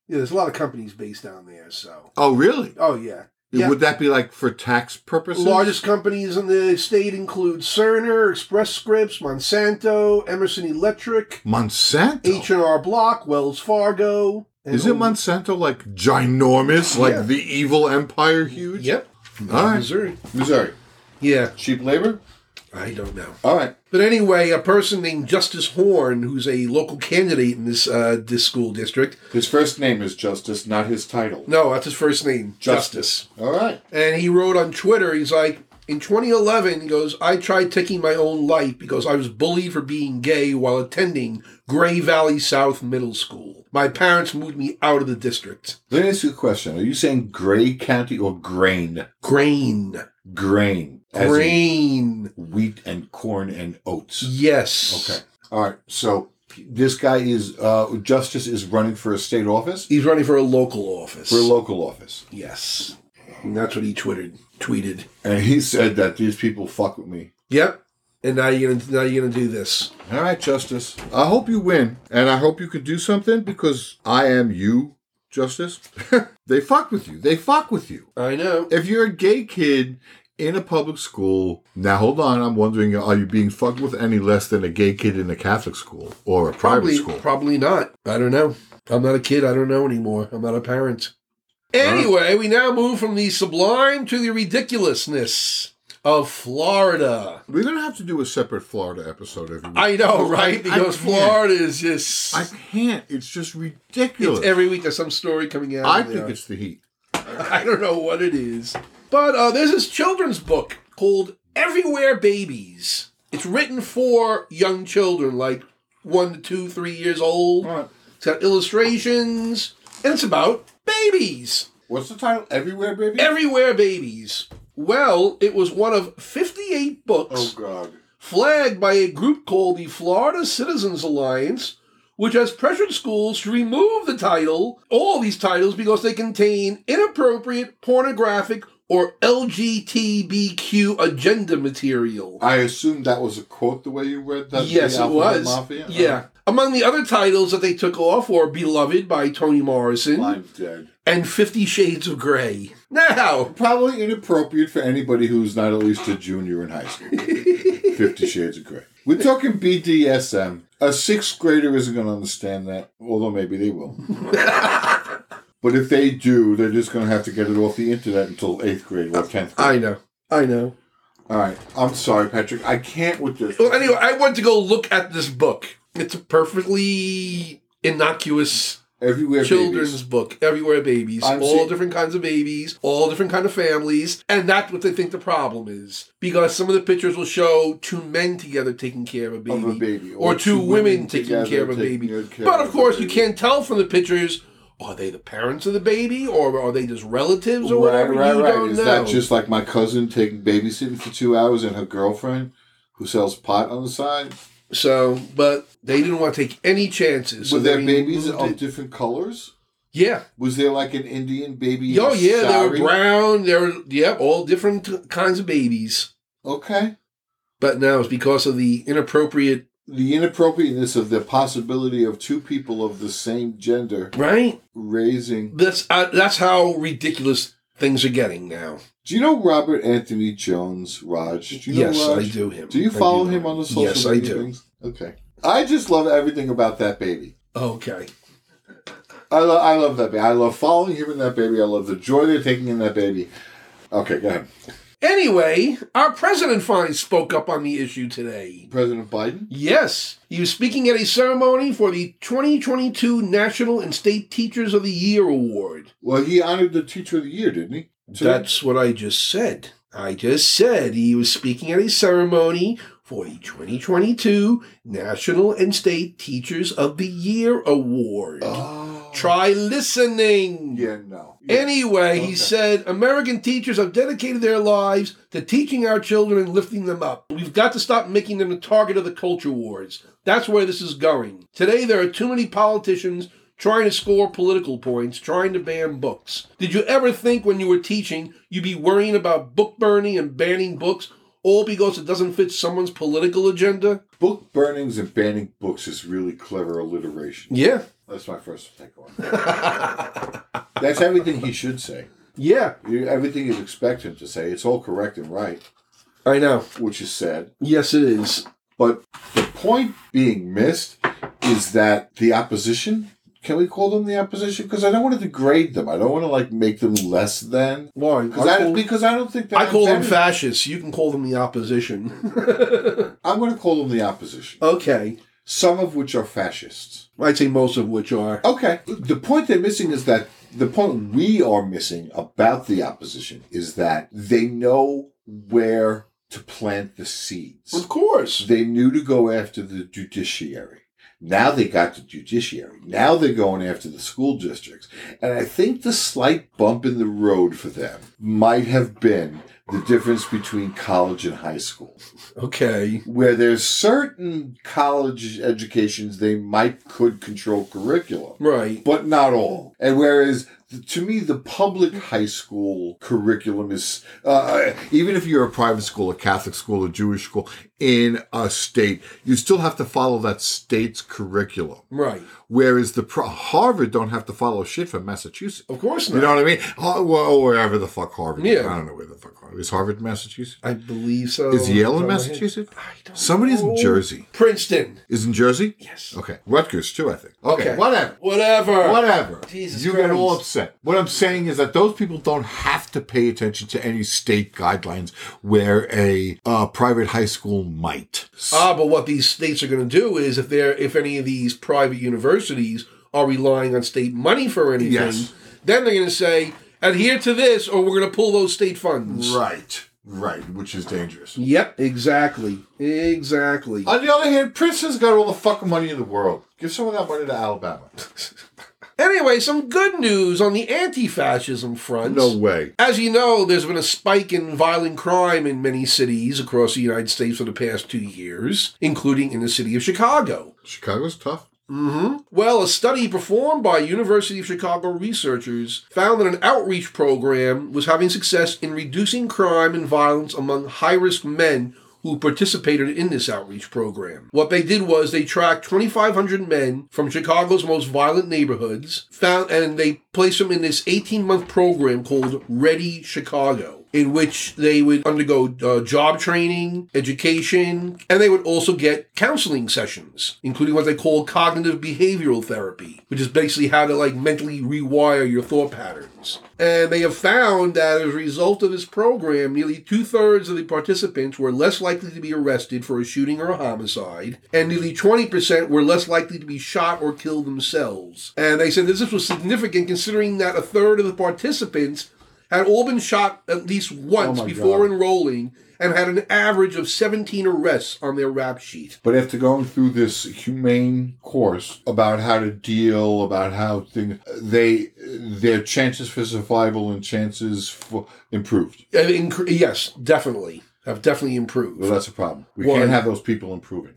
[SPEAKER 1] yeah, there's a lot of companies based down there. So,
[SPEAKER 4] Oh, really?
[SPEAKER 1] oh yeah, Yeah.
[SPEAKER 4] Would that be like for tax purposes?
[SPEAKER 1] largest companies in the state include Cerner, Express Scripts, Monsanto, Emerson Electric,
[SPEAKER 4] Monsanto.
[SPEAKER 1] H and R Block, Wells Fargo. and-
[SPEAKER 4] Oh. Is it Monsanto like ginormous, like
[SPEAKER 1] Yeah.
[SPEAKER 4] the evil empire huge?
[SPEAKER 1] Yep.
[SPEAKER 4] All right.
[SPEAKER 1] Missouri.
[SPEAKER 2] Missouri.
[SPEAKER 1] Yeah,
[SPEAKER 2] Cheap labor?
[SPEAKER 1] I don't know.
[SPEAKER 2] All right.
[SPEAKER 1] But anyway, a person named Justice Horn, who's a local candidate in this uh, this school district.
[SPEAKER 2] His first name is Justice, not his title.
[SPEAKER 1] No, that's his first name, Justice.
[SPEAKER 2] All right.
[SPEAKER 1] And he wrote on Twitter, he's like, in 2011, he goes, I tried taking my own life because I was bullied for being gay while attending Gray Valley South Middle School. My parents moved me out of the district.
[SPEAKER 2] Let me ask you a question. Are you saying Gray County or grain?
[SPEAKER 1] Grain.
[SPEAKER 2] Grain. as in
[SPEAKER 1] Grain.
[SPEAKER 2] Wheat and corn and oats.
[SPEAKER 1] Yes.
[SPEAKER 2] Okay. All right. So this guy is, uh, Justice is running for a state office,
[SPEAKER 1] He's running for a local office.
[SPEAKER 2] for a local office.
[SPEAKER 1] yes. And that's what he twittered, tweeted.
[SPEAKER 2] And he said that these people fuck with me.
[SPEAKER 1] Yep. And now you're gonna now you're gonna do this.
[SPEAKER 2] All right, Justice.
[SPEAKER 4] I hope you win, and I hope you can do something because I am you, Justice. they fuck with you. They fuck with you.
[SPEAKER 1] I know.
[SPEAKER 4] If you're a gay kid in a public school, now hold on, I'm wondering are you being fucked with any less than a gay kid in a Catholic school or a
[SPEAKER 1] Probably
[SPEAKER 4] private school?
[SPEAKER 1] probably not. I don't know. I'm not a kid. I don't know anymore. I'm not a parent. Anyway, we now move from the sublime to the ridiculousness of Florida.
[SPEAKER 4] We're gonna have to do a separate Florida episode every week.
[SPEAKER 1] I know, right?
[SPEAKER 4] I
[SPEAKER 1] Because
[SPEAKER 4] can't.
[SPEAKER 1] Florida is just
[SPEAKER 4] I can't. It's just ridiculous.
[SPEAKER 1] it's every week there's some story coming out.
[SPEAKER 4] I
[SPEAKER 1] of
[SPEAKER 4] think
[SPEAKER 1] there.
[SPEAKER 4] it's the heat.
[SPEAKER 1] I don't know what it is. But uh, there's this children's book called Everywhere Babies. It's written for young children, like one to two, three years old.
[SPEAKER 2] All right.
[SPEAKER 1] It's got illustrations, and it's about babies.
[SPEAKER 2] What's the title? Everywhere, baby?
[SPEAKER 1] Everywhere Babies. Well, it was one of 58 books
[SPEAKER 2] oh, God.
[SPEAKER 1] flagged by a group called the Florida Citizens Alliance, which has pressured schools to remove the title, all these titles, because they contain inappropriate, pornographic, or LGBTQ agenda material.
[SPEAKER 2] I assume that was a quote the way you read that.
[SPEAKER 1] yes, it
[SPEAKER 2] the Alphabet
[SPEAKER 1] was.
[SPEAKER 2] Mafia?
[SPEAKER 1] Yeah. Among the other titles that they took off were Beloved by Toni Morrison
[SPEAKER 2] I'm dead.
[SPEAKER 1] and Fifty Shades of Grey. Now,
[SPEAKER 2] Probably inappropriate for anybody who's not at least a junior in high school. Fifty Shades of Grey. We're talking BDSM. A sixth grader isn't going to understand that, although maybe they will. but if they do, they're just going to have to get it off the internet until eighth grade or tenth grade.
[SPEAKER 1] I know. I know.
[SPEAKER 2] All right. I'm sorry, Patrick. I can't with this.
[SPEAKER 1] Well, anyway, I went to go look at this book. It's a perfectly innocuous
[SPEAKER 2] Everywhere
[SPEAKER 1] children's
[SPEAKER 2] babies.
[SPEAKER 1] book everywhere babies
[SPEAKER 2] I'm
[SPEAKER 1] all
[SPEAKER 2] see-
[SPEAKER 1] different kinds of babies all different kind of families and that's what they think the problem is because some of the pictures will show two men together taking care of a baby,
[SPEAKER 2] Of a baby.
[SPEAKER 1] or, two, women, taking
[SPEAKER 2] together
[SPEAKER 1] care of a
[SPEAKER 2] taking
[SPEAKER 1] baby
[SPEAKER 2] care
[SPEAKER 1] but
[SPEAKER 2] a
[SPEAKER 1] of course you
[SPEAKER 2] baby.
[SPEAKER 1] can't tell from the pictures are they the parents of the baby or are they just relatives or
[SPEAKER 2] Right,
[SPEAKER 1] whatever
[SPEAKER 2] right,
[SPEAKER 1] you
[SPEAKER 2] right.
[SPEAKER 1] don't
[SPEAKER 2] Is
[SPEAKER 1] know
[SPEAKER 2] that just like my cousin taking babysitting for two hours and her girlfriend who sells pot on the side?
[SPEAKER 1] so but they didn't want to take any chances so
[SPEAKER 2] Were there
[SPEAKER 1] they
[SPEAKER 2] babies
[SPEAKER 1] moved
[SPEAKER 2] of
[SPEAKER 1] it-
[SPEAKER 2] different colors?
[SPEAKER 1] yeah
[SPEAKER 2] Was there like an Indian baby?
[SPEAKER 1] oh yeah they were
[SPEAKER 2] sari?
[SPEAKER 1] brown they were yeah all different kinds of babies
[SPEAKER 2] Okay.
[SPEAKER 1] but now it's because of the inappropriate
[SPEAKER 2] The inappropriateness of the possibility of two people of the same gender
[SPEAKER 1] right
[SPEAKER 2] raising.
[SPEAKER 1] that's uh, that's how ridiculous things are getting now
[SPEAKER 2] Do you know Robert Anthony Jones, Raj? Do you
[SPEAKER 1] yes
[SPEAKER 2] know Raj?
[SPEAKER 1] i do him
[SPEAKER 2] Do you
[SPEAKER 1] I
[SPEAKER 2] follow
[SPEAKER 1] know
[SPEAKER 2] him on the social
[SPEAKER 1] yes i
[SPEAKER 2] media
[SPEAKER 1] do
[SPEAKER 2] things? Okay. I just love everything about that baby.
[SPEAKER 1] okay
[SPEAKER 2] I, lo- I love that baby. I love following him and that baby. I love the joy they're taking in that baby. Okay, go ahead.
[SPEAKER 1] anyway our president finally spoke up on the issue today
[SPEAKER 2] President Biden?
[SPEAKER 1] Yes, he was speaking at a ceremony for the 2022 National and State Teachers of the Year Award.
[SPEAKER 2] Well, he honored the Teacher of the Year, didn't he? So-
[SPEAKER 1] That's what I just said. I just said he was speaking at a ceremony for the 2022 National and State Teachers of the Year Award.
[SPEAKER 2] Oh.
[SPEAKER 1] Try listening.
[SPEAKER 2] Yeah, no.
[SPEAKER 1] Anyway,
[SPEAKER 7] Okay.
[SPEAKER 1] he said, American teachers have dedicated their lives to teaching our children and lifting them up. We've got to stop making them the target of the culture wars. That's where this is going. Today, there are too many politicians trying to score political points, trying to ban books. Did you ever think when you were teaching you'd be worrying about book burning and banning books all because it doesn't fit someone's political agenda?
[SPEAKER 2] Book burnings and banning books is really clever alliteration.
[SPEAKER 1] Yeah.
[SPEAKER 2] That's my first take on it. That's everything he should say.
[SPEAKER 1] Yeah,
[SPEAKER 2] You- Everything you expect him to say. It's all correct and right,
[SPEAKER 1] I know.
[SPEAKER 2] which is sad.
[SPEAKER 1] Yes, it is.
[SPEAKER 2] But the point being missed is that the opposition. Can we call them the opposition? Because I don't want to degrade them. I don't want to like make them less than.
[SPEAKER 1] Why?
[SPEAKER 2] Because I, because I don't think that
[SPEAKER 1] I call them
[SPEAKER 2] that-
[SPEAKER 1] fascists. You can call them the opposition.
[SPEAKER 2] I'm going to call them the opposition.
[SPEAKER 1] okay.
[SPEAKER 2] Some of which are fascists.
[SPEAKER 1] I'd say most of which are.
[SPEAKER 2] Okay. The point they're missing is that the point we are missing about the opposition is that they know where to plant the seeds.
[SPEAKER 1] Of course.
[SPEAKER 2] They knew to go after the judiciary. Now they got the judiciary. Now they're going after the school districts. And I think the slight bump in the road for them might have been the difference between college and high school.
[SPEAKER 1] Okay.
[SPEAKER 2] where there's certain college educations they might could control curriculum
[SPEAKER 1] Right.
[SPEAKER 2] but not all and whereas th- to me the public high school curriculum is uh, even if you're a private school a catholic school a jewish school in a state you still have to follow that state's curriculum
[SPEAKER 1] Right.
[SPEAKER 2] whereas the pro- harvard don't have to follow shit from massachusetts
[SPEAKER 1] Of course not.
[SPEAKER 2] you know what I mean? Oh, well, wherever the fuck Harvard. is.
[SPEAKER 1] Yeah. Oh,
[SPEAKER 2] I don't know where the fuck Harvard is. Harvard, Massachusetts.
[SPEAKER 1] I believe so.
[SPEAKER 2] Is
[SPEAKER 1] Off the top of my
[SPEAKER 2] Yale in
[SPEAKER 1] head.
[SPEAKER 2] Massachusetts?
[SPEAKER 1] I don't
[SPEAKER 2] Somebody's
[SPEAKER 1] know.
[SPEAKER 2] in Jersey.
[SPEAKER 1] Princeton.
[SPEAKER 2] Is in Jersey?
[SPEAKER 1] Oh. Yes.
[SPEAKER 2] Okay. Rutgers too, I think. Okay.
[SPEAKER 1] Okay.
[SPEAKER 2] Whatever.
[SPEAKER 1] Whatever.
[SPEAKER 2] Whatever.
[SPEAKER 1] Jesus
[SPEAKER 2] you get all
[SPEAKER 1] Christ.
[SPEAKER 2] upset. What I'm saying is that those people don't have to pay attention to any state guidelines where a uh, private high school might.
[SPEAKER 1] Ah, but what these states are going to do is if they're if any of these private universities are relying on state money for anything,
[SPEAKER 2] Yes.
[SPEAKER 1] then they're going to say adhere to this or we're going to pull those state funds.
[SPEAKER 2] Right. Right. Which is dangerous.
[SPEAKER 1] Yep. Exactly. Exactly.
[SPEAKER 2] On the other hand, Princeton's got all the fucking money in the world. Give some of that money to Alabama.
[SPEAKER 1] Anyway, some good news on the anti-fascism front.
[SPEAKER 2] No way.
[SPEAKER 1] As you know, there's been a spike in violent crime in many cities across the United States for the past two years, including in the city of Chicago.
[SPEAKER 2] Chicago's tough.
[SPEAKER 1] hmm Well, a study performed by University of Chicago researchers found that an outreach program was having success in reducing crime and violence among high risk men who participated in this outreach program. What they did was they tracked 2,500 men from Chicago's most violent neighborhoods, found, and they placed them in this 18 month program called Ready Chicago in which they would undergo uh, job training, education, and they would also get counseling sessions, including what they call cognitive behavioral therapy, which is basically how to like mentally rewire your thought patterns. And they have found that as a result of this program, nearly two thirds of the participants were less likely to be arrested for a shooting or a homicide, and nearly 20% were less likely to be shot or killed themselves. And they said that this was significant considering that a third of the participants had all been shot at least once
[SPEAKER 2] Oh my
[SPEAKER 1] before
[SPEAKER 2] God.
[SPEAKER 1] enrolling and had an average of 17 arrests on their rap sheet.
[SPEAKER 2] But after going through this humane course about how to deal, about how things, they their chances for survival and chances for improved.
[SPEAKER 1] Uh, inc- yes, definitely. Have definitely
[SPEAKER 2] Well,
[SPEAKER 1] improved.
[SPEAKER 2] that's a problem. We
[SPEAKER 1] Why?
[SPEAKER 2] can't have those people improving.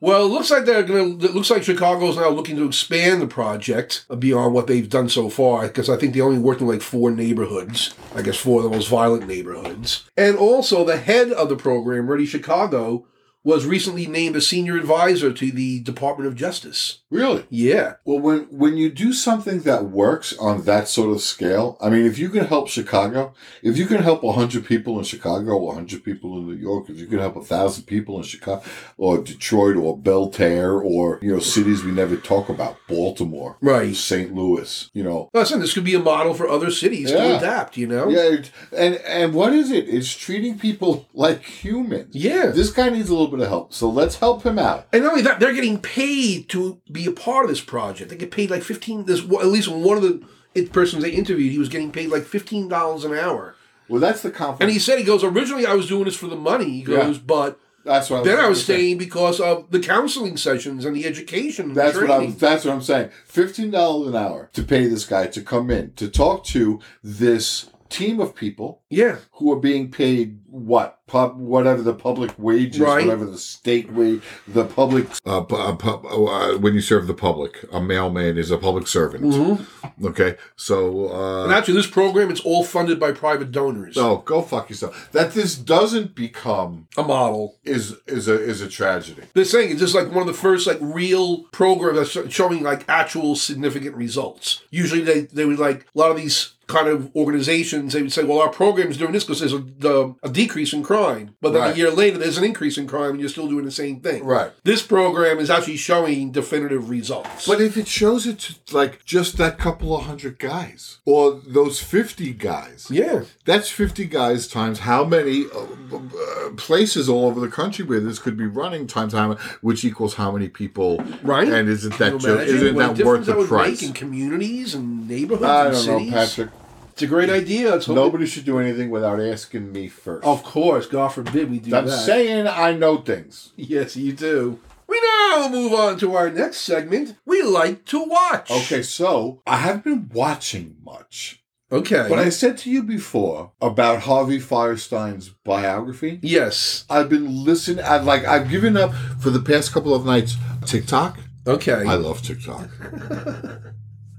[SPEAKER 1] Well, it looks like they're going to. It looks like Chicago's now looking to expand the project beyond what they've done so far, because I think they only worked in like four neighborhoods. I guess four of the most violent neighborhoods. And also, the head of the program, Ready Chicago, was recently named a senior advisor to the Department of Justice.
[SPEAKER 2] Really?
[SPEAKER 1] Yeah.
[SPEAKER 2] Well, when when you do something that works on that sort of scale, I mean, if you can help Chicago, if you can help hundred people in Chicago, or hundred people in New York, if you can help thousand people in Chicago, or Detroit, or Belter, or you know cities we never talk about, Baltimore,
[SPEAKER 1] Right.
[SPEAKER 2] St. Louis, you know.
[SPEAKER 1] Listen, this could be a model for other cities to
[SPEAKER 2] Yeah.
[SPEAKER 1] adapt, you know?
[SPEAKER 2] Yeah, it- and and what is it? It's treating people like humans.
[SPEAKER 1] Yeah.
[SPEAKER 2] This guy needs a little bit of help, so let's help him out.
[SPEAKER 1] And not only that, they're getting paid to be a part of this project. They get paid like 15 this well, at least one of the it- persons they interviewed, he was getting paid like $15 an hour.
[SPEAKER 2] Well, that's the conflict.
[SPEAKER 1] And he said he goes, originally I was doing this for the money. He goes, but
[SPEAKER 4] That's what.
[SPEAKER 1] Then I
[SPEAKER 4] gonna
[SPEAKER 1] was
[SPEAKER 4] say.
[SPEAKER 1] staying because of the counseling sessions and the education. and the
[SPEAKER 4] That's what I'm.
[SPEAKER 1] training.
[SPEAKER 4] That's what I'm saying. Fifteen dollars an hour to pay this guy to come in to talk to this team of people
[SPEAKER 1] Yeah,
[SPEAKER 4] who are being paid what pub whatever the public wages,
[SPEAKER 1] Right.
[SPEAKER 4] whatever the state wage, the public.
[SPEAKER 2] Uh, pu- uh, pu- uh, when you serve the public, a mailman is a public servant. Okay, so uh,
[SPEAKER 1] and actually, this program it's all funded by private donors.
[SPEAKER 2] no, go fuck yourself.
[SPEAKER 4] That this doesn't become
[SPEAKER 1] A model.
[SPEAKER 4] is is a is a tragedy.
[SPEAKER 1] They're saying it's just like one of the first like real programs that's sho- showing like actual significant results. Usually they, they would like a lot of these kind of organizations they would say, well, our program's doing this because there's a, the, a decrease in crime, but then
[SPEAKER 4] Right.
[SPEAKER 1] a year later there's an increase in crime and you're still doing the same thing.
[SPEAKER 4] Right.
[SPEAKER 1] This program is actually showing definitive results.
[SPEAKER 2] But if it shows it to like just that couple of hundred guys or those fifty guys,
[SPEAKER 1] yeah,
[SPEAKER 2] that's fifty guys times how many uh, uh, places all over the country where this could be running times how which equals how many people,
[SPEAKER 1] Right.
[SPEAKER 2] And isn't
[SPEAKER 1] Can you
[SPEAKER 2] that just,
[SPEAKER 1] imagine
[SPEAKER 2] isn't
[SPEAKER 1] what a
[SPEAKER 2] that
[SPEAKER 1] difference
[SPEAKER 2] worth the
[SPEAKER 1] would
[SPEAKER 2] price?
[SPEAKER 1] Make in communities and neighborhoods
[SPEAKER 4] I
[SPEAKER 1] and
[SPEAKER 4] don't know,
[SPEAKER 1] cities.
[SPEAKER 4] Patrick.
[SPEAKER 1] It's a great idea. It's
[SPEAKER 4] Nobody should do anything without asking me first.
[SPEAKER 1] Of course, God forbid we do
[SPEAKER 4] I'm
[SPEAKER 1] that.
[SPEAKER 4] saying I know things.
[SPEAKER 1] Yes, you do. We now move on to our next segment. We like to watch.
[SPEAKER 4] Okay, so I haven't been watching much.
[SPEAKER 1] Okay.
[SPEAKER 4] But I said to you before about Harvey Firestein's biography.
[SPEAKER 1] yes.
[SPEAKER 4] I've been listening. I've like I've given up for the past couple of nights.
[SPEAKER 2] TikTok.
[SPEAKER 1] Okay.
[SPEAKER 2] I
[SPEAKER 1] I,
[SPEAKER 2] love TikTok.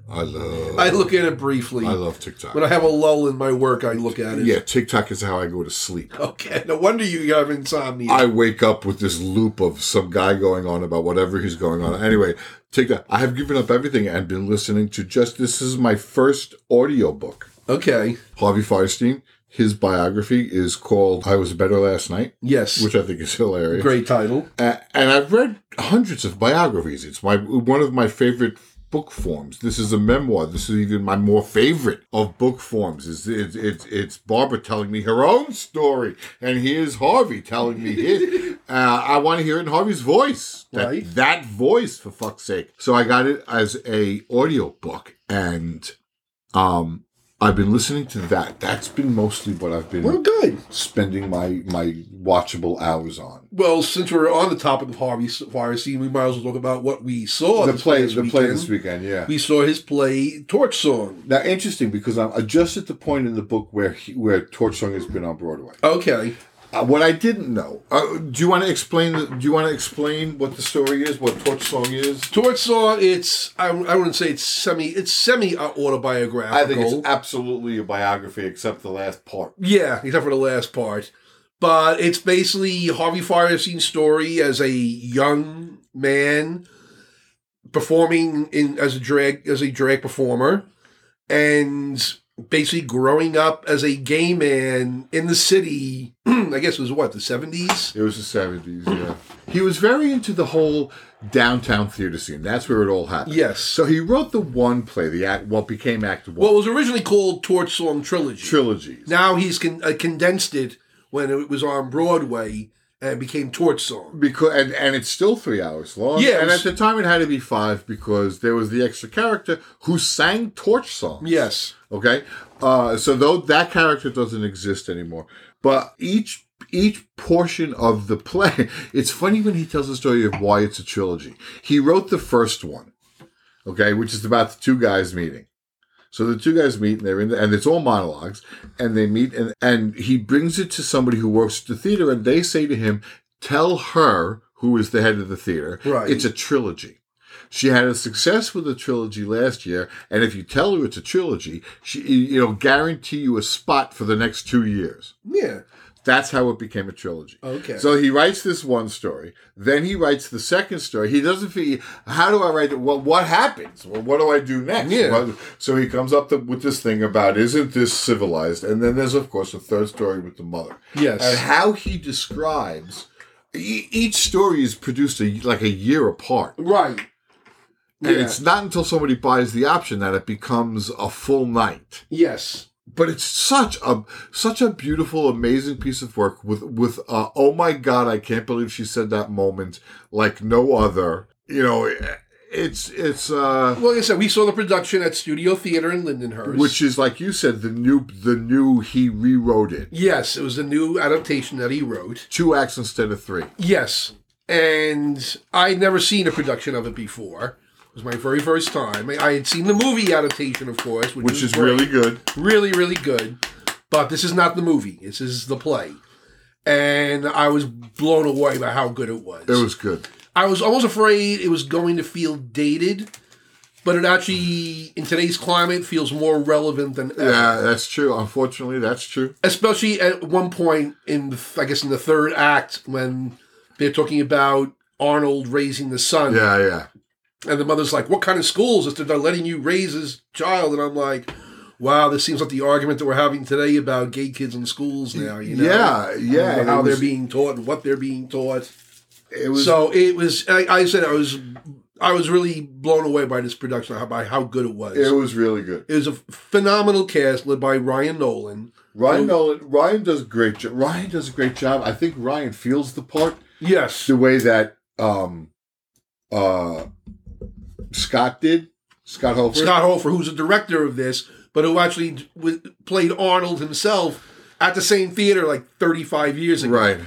[SPEAKER 2] I love.
[SPEAKER 1] look at it briefly.
[SPEAKER 2] I love TikTok.
[SPEAKER 1] when I have a lull in my work, I look at it.
[SPEAKER 2] yeah, TikTok is how I go to sleep.
[SPEAKER 1] Okay. No wonder you have insomnia.
[SPEAKER 2] I wake up with this loop of some guy going on about whatever he's going on. Anyway, take that. I have given up everything and been listening to just this is my first audiobook.
[SPEAKER 1] okay.
[SPEAKER 2] Harvey Fierstein, his biography is called I Was Better Last Night,
[SPEAKER 1] Yes.
[SPEAKER 2] which I think is hilarious.
[SPEAKER 1] Great title.
[SPEAKER 2] A- and I've read hundreds of biographies. It's my one of my favorite book forms. This is a memoir. This is even my more favorite of book forms. Is it's it's it's Barbara telling me her own story, and here's Harvey telling me his. uh, I want to hear it in Harvey's voice. That,
[SPEAKER 1] Right.
[SPEAKER 2] that voice for fuck's sake. So I got it as a audio book, and um, I've been listening to that. That's been mostly what I've been
[SPEAKER 1] Well, good.
[SPEAKER 2] spending my my watchable hours on.
[SPEAKER 1] Well, since we're on the topic of Harvey Fire Scene, we might as well talk about what we saw.
[SPEAKER 4] the
[SPEAKER 1] Oh, this
[SPEAKER 4] play,
[SPEAKER 1] past
[SPEAKER 4] the play
[SPEAKER 1] weekend.
[SPEAKER 4] this weekend. Yeah.
[SPEAKER 1] We saw his play Torch Song.
[SPEAKER 4] Now, interesting because I'm just at the point in the book where he, where Torch Song has been on Broadway.
[SPEAKER 1] Okay.
[SPEAKER 2] Uh, what I didn't know. Uh, do you want to explain? The, do you want to explain what the story is? What Torch Song is?
[SPEAKER 1] Torch Song, it's I, I wouldn't say it's semi it's semi autobiographical.
[SPEAKER 4] I think it's absolutely a biography, except the last part.
[SPEAKER 1] Yeah, except for the last part. But it's basically Harvey Fierstein's story as a young man performing in as a drag as a drag performer and basically growing up as a gay man in the city. I guess it was what, the 70s?
[SPEAKER 2] It was the seventies. Yeah, he was very into the whole downtown theater scene. That's where it all happened.
[SPEAKER 1] Yes.
[SPEAKER 2] So he wrote the one play, the act, what became Act One
[SPEAKER 1] Well, it was originally called Torch Song Trilogy.
[SPEAKER 2] trilogy.
[SPEAKER 1] now he's con- uh, condensed it when it was on Broadway and became Torch Song.
[SPEAKER 2] Because and, and it's still three hours long.
[SPEAKER 1] Yeah, it
[SPEAKER 2] and
[SPEAKER 1] was-
[SPEAKER 2] at the time it had to be five because there was the extra character who sang torch songs.
[SPEAKER 1] Yes.
[SPEAKER 2] Okay. Uh, so though that character doesn't exist anymore, but each each portion of the play, it's funny when he tells the story of why it's a trilogy. He wrote the first one, okay, which is about the two guys meeting. So the two guys meet and they're in the, and it's all monologues and they meet and and he brings it to somebody who works at the theater and they say to him, "Tell her who is the head of the theater.
[SPEAKER 1] Right.
[SPEAKER 2] It's a trilogy." She had a success with a trilogy last year, and if you tell her it's a trilogy, she it'll guarantee you a spot for the next two years.
[SPEAKER 1] Yeah.
[SPEAKER 2] That's how it became a trilogy.
[SPEAKER 1] Okay.
[SPEAKER 2] So he writes this one story, then he writes the second story. He doesn't feel how do I write it? Well, what happens? Well, what do I do next?
[SPEAKER 1] Yeah.
[SPEAKER 2] What- so he comes up the, with this thing about isn't this civilized? And then there's of course a third story with the mother
[SPEAKER 1] Yes.
[SPEAKER 2] and how he describes. e- Each story is produced a, like a year apart.
[SPEAKER 1] right.
[SPEAKER 2] And
[SPEAKER 1] Yeah.
[SPEAKER 2] it's not until somebody buys the option that it becomes a full night.
[SPEAKER 1] Yes.
[SPEAKER 2] But it's such a such a beautiful, amazing piece of work with with uh, oh my god, I can't believe she said that moment like no other. You know, it's it's uh,
[SPEAKER 1] Well, like I said, we saw the production at Studio Theater in Lindenhurst.
[SPEAKER 2] which is like you said, the new the new he rewrote it
[SPEAKER 1] yes, it was a new adaptation that he wrote.
[SPEAKER 2] two acts instead of three.
[SPEAKER 1] Yes, and I'd never seen a production of it before. It was my very first time. I I had seen the movie adaptation, of course, which,
[SPEAKER 2] Which
[SPEAKER 1] was
[SPEAKER 2] is
[SPEAKER 1] great.
[SPEAKER 2] really good.
[SPEAKER 1] really, really good. But this is not the movie. This is the play. And I was blown away by how good it was.
[SPEAKER 2] It was good.
[SPEAKER 1] I was almost afraid it was going to feel dated, but it actually, in today's climate, feels more relevant than ever.
[SPEAKER 2] Yeah, that's true. Unfortunately, that's true.
[SPEAKER 1] Especially at one point in, the, I guess, in the third act when they're talking about Arnold raising the son.
[SPEAKER 2] Yeah, yeah.
[SPEAKER 1] And the mother's like, "What kind of schools is they're letting you raise his child?" And I'm like, "Wow, this seems like the argument that we're having today about gay kids in schools now." You know,
[SPEAKER 2] Yeah, yeah.
[SPEAKER 1] And
[SPEAKER 2] It
[SPEAKER 1] how
[SPEAKER 2] was-
[SPEAKER 1] they're being taught, and what they're being taught.
[SPEAKER 2] It was
[SPEAKER 1] so it was. I, I said I was, I was really blown away by this production, how- by how good it was.
[SPEAKER 2] it was really good.
[SPEAKER 1] It was a phenomenal cast led by Ryan Nolan.
[SPEAKER 2] Ryan
[SPEAKER 1] Who-
[SPEAKER 2] Nolan. Ryan does a great job. Ryan does a great job. I think Ryan feels the part
[SPEAKER 1] Yes,
[SPEAKER 2] the way that um, uh, Scott did. Scott Hofer.
[SPEAKER 1] Scott Hofer, who's a director of this, but who actually d- w- played Arnold himself at the same theater like 35 years ago.
[SPEAKER 2] Right.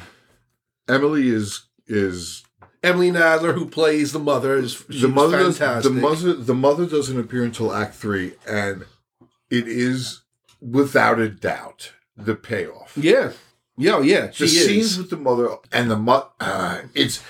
[SPEAKER 2] Emily is is
[SPEAKER 1] Emily Nadler, who plays the mother, is she
[SPEAKER 2] the
[SPEAKER 1] was
[SPEAKER 2] mother. Does, the
[SPEAKER 1] fantastic.
[SPEAKER 2] mother. The mother doesn't appear until Act Three, and it is without a doubt the payoff.
[SPEAKER 1] yeah, yeah, yeah. She
[SPEAKER 2] the
[SPEAKER 1] is.
[SPEAKER 2] scenes with the mother and the mother. Uh, it's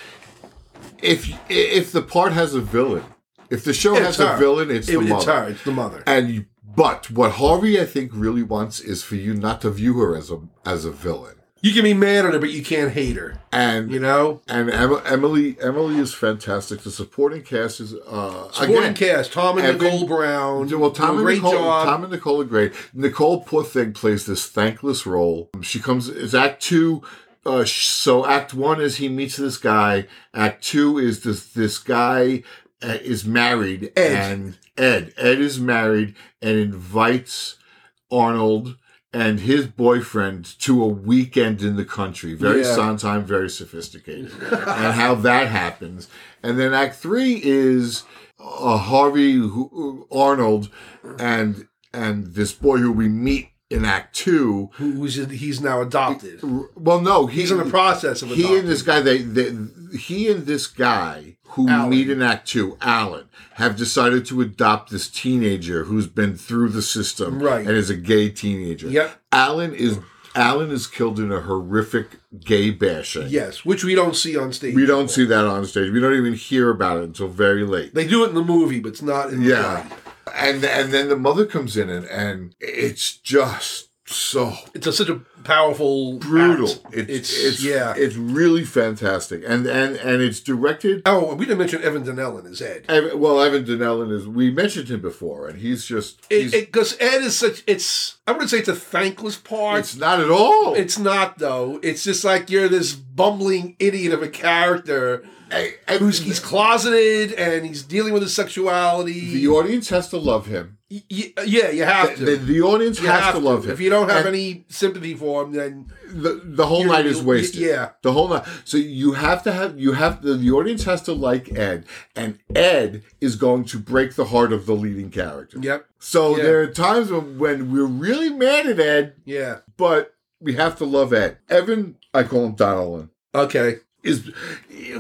[SPEAKER 2] if if the part has a villain, if the show
[SPEAKER 1] It's
[SPEAKER 2] has
[SPEAKER 1] her.
[SPEAKER 2] a villain, it's
[SPEAKER 1] It-
[SPEAKER 2] the
[SPEAKER 1] it's
[SPEAKER 2] mother.
[SPEAKER 1] her. It's the mother.
[SPEAKER 2] And you, but what Harvey I think really wants is for you not to view her as a as a villain.
[SPEAKER 1] You can be mad at her, but you can't hate her.
[SPEAKER 2] And
[SPEAKER 1] You know,
[SPEAKER 2] and Em- Emily Emily is fantastic. The supporting cast is uh,
[SPEAKER 1] supporting
[SPEAKER 2] again,
[SPEAKER 1] cast: Tom and
[SPEAKER 2] Evan-
[SPEAKER 1] Nicole Brown.
[SPEAKER 2] Well, Tom
[SPEAKER 1] do a
[SPEAKER 2] and
[SPEAKER 1] great
[SPEAKER 2] Nicole,
[SPEAKER 1] job.
[SPEAKER 2] Tom and Nicole are great. Nicole, poor thing, plays this thankless role. She comes. It's Act Two. Uh, sh- so Act One is he meets this guy. Act Two is this this guy uh, is married
[SPEAKER 1] Ed.
[SPEAKER 2] and Ed Ed is married and invites Arnold and his boyfriend to a weekend in the country. Very
[SPEAKER 1] Yeah.
[SPEAKER 2] Sondheim, very sophisticated, and how that happens. And then Act Three is uh, Harvey who, uh, Arnold and and this boy who we meet in Act Two.
[SPEAKER 1] who's he's now adopted.
[SPEAKER 2] Well, no, he-
[SPEAKER 1] He's in the process of adopting.
[SPEAKER 2] He and this guy, they, they he and this guy who
[SPEAKER 1] Alan.
[SPEAKER 2] we meet in Act Two, Alan, have decided to adopt this teenager who's been through the system,
[SPEAKER 1] Right.
[SPEAKER 2] and is a gay teenager.
[SPEAKER 1] Yep.
[SPEAKER 2] Alan is Alan is killed in a horrific gay bashing.
[SPEAKER 1] yes, which we don't see on stage.
[SPEAKER 2] We don't see that on stage. We don't even hear about it until very late.
[SPEAKER 1] They do it in the movie, but it's not in the
[SPEAKER 2] Yeah.
[SPEAKER 1] play.
[SPEAKER 2] And and then the mother comes in and, and it's just so
[SPEAKER 1] It's a, such a powerful
[SPEAKER 2] brutal.
[SPEAKER 1] act.
[SPEAKER 2] It's, it's
[SPEAKER 1] yeah.
[SPEAKER 2] It's really fantastic. And and and it's directed
[SPEAKER 1] oh, we didn't mention Evan Donnellan as Ed.
[SPEAKER 2] Ev- well, Evan Donnellan is we mentioned him before and he's just he's,
[SPEAKER 1] Because Ed is such. It's I wouldn't say it's a thankless part.
[SPEAKER 2] it's not at all.
[SPEAKER 1] It's not though. It's just like you're this bumbling idiot of a character
[SPEAKER 2] I- I-
[SPEAKER 1] who's he's closeted and he's dealing with his sexuality.
[SPEAKER 2] the audience has to love him.
[SPEAKER 1] Y- y- yeah, you have to.
[SPEAKER 2] The, the audience
[SPEAKER 1] You
[SPEAKER 2] has to love him.
[SPEAKER 1] If you don't have
[SPEAKER 2] And-
[SPEAKER 1] any sympathy for him, then
[SPEAKER 2] the the whole
[SPEAKER 1] You're-
[SPEAKER 2] night is
[SPEAKER 1] you-
[SPEAKER 2] wasted.
[SPEAKER 1] yeah.
[SPEAKER 2] the whole night. So you have to have you have the, the audience has to like Ed, and Ed is going to break the heart of the leading character.
[SPEAKER 1] yep,
[SPEAKER 2] So
[SPEAKER 1] Yeah.
[SPEAKER 2] there are times when, when we're really mad at Ed,
[SPEAKER 1] yeah,
[SPEAKER 2] but we have to love Ed. Evan, I call him Donnellan.
[SPEAKER 1] okay,
[SPEAKER 2] Is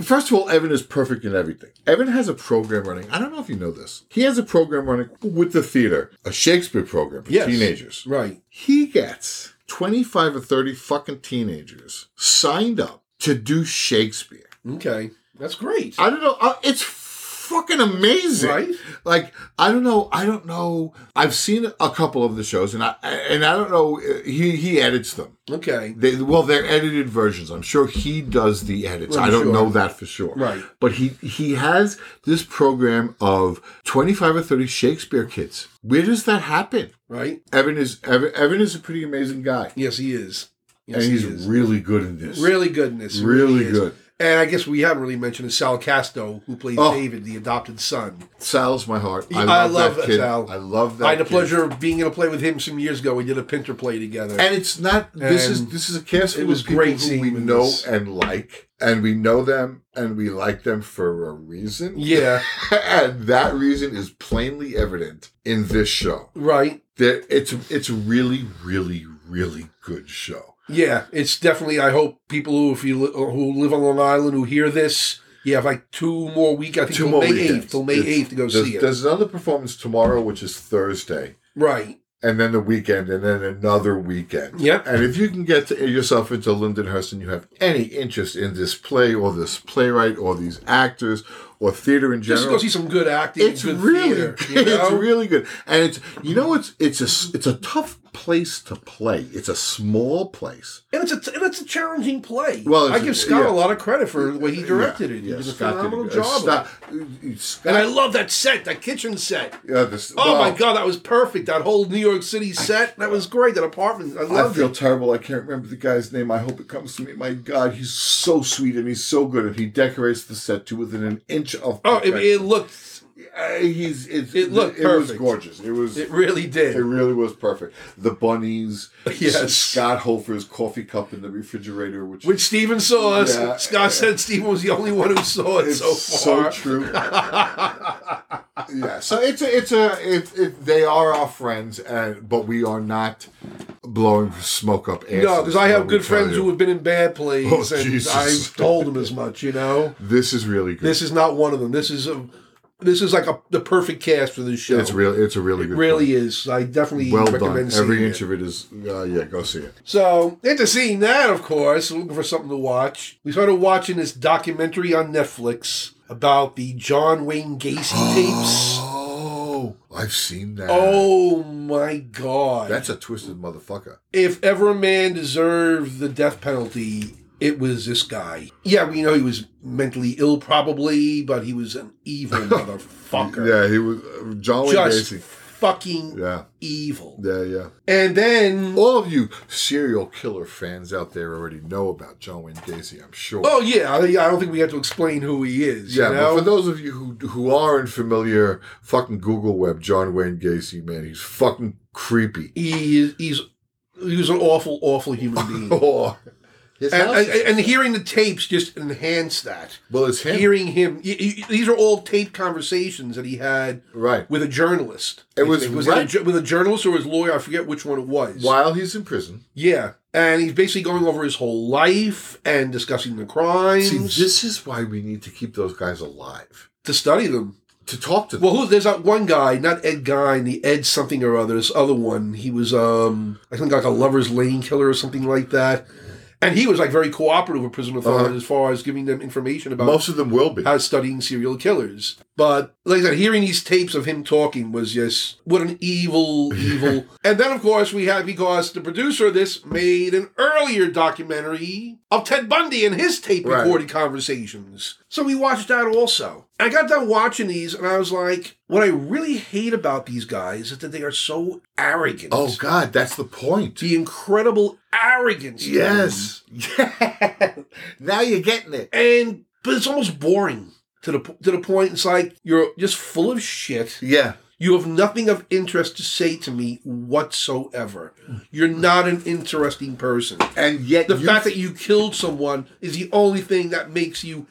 [SPEAKER 2] first of all, Evan is perfect in everything. Evan has a program running. I don't know if you know this. He has a program running with the theater, a Shakespeare program for
[SPEAKER 1] Yes.
[SPEAKER 2] teenagers
[SPEAKER 1] right,
[SPEAKER 2] he gets 25 or 30 fucking teenagers signed up to do Shakespeare.
[SPEAKER 1] okay, that's great,
[SPEAKER 2] I don't know. uh, It's fucking amazing.
[SPEAKER 1] right?
[SPEAKER 2] Like, I don't know. I don't know. I've seen a couple of the shows and I, and I don't know. uh, He, he edits them.
[SPEAKER 1] Okay,
[SPEAKER 2] They, well, they're edited versions. I'm sure he does the edits.
[SPEAKER 1] Well,
[SPEAKER 2] I don't
[SPEAKER 1] sure.
[SPEAKER 2] know that for sure.
[SPEAKER 1] Right.
[SPEAKER 2] But he, he has this program of 25 or 30 Shakespeare kids. Where does that happen?
[SPEAKER 1] right.
[SPEAKER 2] Evan is Evan, Evan is a pretty amazing guy
[SPEAKER 1] Yes, he is. Yes,
[SPEAKER 2] and he's
[SPEAKER 1] he is.
[SPEAKER 2] really good in this.
[SPEAKER 1] really good in this. He
[SPEAKER 2] Really
[SPEAKER 1] is.
[SPEAKER 2] good.
[SPEAKER 1] And I guess we haven't really mentioned is Sal Casto, who plays
[SPEAKER 2] Oh.
[SPEAKER 1] David, the adopted son.
[SPEAKER 2] Sal's my heart.
[SPEAKER 1] I
[SPEAKER 2] I love,
[SPEAKER 1] love
[SPEAKER 2] that kid.
[SPEAKER 1] Sal.
[SPEAKER 2] I love that.
[SPEAKER 1] I had the
[SPEAKER 2] kid.
[SPEAKER 1] pleasure of being in a play with him some years ago. We did a Pinter play together.
[SPEAKER 2] And it's not. This is
[SPEAKER 1] And
[SPEAKER 2] this is a cast
[SPEAKER 1] it
[SPEAKER 2] full
[SPEAKER 1] was
[SPEAKER 2] of people
[SPEAKER 1] great
[SPEAKER 2] who
[SPEAKER 1] seeing
[SPEAKER 2] we
[SPEAKER 1] them in
[SPEAKER 2] know
[SPEAKER 1] this.
[SPEAKER 2] and like, and we know them and we like them for a reason.
[SPEAKER 1] yeah,
[SPEAKER 2] and that reason is plainly evident in this show.
[SPEAKER 1] right.
[SPEAKER 2] That it's it's a really, really, really good show.
[SPEAKER 1] Yeah, it's definitely. I hope people who, if you li- who live on Long Island, who hear this, you have like two more weeks. I think
[SPEAKER 2] Two
[SPEAKER 1] till
[SPEAKER 2] more
[SPEAKER 1] May
[SPEAKER 2] weekends.
[SPEAKER 1] eighth, till May
[SPEAKER 2] It's-
[SPEAKER 1] eighth to go
[SPEAKER 2] There's,
[SPEAKER 1] see it.
[SPEAKER 2] there's another performance tomorrow, which is Thursday,
[SPEAKER 1] right.
[SPEAKER 2] and then the weekend, and then another weekend.
[SPEAKER 1] Yep.
[SPEAKER 2] And if you can get to- yourself into Lindenhurst and you have any interest in this play or this playwright or these actors or theater in
[SPEAKER 1] Just to go
[SPEAKER 2] general,
[SPEAKER 1] see some good acting.
[SPEAKER 2] it's
[SPEAKER 1] good
[SPEAKER 2] really
[SPEAKER 1] theater,
[SPEAKER 2] good.
[SPEAKER 1] you know?
[SPEAKER 2] it's really good. And it's you know it's it's a s- it's a tough place to play. It's a small place.
[SPEAKER 1] and it's a t- and it's a challenging play.
[SPEAKER 2] Well,
[SPEAKER 1] Well, I
[SPEAKER 2] it's-
[SPEAKER 1] give Scott
[SPEAKER 2] yeah.
[SPEAKER 1] a lot of credit for the way he directed
[SPEAKER 2] Yeah,
[SPEAKER 1] it. He
[SPEAKER 2] yeah,
[SPEAKER 1] did a
[SPEAKER 2] Scott did a
[SPEAKER 1] phenomenal
[SPEAKER 2] good-
[SPEAKER 1] job. of
[SPEAKER 2] Scott,
[SPEAKER 1] it.
[SPEAKER 2] uh, Scott,
[SPEAKER 1] And I love that set, that kitchen set.
[SPEAKER 2] yeah, this-
[SPEAKER 1] Oh
[SPEAKER 2] well,
[SPEAKER 1] my god, that was perfect. That whole New York City set, that was great. That apartment, I
[SPEAKER 2] I
[SPEAKER 1] loved
[SPEAKER 2] feel
[SPEAKER 1] it.
[SPEAKER 2] terrible. I can't remember the guy's name. I hope it comes to me. My God, he's so sweet and he's so good, and he decorates the set to within an inch of.
[SPEAKER 1] Oh, it,
[SPEAKER 2] perfection.
[SPEAKER 1] it looked,
[SPEAKER 2] Uh, he's it's,
[SPEAKER 1] It looked
[SPEAKER 2] it, was
[SPEAKER 1] perfect.
[SPEAKER 2] gorgeous. It was
[SPEAKER 1] it
[SPEAKER 2] it,
[SPEAKER 1] really did.
[SPEAKER 2] really was perfect. The bunnies,
[SPEAKER 1] Yes.
[SPEAKER 2] Scott Hofer's coffee cup in the refrigerator, which
[SPEAKER 1] Which Steven saw us.
[SPEAKER 2] Yeah.
[SPEAKER 1] Scott said Steven was the only one who saw it
[SPEAKER 2] is
[SPEAKER 1] so far.
[SPEAKER 2] true. yeah, so it's a, it's a it, it, they are our friends, and but we are not blowing smoke up. Asses,
[SPEAKER 1] no, because I
[SPEAKER 2] let
[SPEAKER 1] have
[SPEAKER 2] me
[SPEAKER 1] good
[SPEAKER 2] tell
[SPEAKER 1] friends
[SPEAKER 2] you.
[SPEAKER 1] who have been in bad plays,
[SPEAKER 2] Oh,
[SPEAKER 1] and
[SPEAKER 2] Jesus.
[SPEAKER 1] I told them as much. You know,
[SPEAKER 2] This is really good.
[SPEAKER 1] this is not one of them. This is a, this is like a the perfect cast for this show.
[SPEAKER 2] it's really it's a really good.
[SPEAKER 1] really is. I definitely
[SPEAKER 2] well
[SPEAKER 1] recommend
[SPEAKER 2] done.
[SPEAKER 1] seeing
[SPEAKER 2] Every
[SPEAKER 1] it.
[SPEAKER 2] inch of it is. Uh, yeah, go see it.
[SPEAKER 1] So, after seeing that, of course, looking for something to watch, we started watching this documentary on Netflix about the John Wayne Gacy tapes.
[SPEAKER 2] Oh, I've seen that.
[SPEAKER 1] Oh my god.
[SPEAKER 2] that's a twisted motherfucker.
[SPEAKER 1] if ever a man deserved the death penalty, it was this guy. Yeah, we know he was mentally ill, probably, but he was an evil motherfucker.
[SPEAKER 2] Yeah, he was uh, John Wayne
[SPEAKER 1] Just
[SPEAKER 2] Gacy.
[SPEAKER 1] fucking
[SPEAKER 2] Yeah,
[SPEAKER 1] evil.
[SPEAKER 2] yeah, yeah.
[SPEAKER 1] And then.
[SPEAKER 2] All of you serial killer fans out there already know about John Wayne Gacy, I'm sure.
[SPEAKER 1] Oh yeah, I I don't think we have to explain who he is.
[SPEAKER 2] yeah,
[SPEAKER 1] you know?
[SPEAKER 2] but for those of you who who aren't familiar, fucking Google Web John Wayne Gacy, man, he's fucking creepy.
[SPEAKER 1] he he's he was an awful, awful human being.
[SPEAKER 2] Oh, his
[SPEAKER 1] And,
[SPEAKER 2] house-
[SPEAKER 1] and, and hearing the tapes just enhanced that.
[SPEAKER 2] well, it's him,
[SPEAKER 1] Hearing him, y y- these are all tape conversations that he had
[SPEAKER 2] right?
[SPEAKER 1] with a journalist.
[SPEAKER 2] It
[SPEAKER 1] I
[SPEAKER 2] was
[SPEAKER 1] think. was
[SPEAKER 2] right-
[SPEAKER 1] it a ju- with a journalist or his lawyer. I forget which one it was.
[SPEAKER 2] While he's in prison.
[SPEAKER 1] Yeah, and he's basically going over his whole life and discussing the crimes
[SPEAKER 2] See, this is why we need to keep those guys alive
[SPEAKER 1] to study them.
[SPEAKER 2] to talk to them.
[SPEAKER 1] Well, who, there's that one guy, not Ed Guy, the Ed something or other. This other one, he was, um, I think, like a lovers' lane killer or something like that. And he was like very cooperative with prison authorities
[SPEAKER 2] Uh-huh.
[SPEAKER 1] as far as giving them information about
[SPEAKER 2] Most of them will be.
[SPEAKER 1] how studying serial killers. But like I said, hearing these tapes of him talking was just what an evil, evil. and then of course we had because the producer of this made an earlier documentary of Ted Bundy and his tape
[SPEAKER 2] Right.
[SPEAKER 1] recorded conversations. So we watched that also. I got done watching these and I was like, what I really hate about these guys is that they are so arrogant.
[SPEAKER 2] Oh God, that's the point.
[SPEAKER 1] the incredible arrogance. in them.
[SPEAKER 2] Yes. Yeah. now you're getting it.
[SPEAKER 1] and but it's almost boring to the to the point. It's like you're just full of shit.
[SPEAKER 2] Yeah.
[SPEAKER 1] You have nothing of interest to say to me whatsoever. You're not an interesting person.
[SPEAKER 2] And yet
[SPEAKER 1] The
[SPEAKER 2] you-
[SPEAKER 1] fact that you killed someone is the only thing that makes you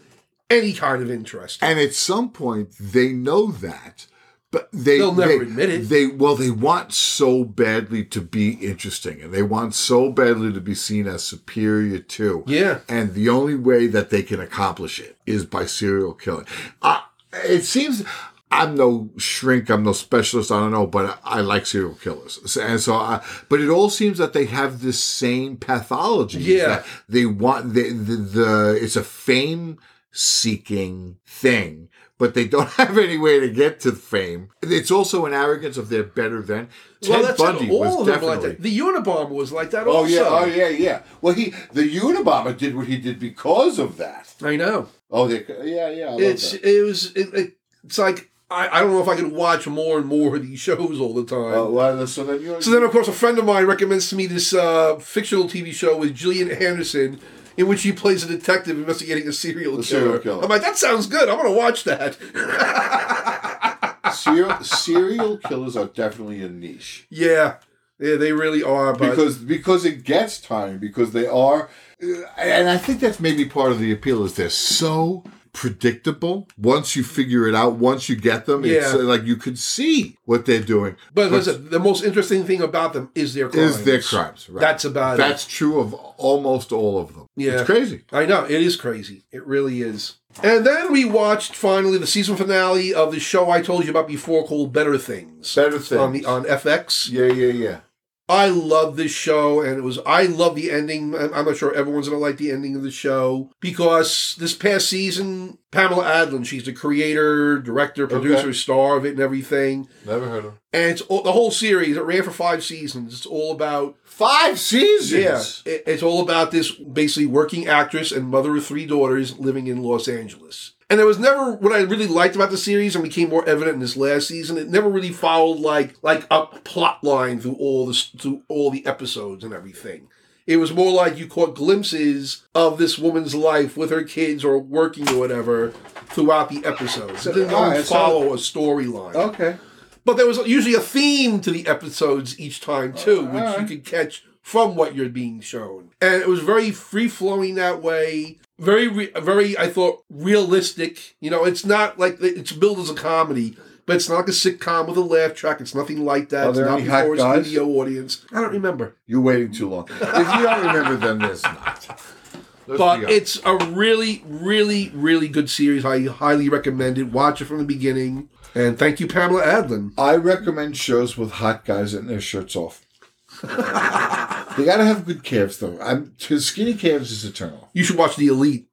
[SPEAKER 1] any kind of interest.
[SPEAKER 2] and at some point they know that. But they
[SPEAKER 1] They'll never
[SPEAKER 2] they,
[SPEAKER 1] admit it.
[SPEAKER 2] They well they want so badly to be interesting and they want so badly to be seen as superior to.
[SPEAKER 1] Yeah.
[SPEAKER 2] And the only way that they can accomplish it is by serial killing. I, it seems I'm no shrink, I'm no specialist, I don't know, but I, I like serial killers. So- And so I, but it all seems that they have this same pathology. is
[SPEAKER 1] Yeah.
[SPEAKER 2] that They want the, the, the it's a fame seeking thing. But they don't have any way to get to fame. It's also an arrogance of they're better than. Ted Bundy was
[SPEAKER 1] them were
[SPEAKER 2] definitely
[SPEAKER 1] like that. The Unabomber was like that
[SPEAKER 2] Oh
[SPEAKER 1] also.
[SPEAKER 2] yeah, oh yeah, yeah. Well, he the Unabomber did what he did because of that.
[SPEAKER 1] I know.
[SPEAKER 2] Oh, they, yeah, yeah. I love
[SPEAKER 1] It's
[SPEAKER 2] that.
[SPEAKER 1] it was it, it- it's like I, I don't know if I could watch more and more of these shows all the time.
[SPEAKER 2] Oh, well, so then you're
[SPEAKER 1] So then, of course, a friend of mine recommends to me this uh, fictional TV show with Gillian Anderson. in which he plays a detective investigating a serial, killer.
[SPEAKER 2] A serial killer.
[SPEAKER 1] I'm like, that sounds good. I'm gonna watch that.
[SPEAKER 2] Serial, serial killers are definitely a niche
[SPEAKER 1] yeah, yeah, they really are. But
[SPEAKER 2] because because it gets time because they are, and I think that's maybe part of the appeal is they're so predictable. Once you figure it out, once you get them, it's
[SPEAKER 1] Yeah.
[SPEAKER 2] like you can see what they're doing.
[SPEAKER 1] but listen, the most interesting thing about them is their crimes.
[SPEAKER 2] Is their crimes right?
[SPEAKER 1] That's about it.
[SPEAKER 2] That's true of almost all of them.
[SPEAKER 1] Yeah.
[SPEAKER 2] It's crazy.
[SPEAKER 1] I know it is crazy. It really is. And then we watched finally the season finale of the show I told you about before called Better Things
[SPEAKER 2] Better thing.
[SPEAKER 1] on the on FX.
[SPEAKER 2] yeah, yeah, yeah.
[SPEAKER 1] I love this show, and it was I love the ending. I'm I'm not sure everyone's gonna like the ending of the show because this past season, Pamela Adlin, she's the creator, director, producer,
[SPEAKER 2] Okay.
[SPEAKER 1] star of it, and everything.
[SPEAKER 2] Never heard of them.
[SPEAKER 1] And it's all, the whole series. It ran for five seasons. It's all about
[SPEAKER 2] Five seasons.
[SPEAKER 1] yeah, it- it's all about this basically working actress and mother of three daughters living in Los Angeles. And there was never what I really liked about the series, and became more evident in this last season. It never really followed like like a plot line through all this through all the episodes and everything. It was more like you caught glimpses of this woman's life with her kids or working or whatever throughout the episodes. It didn't
[SPEAKER 2] all right,
[SPEAKER 1] really
[SPEAKER 2] so-
[SPEAKER 1] follow a storyline.
[SPEAKER 2] Okay.
[SPEAKER 1] But there was usually a theme to the episodes each
[SPEAKER 2] Oh,
[SPEAKER 1] time too, which you could catch from what you're being shown, and it was very free flowing that way. Very, re- very, I thought realistic. You know, it's not like it's billed as a comedy, but it's not like a sitcom with a laugh track. It's nothing like that.
[SPEAKER 2] Are
[SPEAKER 1] it's
[SPEAKER 2] there
[SPEAKER 1] not
[SPEAKER 2] any hot
[SPEAKER 1] before
[SPEAKER 2] guys?
[SPEAKER 1] it's video audience. I don't remember,
[SPEAKER 2] You're waiting too long. If you don't remember them, there's not. Let's be
[SPEAKER 1] but
[SPEAKER 2] honest.
[SPEAKER 1] it's a really, really, really good series. I highly recommend it. Watch it from the beginning, and thank you, Pamela Adlin.
[SPEAKER 2] I recommend shows with hot guys in their shirts off. they gotta have good calves though. I'm cause skinny calves is eternal.
[SPEAKER 1] You should watch The Elite.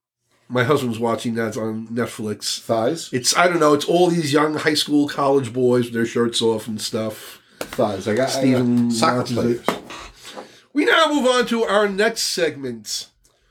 [SPEAKER 1] My husband's watching that on Netflix.
[SPEAKER 2] Thighs,
[SPEAKER 1] It's I don't know. It's all these young high school college boys with their shirts off and stuff.
[SPEAKER 2] thighs. I got I
[SPEAKER 1] Steven
[SPEAKER 2] got soccer
[SPEAKER 1] watches
[SPEAKER 2] players.
[SPEAKER 1] We now move on to our next segment,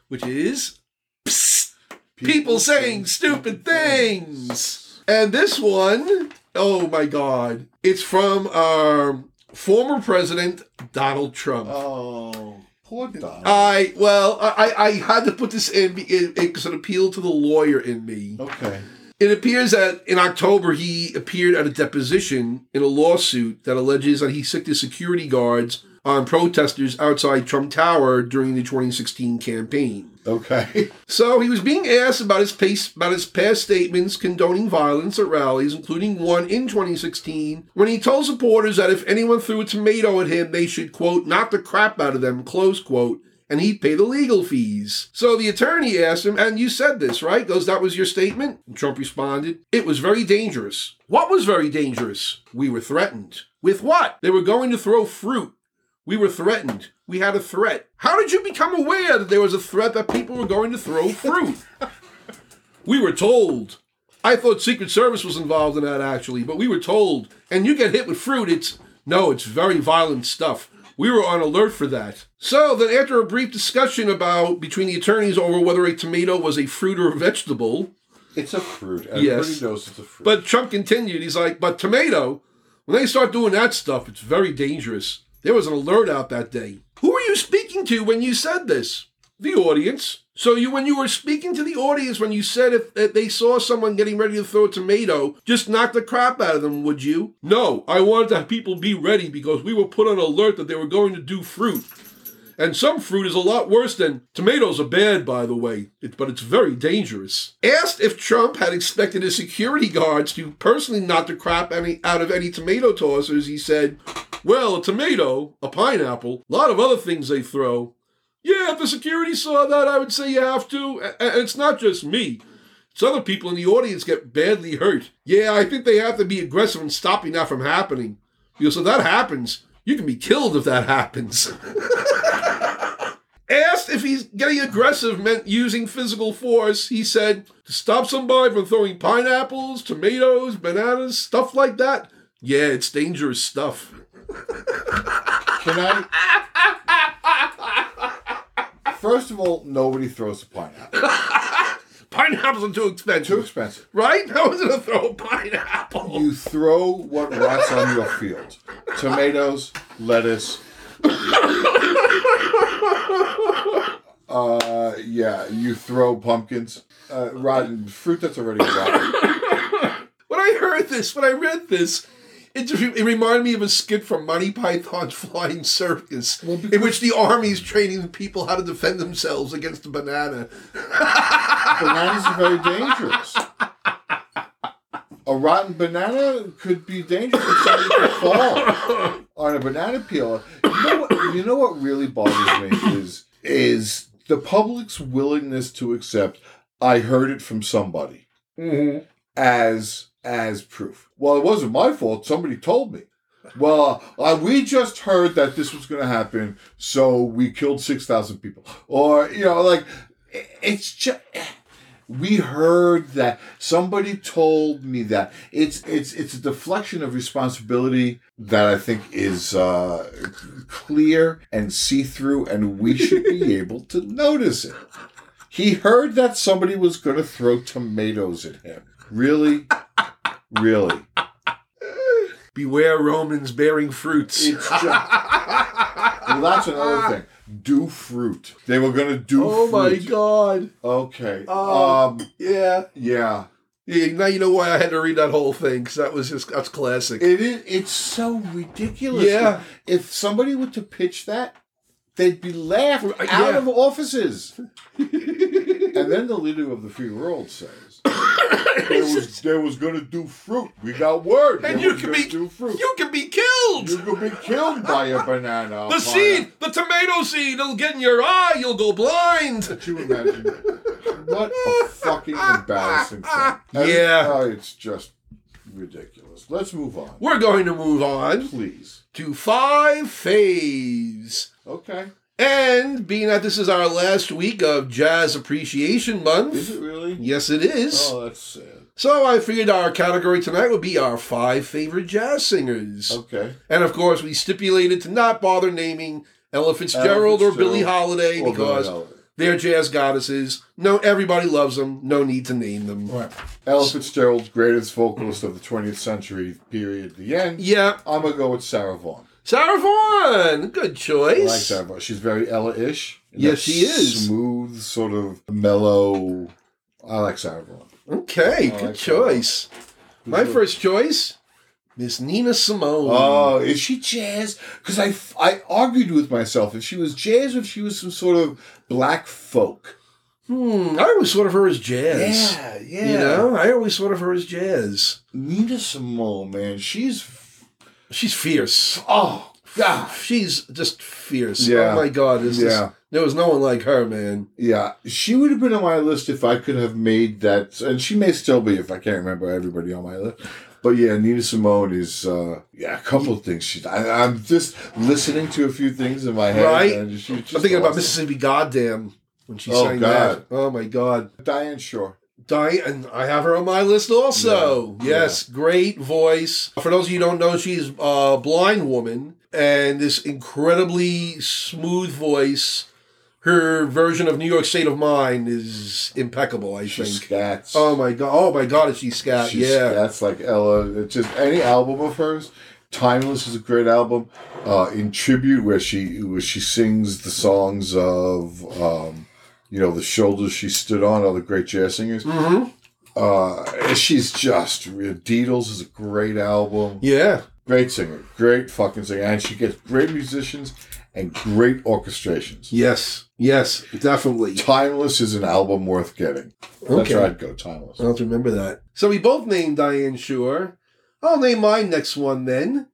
[SPEAKER 1] which is Psst, people, saying stupid things. And this one, oh my god, it's from our former president Donald Trump.
[SPEAKER 2] Oh, poor dog.
[SPEAKER 1] I well, I I I had to put this in because it, it appealed to the lawyer in me.
[SPEAKER 2] okay.
[SPEAKER 1] It appears that in October he appeared at a deposition in a lawsuit that alleges that he sicked his security guards on protesters outside Trump Tower during the 2016 campaign.
[SPEAKER 2] Okay.
[SPEAKER 1] So he was being asked about his pace, about his past statements condoning violence at rallies, including one in 2016, when he told supporters that if anyone threw a tomato at him, they should quote knock the crap out of them close quote. And he'd pay the legal fees. So the attorney asked him, and you said this, right? Goes, that was your statement? And Trump responded, it was very dangerous. What was very dangerous? We were threatened. With what? They were going to throw fruit. We were threatened. We had a threat. How did you become aware that there was a threat that people were going to throw fruit? we were told. I thought Secret Service was involved in that actually, but we were told. And you get hit with fruit, it's no, it's very violent stuff. We were on alert for that. So then after a brief discussion about between the attorneys over whether a tomato was a fruit or a vegetable,
[SPEAKER 2] It's a fruit.
[SPEAKER 1] Yes.
[SPEAKER 2] Everybody knows it's a fruit.
[SPEAKER 1] but Trump continued. He's like, but tomato, when they start doing that stuff, it's very dangerous. There was an alert out that day. Who were you speaking to when you said this? The audience. So you, when you were speaking to the audience, when you said if, if they saw someone getting ready to throw a tomato, just knock the crap out of them, would you? No, I wanted to have people be ready because we were put on alert that they were going to do fruit. And some fruit is a lot worse than tomatoes are bad, by the way, it, but it's very dangerous. Asked if Trump had expected his security guards to personally knock the crap any, out of any tomato tossers, he said, Well, a tomato, a pineapple, a lot of other things they throw. Yeah, if the security saw that, I would say you have to. A- And it's not just me. It's other people in the audience get badly hurt. Yeah, I think they have to be aggressive in stopping that from happening. Because if that happens, you can be killed if that happens. Asked if he's getting aggressive meant using physical force, he said, to stop somebody from throwing pineapples, tomatoes, bananas, stuff like that. Yeah, it's dangerous stuff.
[SPEAKER 2] Can I? First of all, nobody throws a pineapple.
[SPEAKER 1] Pineapples are too
[SPEAKER 2] Too
[SPEAKER 1] expensive,
[SPEAKER 2] expensive.
[SPEAKER 1] right? How was it to throw a pineapple?
[SPEAKER 2] You throw what rots on your field: tomatoes, lettuce. Uh, yeah, you throw pumpkins, uh, rotten fruit that's already rotten.
[SPEAKER 1] when I heard this, when I read this, it, just, it reminded me of a skit from Monty Python's Flying Circus, in which the army is training people how to defend themselves against a banana.
[SPEAKER 2] Bananas are very dangerous. A rotten banana could be dangerous. Somebody could fall on a banana peel. You know what, you know what really bothers me is is the public's willingness to accept. I heard it from somebody
[SPEAKER 1] Mm-hmm.
[SPEAKER 2] as as proof. Well, it wasn't my fault. Somebody told me. Well, uh, we just heard that this was going to happen, so we killed six thousand people. Or you know, like i- it's just we heard that somebody told me that. It's it's it's a deflection of responsibility that I think is uh, clear and see through, and we should be able to notice it. He heard that somebody was going to throw tomatoes at him. Really? really?
[SPEAKER 1] Beware Romans bearing fruits.
[SPEAKER 2] It's just, well, that's another thing. Do fruit. They were going to do
[SPEAKER 1] oh my
[SPEAKER 2] fruit.
[SPEAKER 1] god.
[SPEAKER 2] Okay.
[SPEAKER 1] Oh.
[SPEAKER 2] Um,
[SPEAKER 1] Yeah.
[SPEAKER 2] yeah.
[SPEAKER 1] yeah. Now you know why I had to read that whole thing, because that was just, that's classic.
[SPEAKER 2] It is, it's so ridiculous.
[SPEAKER 1] Yeah.
[SPEAKER 2] If somebody were to pitch that, they'd be laughed
[SPEAKER 1] Uh,
[SPEAKER 2] out
[SPEAKER 1] yeah.
[SPEAKER 2] of offices. and then the leader of the free world says, there was, there was going to do fruit. We got word.
[SPEAKER 1] And
[SPEAKER 2] They
[SPEAKER 1] you
[SPEAKER 2] was
[SPEAKER 1] can
[SPEAKER 2] gonna
[SPEAKER 1] be-
[SPEAKER 2] do fruit.
[SPEAKER 1] you can be killed!
[SPEAKER 2] You could be killed by a banana.
[SPEAKER 1] the
[SPEAKER 2] Maya.
[SPEAKER 1] seed, the tomato seed, it'll get in your eye, you'll go blind.
[SPEAKER 2] Could you imagine? what a fucking embarrassing thing.
[SPEAKER 1] Yeah.
[SPEAKER 2] Oh, it's just ridiculous. Let's move on.
[SPEAKER 1] We're going to move on
[SPEAKER 2] Please.
[SPEAKER 1] to five phase.
[SPEAKER 2] Okay.
[SPEAKER 1] And being that this is our last week of Jazz Appreciation Month,
[SPEAKER 2] Is it really?
[SPEAKER 1] yes, it is.
[SPEAKER 2] Oh, that's sad.
[SPEAKER 1] So I figured our category tonight would be our five favorite jazz singers.
[SPEAKER 2] Okay.
[SPEAKER 1] And of course, we stipulated to not bother naming Ella Fitzgerald, or
[SPEAKER 2] Fitzgerald
[SPEAKER 1] Billie Holiday
[SPEAKER 2] Well,
[SPEAKER 1] because
[SPEAKER 2] no, no.
[SPEAKER 1] they're jazz goddesses. No, everybody loves them. No need to name them.
[SPEAKER 2] Right. Ella Fitzgerald, greatest vocalist of the 20th century, period, the end.
[SPEAKER 1] Yeah,
[SPEAKER 2] I'm going to go with Sarah Vaughan.
[SPEAKER 1] Sarah Vaughan, good
[SPEAKER 2] I
[SPEAKER 1] choice.
[SPEAKER 2] like Sarah Vaughan. She's very Ella ish.
[SPEAKER 1] Yes, she is.
[SPEAKER 2] Smooth, sort of mellow. I like Sarah Vaughan.
[SPEAKER 1] Okay,
[SPEAKER 2] I
[SPEAKER 1] good
[SPEAKER 2] like
[SPEAKER 1] choice. My
[SPEAKER 2] Who's
[SPEAKER 1] first choice, Miss Nina Simone.
[SPEAKER 2] Oh, is she jazz? Because I, I argued with myself if she was jazz or if she was some sort of black folk.
[SPEAKER 1] Hmm, I always thought of her as jazz.
[SPEAKER 2] yeah.
[SPEAKER 1] You know, I always thought of her as jazz.
[SPEAKER 2] Nina Simone, man, she's
[SPEAKER 1] She's fierce. Ah,
[SPEAKER 2] oh god,
[SPEAKER 1] She's just fierce.
[SPEAKER 2] Yeah.
[SPEAKER 1] Oh my God, is this-
[SPEAKER 2] Yeah.
[SPEAKER 1] there was no one like her, man.
[SPEAKER 2] yeah. She would have been on my list if I could have made that, and she may still be if I can't remember everybody on my list. But yeah, Nina Simone is uh, yeah a couple of things. She I, I'm just listening to a few things in my head.
[SPEAKER 1] Right.
[SPEAKER 2] and she's just
[SPEAKER 1] I'm thinking about
[SPEAKER 2] awesome.
[SPEAKER 1] Mississippi Goddamn when she
[SPEAKER 2] Oh,
[SPEAKER 1] sang
[SPEAKER 2] God.
[SPEAKER 1] that. Oh my God.
[SPEAKER 2] Diane Shore.
[SPEAKER 1] Di- and I have her on my list also.
[SPEAKER 2] Yeah.
[SPEAKER 1] Yes, great voice. For those of you who don't know, she's a blind woman and this incredibly smooth voice. Her version of New York State of Mind is impeccable, I
[SPEAKER 2] She
[SPEAKER 1] think.
[SPEAKER 2] scats.
[SPEAKER 1] Oh my god! Oh my god! Is she scat?
[SPEAKER 2] She's,
[SPEAKER 1] yeah.
[SPEAKER 2] that's like Ella. It's just any album of hers. Timeless is a great album. Uh, in tribute, where she where she sings the songs of, um, you know, the shoulders she stood on, other great jazz singers.
[SPEAKER 1] Mm-hmm.
[SPEAKER 2] Uh, she's just real. Deedles is a great album.
[SPEAKER 1] Yeah.
[SPEAKER 2] Great singer, great fucking singer, and she gets great musicians and great orchestrations.
[SPEAKER 1] Yes. Yes. Definitely.
[SPEAKER 2] Timeless is an album worth getting. That's
[SPEAKER 1] Okay.
[SPEAKER 2] where I'd go. Timeless.
[SPEAKER 1] I'll have to remember that. So we both named Diane Shore. I'll name my next one then.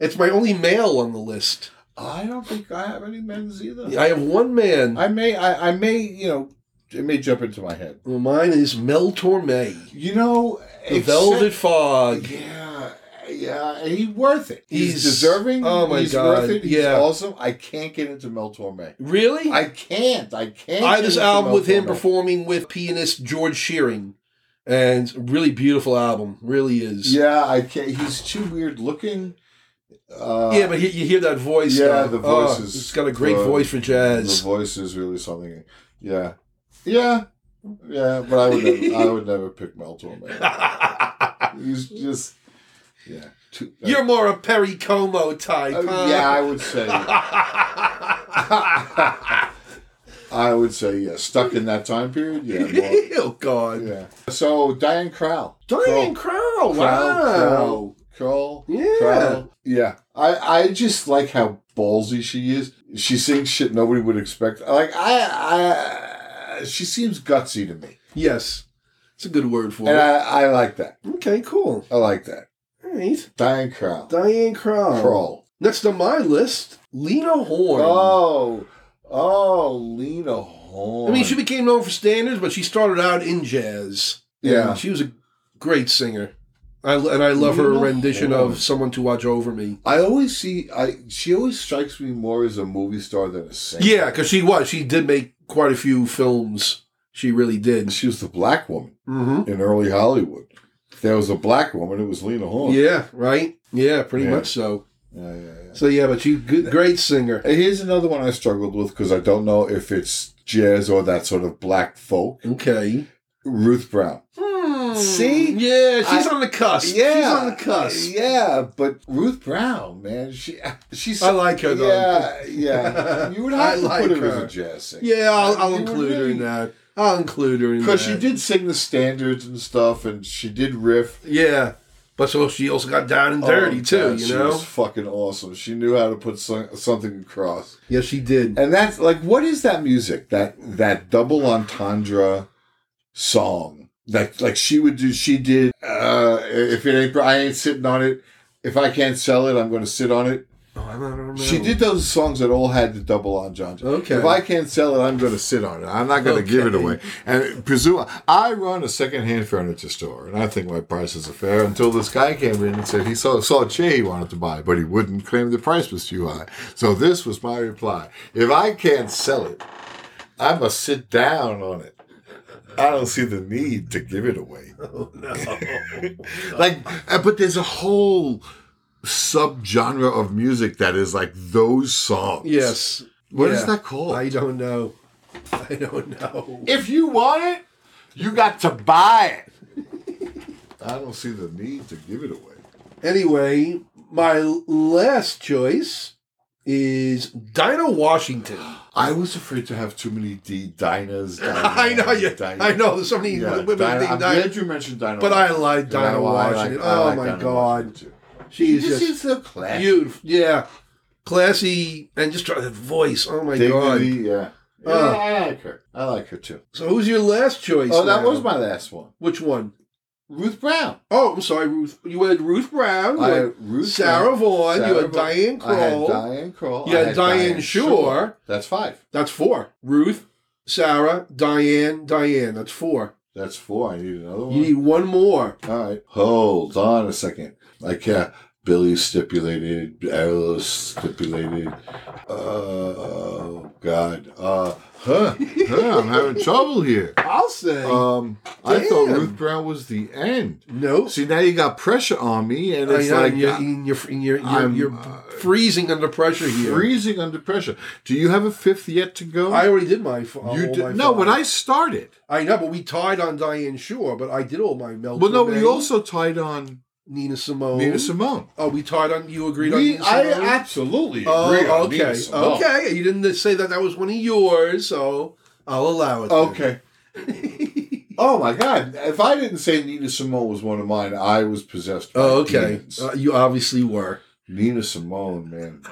[SPEAKER 1] It's my only male on the list.
[SPEAKER 2] I don't think I have any men's either.
[SPEAKER 1] I have one man.
[SPEAKER 2] I may, I, I may, you know, it may jump into my head.
[SPEAKER 1] Well, mine is Mel Torme.
[SPEAKER 2] You know,
[SPEAKER 1] The
[SPEAKER 2] except-
[SPEAKER 1] Velvet Fog.
[SPEAKER 2] Yeah, yeah, he's worth it. He's,
[SPEAKER 1] He's-
[SPEAKER 2] deserving.
[SPEAKER 1] oh my
[SPEAKER 2] he's
[SPEAKER 1] God,
[SPEAKER 2] worth it. He's
[SPEAKER 1] yeah.
[SPEAKER 2] awesome. I can't get into Mel Torme.
[SPEAKER 1] Really? I,
[SPEAKER 2] I can't. I can't.
[SPEAKER 1] had
[SPEAKER 2] get
[SPEAKER 1] this
[SPEAKER 2] into
[SPEAKER 1] album
[SPEAKER 2] Mel
[SPEAKER 1] with him
[SPEAKER 2] Torme.
[SPEAKER 1] performing with pianist George Shearing. And really beautiful album. Really is.
[SPEAKER 2] Yeah, I can't. He's too weird looking. Uh,
[SPEAKER 1] Yeah, but he, you hear that voice.
[SPEAKER 2] Yeah,
[SPEAKER 1] though.
[SPEAKER 2] the voice
[SPEAKER 1] Oh,
[SPEAKER 2] is-
[SPEAKER 1] It's got a great
[SPEAKER 2] the-
[SPEAKER 1] voice for
[SPEAKER 2] the
[SPEAKER 1] jazz.
[SPEAKER 2] voice is really something. Yeah, yeah, yeah. But I would, never, I would never pick Mel Torme. He's just, yeah. Too,
[SPEAKER 1] You're more a Perry
[SPEAKER 2] Oh,
[SPEAKER 1] Como type.
[SPEAKER 2] Uh,
[SPEAKER 1] huh?
[SPEAKER 2] yeah, I would say. I I would say yes. Stuck in that time period, yeah. More,
[SPEAKER 1] oh God,
[SPEAKER 2] yeah. So Diane Crowell.
[SPEAKER 1] Diane Crow.
[SPEAKER 2] Crowell,
[SPEAKER 1] Wow.
[SPEAKER 2] Crowell, Crowell,
[SPEAKER 1] Yeah.
[SPEAKER 2] Crowell. Yeah. I, I just like how ballsy she is. She sings shit nobody would expect. Like I, I she seems gutsy to me,
[SPEAKER 1] Yes, it's a good word for
[SPEAKER 2] and
[SPEAKER 1] it.
[SPEAKER 2] I, I like that.
[SPEAKER 1] okay, cool.
[SPEAKER 2] I like that.
[SPEAKER 1] All right,
[SPEAKER 2] Diane Crowell.
[SPEAKER 1] Diane Crow.
[SPEAKER 2] Crowell.
[SPEAKER 1] Next on my list, Lena Horne.
[SPEAKER 2] Oh, oh, Lena Horne.
[SPEAKER 1] I mean, she became known for standards, but she started out in jazz.
[SPEAKER 2] Yeah.
[SPEAKER 1] And she was a great singer. I, and I love her
[SPEAKER 2] Lena
[SPEAKER 1] rendition
[SPEAKER 2] Horne.
[SPEAKER 1] of "Someone to Watch Over Me."
[SPEAKER 2] I always see. I she always strikes me more as a movie star than a singer.
[SPEAKER 1] Yeah, because she was. She did make quite a few films. She really did.
[SPEAKER 2] she was the black woman
[SPEAKER 1] Mm-hmm.
[SPEAKER 2] in early Hollywood. If there was a black woman, it was Lena Horne.
[SPEAKER 1] Yeah. Right. Yeah. Pretty
[SPEAKER 2] Yeah.
[SPEAKER 1] much so.
[SPEAKER 2] yeah, yeah. yeah.
[SPEAKER 1] So yeah, but she good, great singer.
[SPEAKER 2] And Here's another one I struggled with because I don't know if it's jazz or that sort of black folk.
[SPEAKER 1] Okay.
[SPEAKER 2] Ruth Brown.
[SPEAKER 1] Hmm.
[SPEAKER 2] See?
[SPEAKER 1] Yeah, she's
[SPEAKER 2] I-
[SPEAKER 1] on the cusp. She's on the cusp.
[SPEAKER 2] Yeah, but Ruth Brown, man, she she's.
[SPEAKER 1] I like her though.
[SPEAKER 2] Yeah, yeah. You would have
[SPEAKER 1] I
[SPEAKER 2] to
[SPEAKER 1] like
[SPEAKER 2] put her,
[SPEAKER 1] her.
[SPEAKER 2] as a jazz singer.
[SPEAKER 1] Yeah, I'll, I'll
[SPEAKER 2] You
[SPEAKER 1] include her in
[SPEAKER 2] really-
[SPEAKER 1] that. I'll include her in that.
[SPEAKER 2] Because she did sing the standards and stuff, and she did riff.
[SPEAKER 1] Yeah, but so she also got down and dirty
[SPEAKER 2] Oh,
[SPEAKER 1] too.
[SPEAKER 2] God,
[SPEAKER 1] you
[SPEAKER 2] she
[SPEAKER 1] know.
[SPEAKER 2] was fucking awesome. She knew how to put some, something across.
[SPEAKER 1] Yes, she did.
[SPEAKER 2] And that's like, what is that music? That that double entendre song that like she would do. She did. Uh, if it ain't, I ain't sitting on it. If I can't sell it, I'm going to sit on it.
[SPEAKER 1] Oh, I don't remember.
[SPEAKER 2] She did those songs that all had the double entendre.
[SPEAKER 1] Okay.
[SPEAKER 2] If I can't sell it, I'm going to sit on it. I'm not going to give it
[SPEAKER 1] Okay.
[SPEAKER 2] away. And presume I run a secondhand furniture store, and I think my prices are fair. Until this guy came in and said he saw saw a chair he wanted to buy, but he wouldn't claim the price was too high. So this was my reply: If I can't sell it, I must sit down on it. I don't see the need to give it away.
[SPEAKER 1] Oh,
[SPEAKER 2] like, uh, but there's a whole subgenre of music that is like those songs.
[SPEAKER 1] Yes.
[SPEAKER 2] What is
[SPEAKER 1] Yeah.
[SPEAKER 2] that called?
[SPEAKER 1] I don't know. I don't know.
[SPEAKER 2] if you want it, you got to buy it. I don't see the need to give it away.
[SPEAKER 1] Anyway, my last choice is Dinah Washington.
[SPEAKER 2] I was afraid to have too many D Dinas.
[SPEAKER 1] I know you. I know there's so many women named
[SPEAKER 2] I'm
[SPEAKER 1] Dinah.
[SPEAKER 2] glad you mentioned Dinah.
[SPEAKER 1] But I like
[SPEAKER 2] Washington.
[SPEAKER 1] Dinah Washington. oh my
[SPEAKER 2] Dinah
[SPEAKER 1] God,
[SPEAKER 2] Washington, too.
[SPEAKER 1] she is
[SPEAKER 2] She just
[SPEAKER 1] just
[SPEAKER 2] seems so classy.
[SPEAKER 1] beautiful. Yeah, classy and just try the voice. Oh my God.
[SPEAKER 2] Dignity, yeah. Yeah,
[SPEAKER 1] Uh.
[SPEAKER 2] I like her. I like her too.
[SPEAKER 1] So who's your last choice?
[SPEAKER 2] Oh, that
[SPEAKER 1] now?
[SPEAKER 2] was my last one.
[SPEAKER 1] Which one?
[SPEAKER 2] Ruth Brown.
[SPEAKER 1] Oh, I'm sorry, Ruth. You had Ruth Brown. You
[SPEAKER 2] I
[SPEAKER 1] had
[SPEAKER 2] had Ruth
[SPEAKER 1] Sarah
[SPEAKER 2] Brown,
[SPEAKER 1] Vaughan. you
[SPEAKER 2] Sarah
[SPEAKER 1] had
[SPEAKER 2] Vaughan.
[SPEAKER 1] Diane
[SPEAKER 2] I had
[SPEAKER 1] Kroll.
[SPEAKER 2] Diane Kroll.
[SPEAKER 1] You
[SPEAKER 2] I
[SPEAKER 1] had Diane Shore.
[SPEAKER 2] That's five.
[SPEAKER 1] That's four. Ruth, Sarah, Diane, Diane. That's four.
[SPEAKER 2] That's four. I need another one.
[SPEAKER 1] You need one more.
[SPEAKER 2] All right. Hold on a second. I can't. Billy stipulated. Arlo stipulated. Uh, oh, God. Uh, huh. huh I'm having trouble here.
[SPEAKER 1] I'll say.
[SPEAKER 2] Um, I thought
[SPEAKER 1] Damn.
[SPEAKER 2] Ruth Brown was the end.
[SPEAKER 1] no.
[SPEAKER 2] See, now you got pressure on me, and
[SPEAKER 1] I
[SPEAKER 2] it's
[SPEAKER 1] know,
[SPEAKER 2] like uh,
[SPEAKER 1] you're, and you're, and you're, you're,
[SPEAKER 2] I'm,
[SPEAKER 1] you're
[SPEAKER 2] uh,
[SPEAKER 1] freezing under pressure here.
[SPEAKER 2] freezing under pressure. Do you have a fifth yet to go?
[SPEAKER 1] I already did my. Fo- all
[SPEAKER 2] you
[SPEAKER 1] my
[SPEAKER 2] did, no,
[SPEAKER 1] five.
[SPEAKER 2] when I started.
[SPEAKER 1] I know, but we tied on Diane Shore, but I did all my Mel.
[SPEAKER 2] Well, no,
[SPEAKER 1] Torme,
[SPEAKER 2] we also tied on
[SPEAKER 1] Nina Simone.
[SPEAKER 2] Nina Simone.
[SPEAKER 1] Oh, we tied on. You agreed on
[SPEAKER 2] We,
[SPEAKER 1] Nina Simone.
[SPEAKER 2] I absolutely agree.
[SPEAKER 1] Oh,
[SPEAKER 2] on Nina
[SPEAKER 1] okay.
[SPEAKER 2] Simone.
[SPEAKER 1] Okay. You didn't say that that was one of yours, so I'll allow it. then.
[SPEAKER 2] Okay. oh my God! If I didn't say Nina Simone was one of mine, I was possessed. By
[SPEAKER 1] Oh, okay.
[SPEAKER 2] demons.
[SPEAKER 1] Uh, you obviously were.
[SPEAKER 2] Nina Simone, man,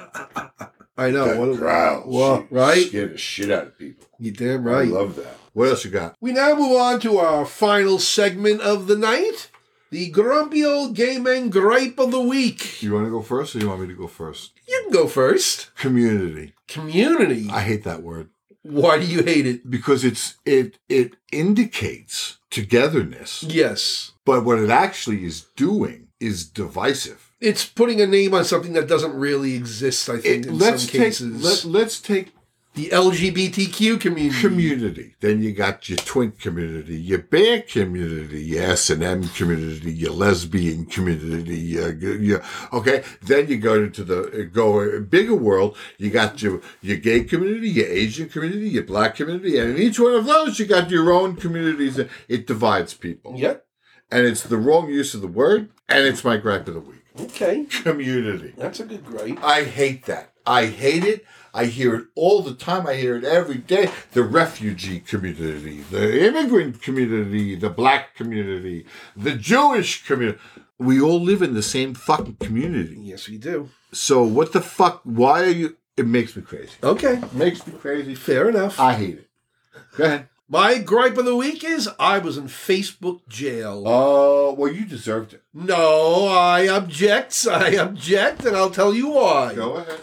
[SPEAKER 1] I know.
[SPEAKER 2] that
[SPEAKER 1] Oh, what a-
[SPEAKER 2] growl,
[SPEAKER 1] Well,
[SPEAKER 2] she
[SPEAKER 1] right?
[SPEAKER 2] scared the shit out of people.
[SPEAKER 1] You damn
[SPEAKER 2] I
[SPEAKER 1] right.
[SPEAKER 2] love that. What else you got?
[SPEAKER 1] We now move on to our final segment of the night the grumpy old gay man gripe of the week.
[SPEAKER 2] You want to go first, or you want me to go first?
[SPEAKER 1] You can go first.
[SPEAKER 2] Community.
[SPEAKER 1] Community.
[SPEAKER 2] I hate that word
[SPEAKER 1] Why do you hate it?
[SPEAKER 2] because it's it it indicates togetherness,
[SPEAKER 1] Yes.
[SPEAKER 2] but what it actually is doing is divisive.
[SPEAKER 1] It's putting a name on something that doesn't really exist, I think,
[SPEAKER 2] It-
[SPEAKER 1] in
[SPEAKER 2] let's
[SPEAKER 1] some
[SPEAKER 2] take
[SPEAKER 1] cases.
[SPEAKER 2] Let, let's take
[SPEAKER 1] the LGBTQ community.
[SPEAKER 2] community. Then you got your twink community, your bear community, your S and M community, your lesbian community. Your, your, okay, then you go into the go a bigger world. You got your your gay community, your Asian community, your black community, and in each one of those, you got your own communities. It divides people,
[SPEAKER 1] Yep.
[SPEAKER 2] and it's the wrong use of the word. And it's my gripe of the week:
[SPEAKER 1] Okay.
[SPEAKER 2] community.
[SPEAKER 1] That's a good gripe.
[SPEAKER 2] I hate that. I hate it. I hear it all the time. I hear it every day. The refugee community, the immigrant community, the black community, the Jewish community. We all live in the same fucking community.
[SPEAKER 1] Yes, we do.
[SPEAKER 2] So what the fuck? Why are you? It makes me crazy.
[SPEAKER 1] Okay,
[SPEAKER 2] It makes me crazy.
[SPEAKER 1] fair enough.
[SPEAKER 2] I hate it. Go ahead.
[SPEAKER 1] My gripe of the week is I was in Facebook jail.
[SPEAKER 2] Oh, well, you deserved it.
[SPEAKER 1] No, I object. I object, and I'll tell you why.
[SPEAKER 2] Go ahead.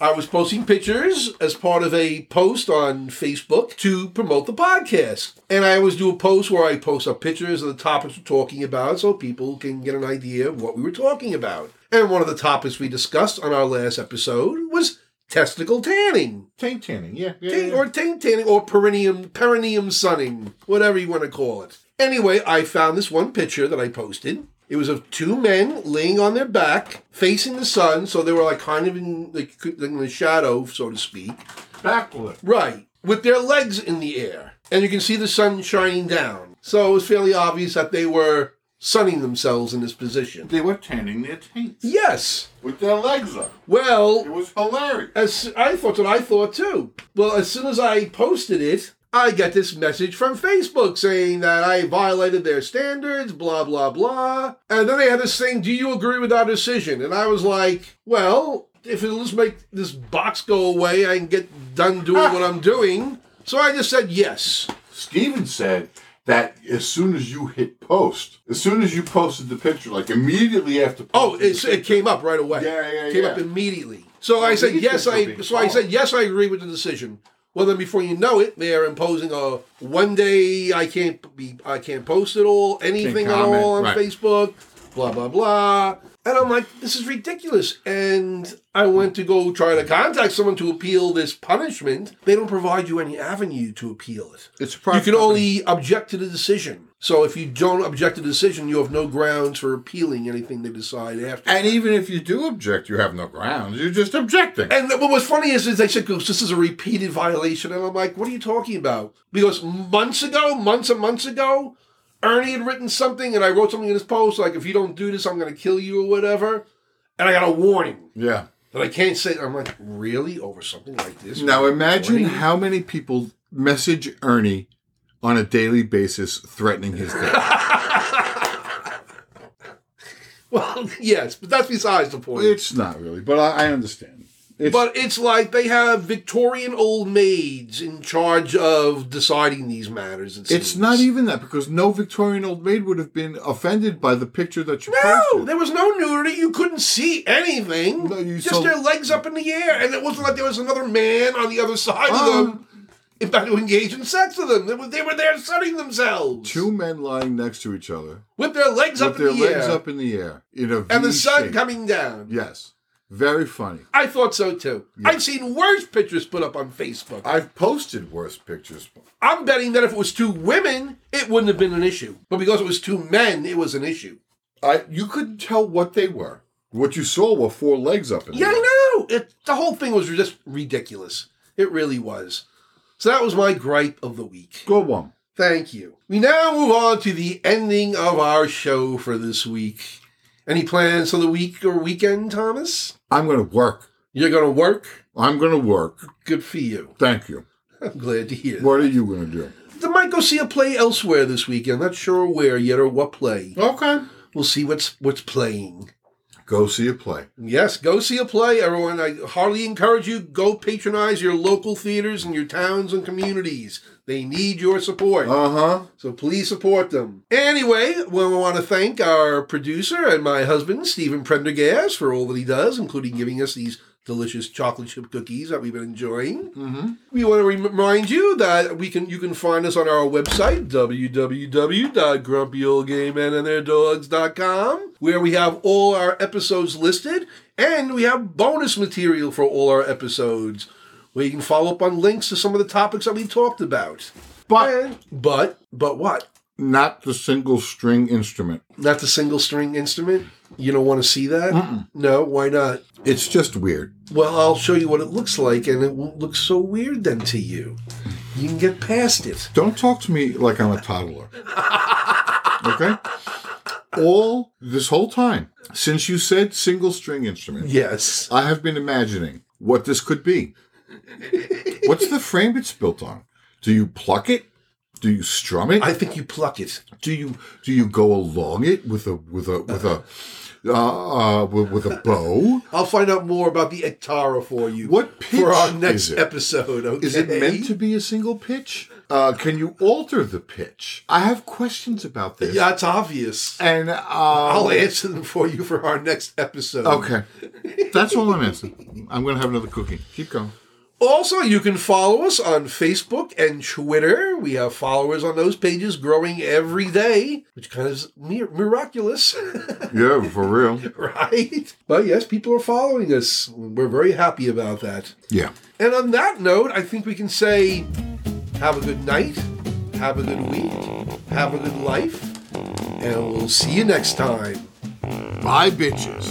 [SPEAKER 1] I was posting pictures as part of a post on Facebook to promote the podcast. And I always do a post where I post up pictures of the topics we're talking about so people can get an idea of what we were talking about. And one of the topics we discussed on our last episode was testicle tanning.
[SPEAKER 2] Taint tanning, yeah. yeah,
[SPEAKER 1] Tan-
[SPEAKER 2] yeah.
[SPEAKER 1] or taint tanning or perineum perineum sunning, whatever you want to call it. Anyway, I found this one picture that I posted. It was of two men laying on their back, facing the sun, so they were like kind of in like in the shadow, so to speak.
[SPEAKER 2] backward.
[SPEAKER 1] Right, with their legs in the air, and you can see the sun shining down. So it was fairly obvious that they were sunning themselves in this position.
[SPEAKER 2] They were tanning their taints
[SPEAKER 1] Yes.
[SPEAKER 2] with their legs up.
[SPEAKER 1] Well,
[SPEAKER 2] It was hilarious.
[SPEAKER 1] As I thought what I thought too. Well, as soon as I posted it, I get this message from Facebook saying that I violated their standards, blah blah blah. And then they had this thing, "Do you agree with our decision?" And I was like, "Well, if it'll just make this box go away, I can get done doing what I'm doing." So I just said yes.
[SPEAKER 2] Steven said that as soon as you hit post, as soon as you posted the picture, like immediately after.
[SPEAKER 1] Oh,
[SPEAKER 2] posting
[SPEAKER 1] it's,
[SPEAKER 2] the
[SPEAKER 1] it came up right away.
[SPEAKER 2] Yeah, yeah,
[SPEAKER 1] Came
[SPEAKER 2] yeah.
[SPEAKER 1] up immediately. So I said
[SPEAKER 2] these
[SPEAKER 1] yes.
[SPEAKER 2] things are
[SPEAKER 1] I
[SPEAKER 2] being
[SPEAKER 1] so I said
[SPEAKER 2] followed.
[SPEAKER 1] yes. I agree with the decision. Well, then before you know it, they're imposing a one day I can't be I can't post at all anything at
[SPEAKER 2] comment,
[SPEAKER 1] all on
[SPEAKER 2] right.
[SPEAKER 1] Facebook. Blah blah blah. And I'm like, this is ridiculous. And I went to go try to contact someone to appeal this punishment. They don't provide you any avenue to appeal it.
[SPEAKER 2] It's a
[SPEAKER 1] You
[SPEAKER 2] private
[SPEAKER 1] can
[SPEAKER 2] company.
[SPEAKER 1] only object to the decision. So if you don't object to the decision, you have no grounds for appealing anything they decide after.
[SPEAKER 2] And even if you do object, you have no grounds. You're just objecting.
[SPEAKER 1] And what was funny is, is they said, "Goose, this is a repeated violation. And I'm like, what are you talking about? Because months ago, months and months ago, Ernie had written something, and I wrote something in his post, like, if you don't do this, I'm going to kill you or whatever. And I got a warning
[SPEAKER 2] yeah.
[SPEAKER 1] that I can't say. I'm like, really? Over something like this?
[SPEAKER 4] Now imagine
[SPEAKER 1] Warning?
[SPEAKER 4] how many people message Ernie on a daily basis threatening his death.
[SPEAKER 1] Well, yes, but that's besides the point.
[SPEAKER 4] it's not really, but I, I understand. It's,
[SPEAKER 1] But it's like they have Victorian old maids in charge of deciding these matters. It
[SPEAKER 4] it's
[SPEAKER 1] seems.
[SPEAKER 4] not even that because no Victorian old maid would have been offended by the picture that you
[SPEAKER 1] No,
[SPEAKER 4] posted.
[SPEAKER 1] there was no nudity. You couldn't see anything.
[SPEAKER 4] No, you
[SPEAKER 1] Just
[SPEAKER 4] saw-
[SPEAKER 1] their legs up in the air, and it wasn't like there was another man on the other side of
[SPEAKER 4] Um,
[SPEAKER 1] them. In fact, to engage in sex with them, they were, they were there sunning themselves
[SPEAKER 4] Two men lying next to each other
[SPEAKER 1] with their legs up
[SPEAKER 4] with their
[SPEAKER 1] in the
[SPEAKER 4] legs
[SPEAKER 1] air
[SPEAKER 4] up in the air in a
[SPEAKER 1] and the
[SPEAKER 4] V
[SPEAKER 1] sun
[SPEAKER 4] shape.
[SPEAKER 1] coming down.
[SPEAKER 4] Yes, very funny.
[SPEAKER 1] I thought so too. I've seen worse pictures put up on Facebook.
[SPEAKER 2] I've posted worse pictures.
[SPEAKER 1] I'm betting that if it was two women, it wouldn't have been an issue. But because it was two men, it was an issue.
[SPEAKER 2] I you couldn't tell what they were.
[SPEAKER 4] What you saw were four legs up in
[SPEAKER 1] Yeah,
[SPEAKER 4] the air.
[SPEAKER 1] I know. It, the whole thing was just ridiculous. It really was. So that was my gripe of the week.
[SPEAKER 4] Go on.
[SPEAKER 1] Thank you. We now move on to the ending of our show for this week. Any plans for the week or weekend, Thomas?
[SPEAKER 4] I'm going to work.
[SPEAKER 1] You're going to work?
[SPEAKER 4] I'm going to work.
[SPEAKER 1] Good for you.
[SPEAKER 4] Thank you.
[SPEAKER 1] I'm glad to hear.
[SPEAKER 4] What are you going to do?
[SPEAKER 1] They might go see a play elsewhere this weekend. Not sure where yet or what play.
[SPEAKER 2] Okay.
[SPEAKER 1] We'll see what's what's playing.
[SPEAKER 4] Go see a play.
[SPEAKER 1] Yes, go see a play, everyone. I heartily encourage you. Go patronize your local theaters and your towns and communities. They need your support.
[SPEAKER 4] Uh huh.
[SPEAKER 1] So please support them. Anyway, well, I want to thank our producer and my husband, Stephen Prendergast, for all that he does, including giving us these delicious chocolate chip cookies that we've been enjoying.
[SPEAKER 4] Mm-hmm.
[SPEAKER 1] We want to remind you that we can you can find us on our website www.grumpyoldgaymenandtheirdogs.com where we have all our episodes listed and we have bonus material for all our episodes where you can follow up on links to some of the topics that we talked about.
[SPEAKER 4] But
[SPEAKER 1] And, but but what?
[SPEAKER 4] not the single string instrument.
[SPEAKER 1] Not the single string instrument? You don't want to see that? No, why not?
[SPEAKER 4] It's just weird.
[SPEAKER 1] Well, I'll show you what it looks like and it won't look so weird then to you. You can get past it.
[SPEAKER 4] Don't talk to me like I'm a toddler. Okay? All this whole time, since you said single string instrument,
[SPEAKER 1] Yes.
[SPEAKER 4] I have been imagining what this could be.
[SPEAKER 2] What's the frame it's built on? Do you pluck it? Do you strum it?
[SPEAKER 1] I think you pluck it.
[SPEAKER 2] do you do you go along it with a with a with a uh, uh, with, with a bow?
[SPEAKER 1] I'll find out more about the Ektara for you.
[SPEAKER 2] What pitch
[SPEAKER 1] for our next
[SPEAKER 2] is it?
[SPEAKER 1] episode? Okay?
[SPEAKER 2] Is it meant to be a single pitch? Uh, can you alter the pitch? I have questions about this.
[SPEAKER 1] Yeah, it's obvious.
[SPEAKER 2] And uh,
[SPEAKER 1] I'll answer them for you for our next episode.
[SPEAKER 2] Okay. That's all I'm asking. I'm going to have another cookie. Keep going.
[SPEAKER 1] Also, you can follow us on Facebook and Twitter. We have followers on those pages growing every day, which kind of is mir- miraculous,
[SPEAKER 2] Yeah, for real.
[SPEAKER 1] right? But yes, people are following us. We're very happy about that.
[SPEAKER 2] Yeah.
[SPEAKER 1] And on that note, I think we can say have a good night, have a good week, have a good life, and we'll see you next time.
[SPEAKER 2] Bye, bitches.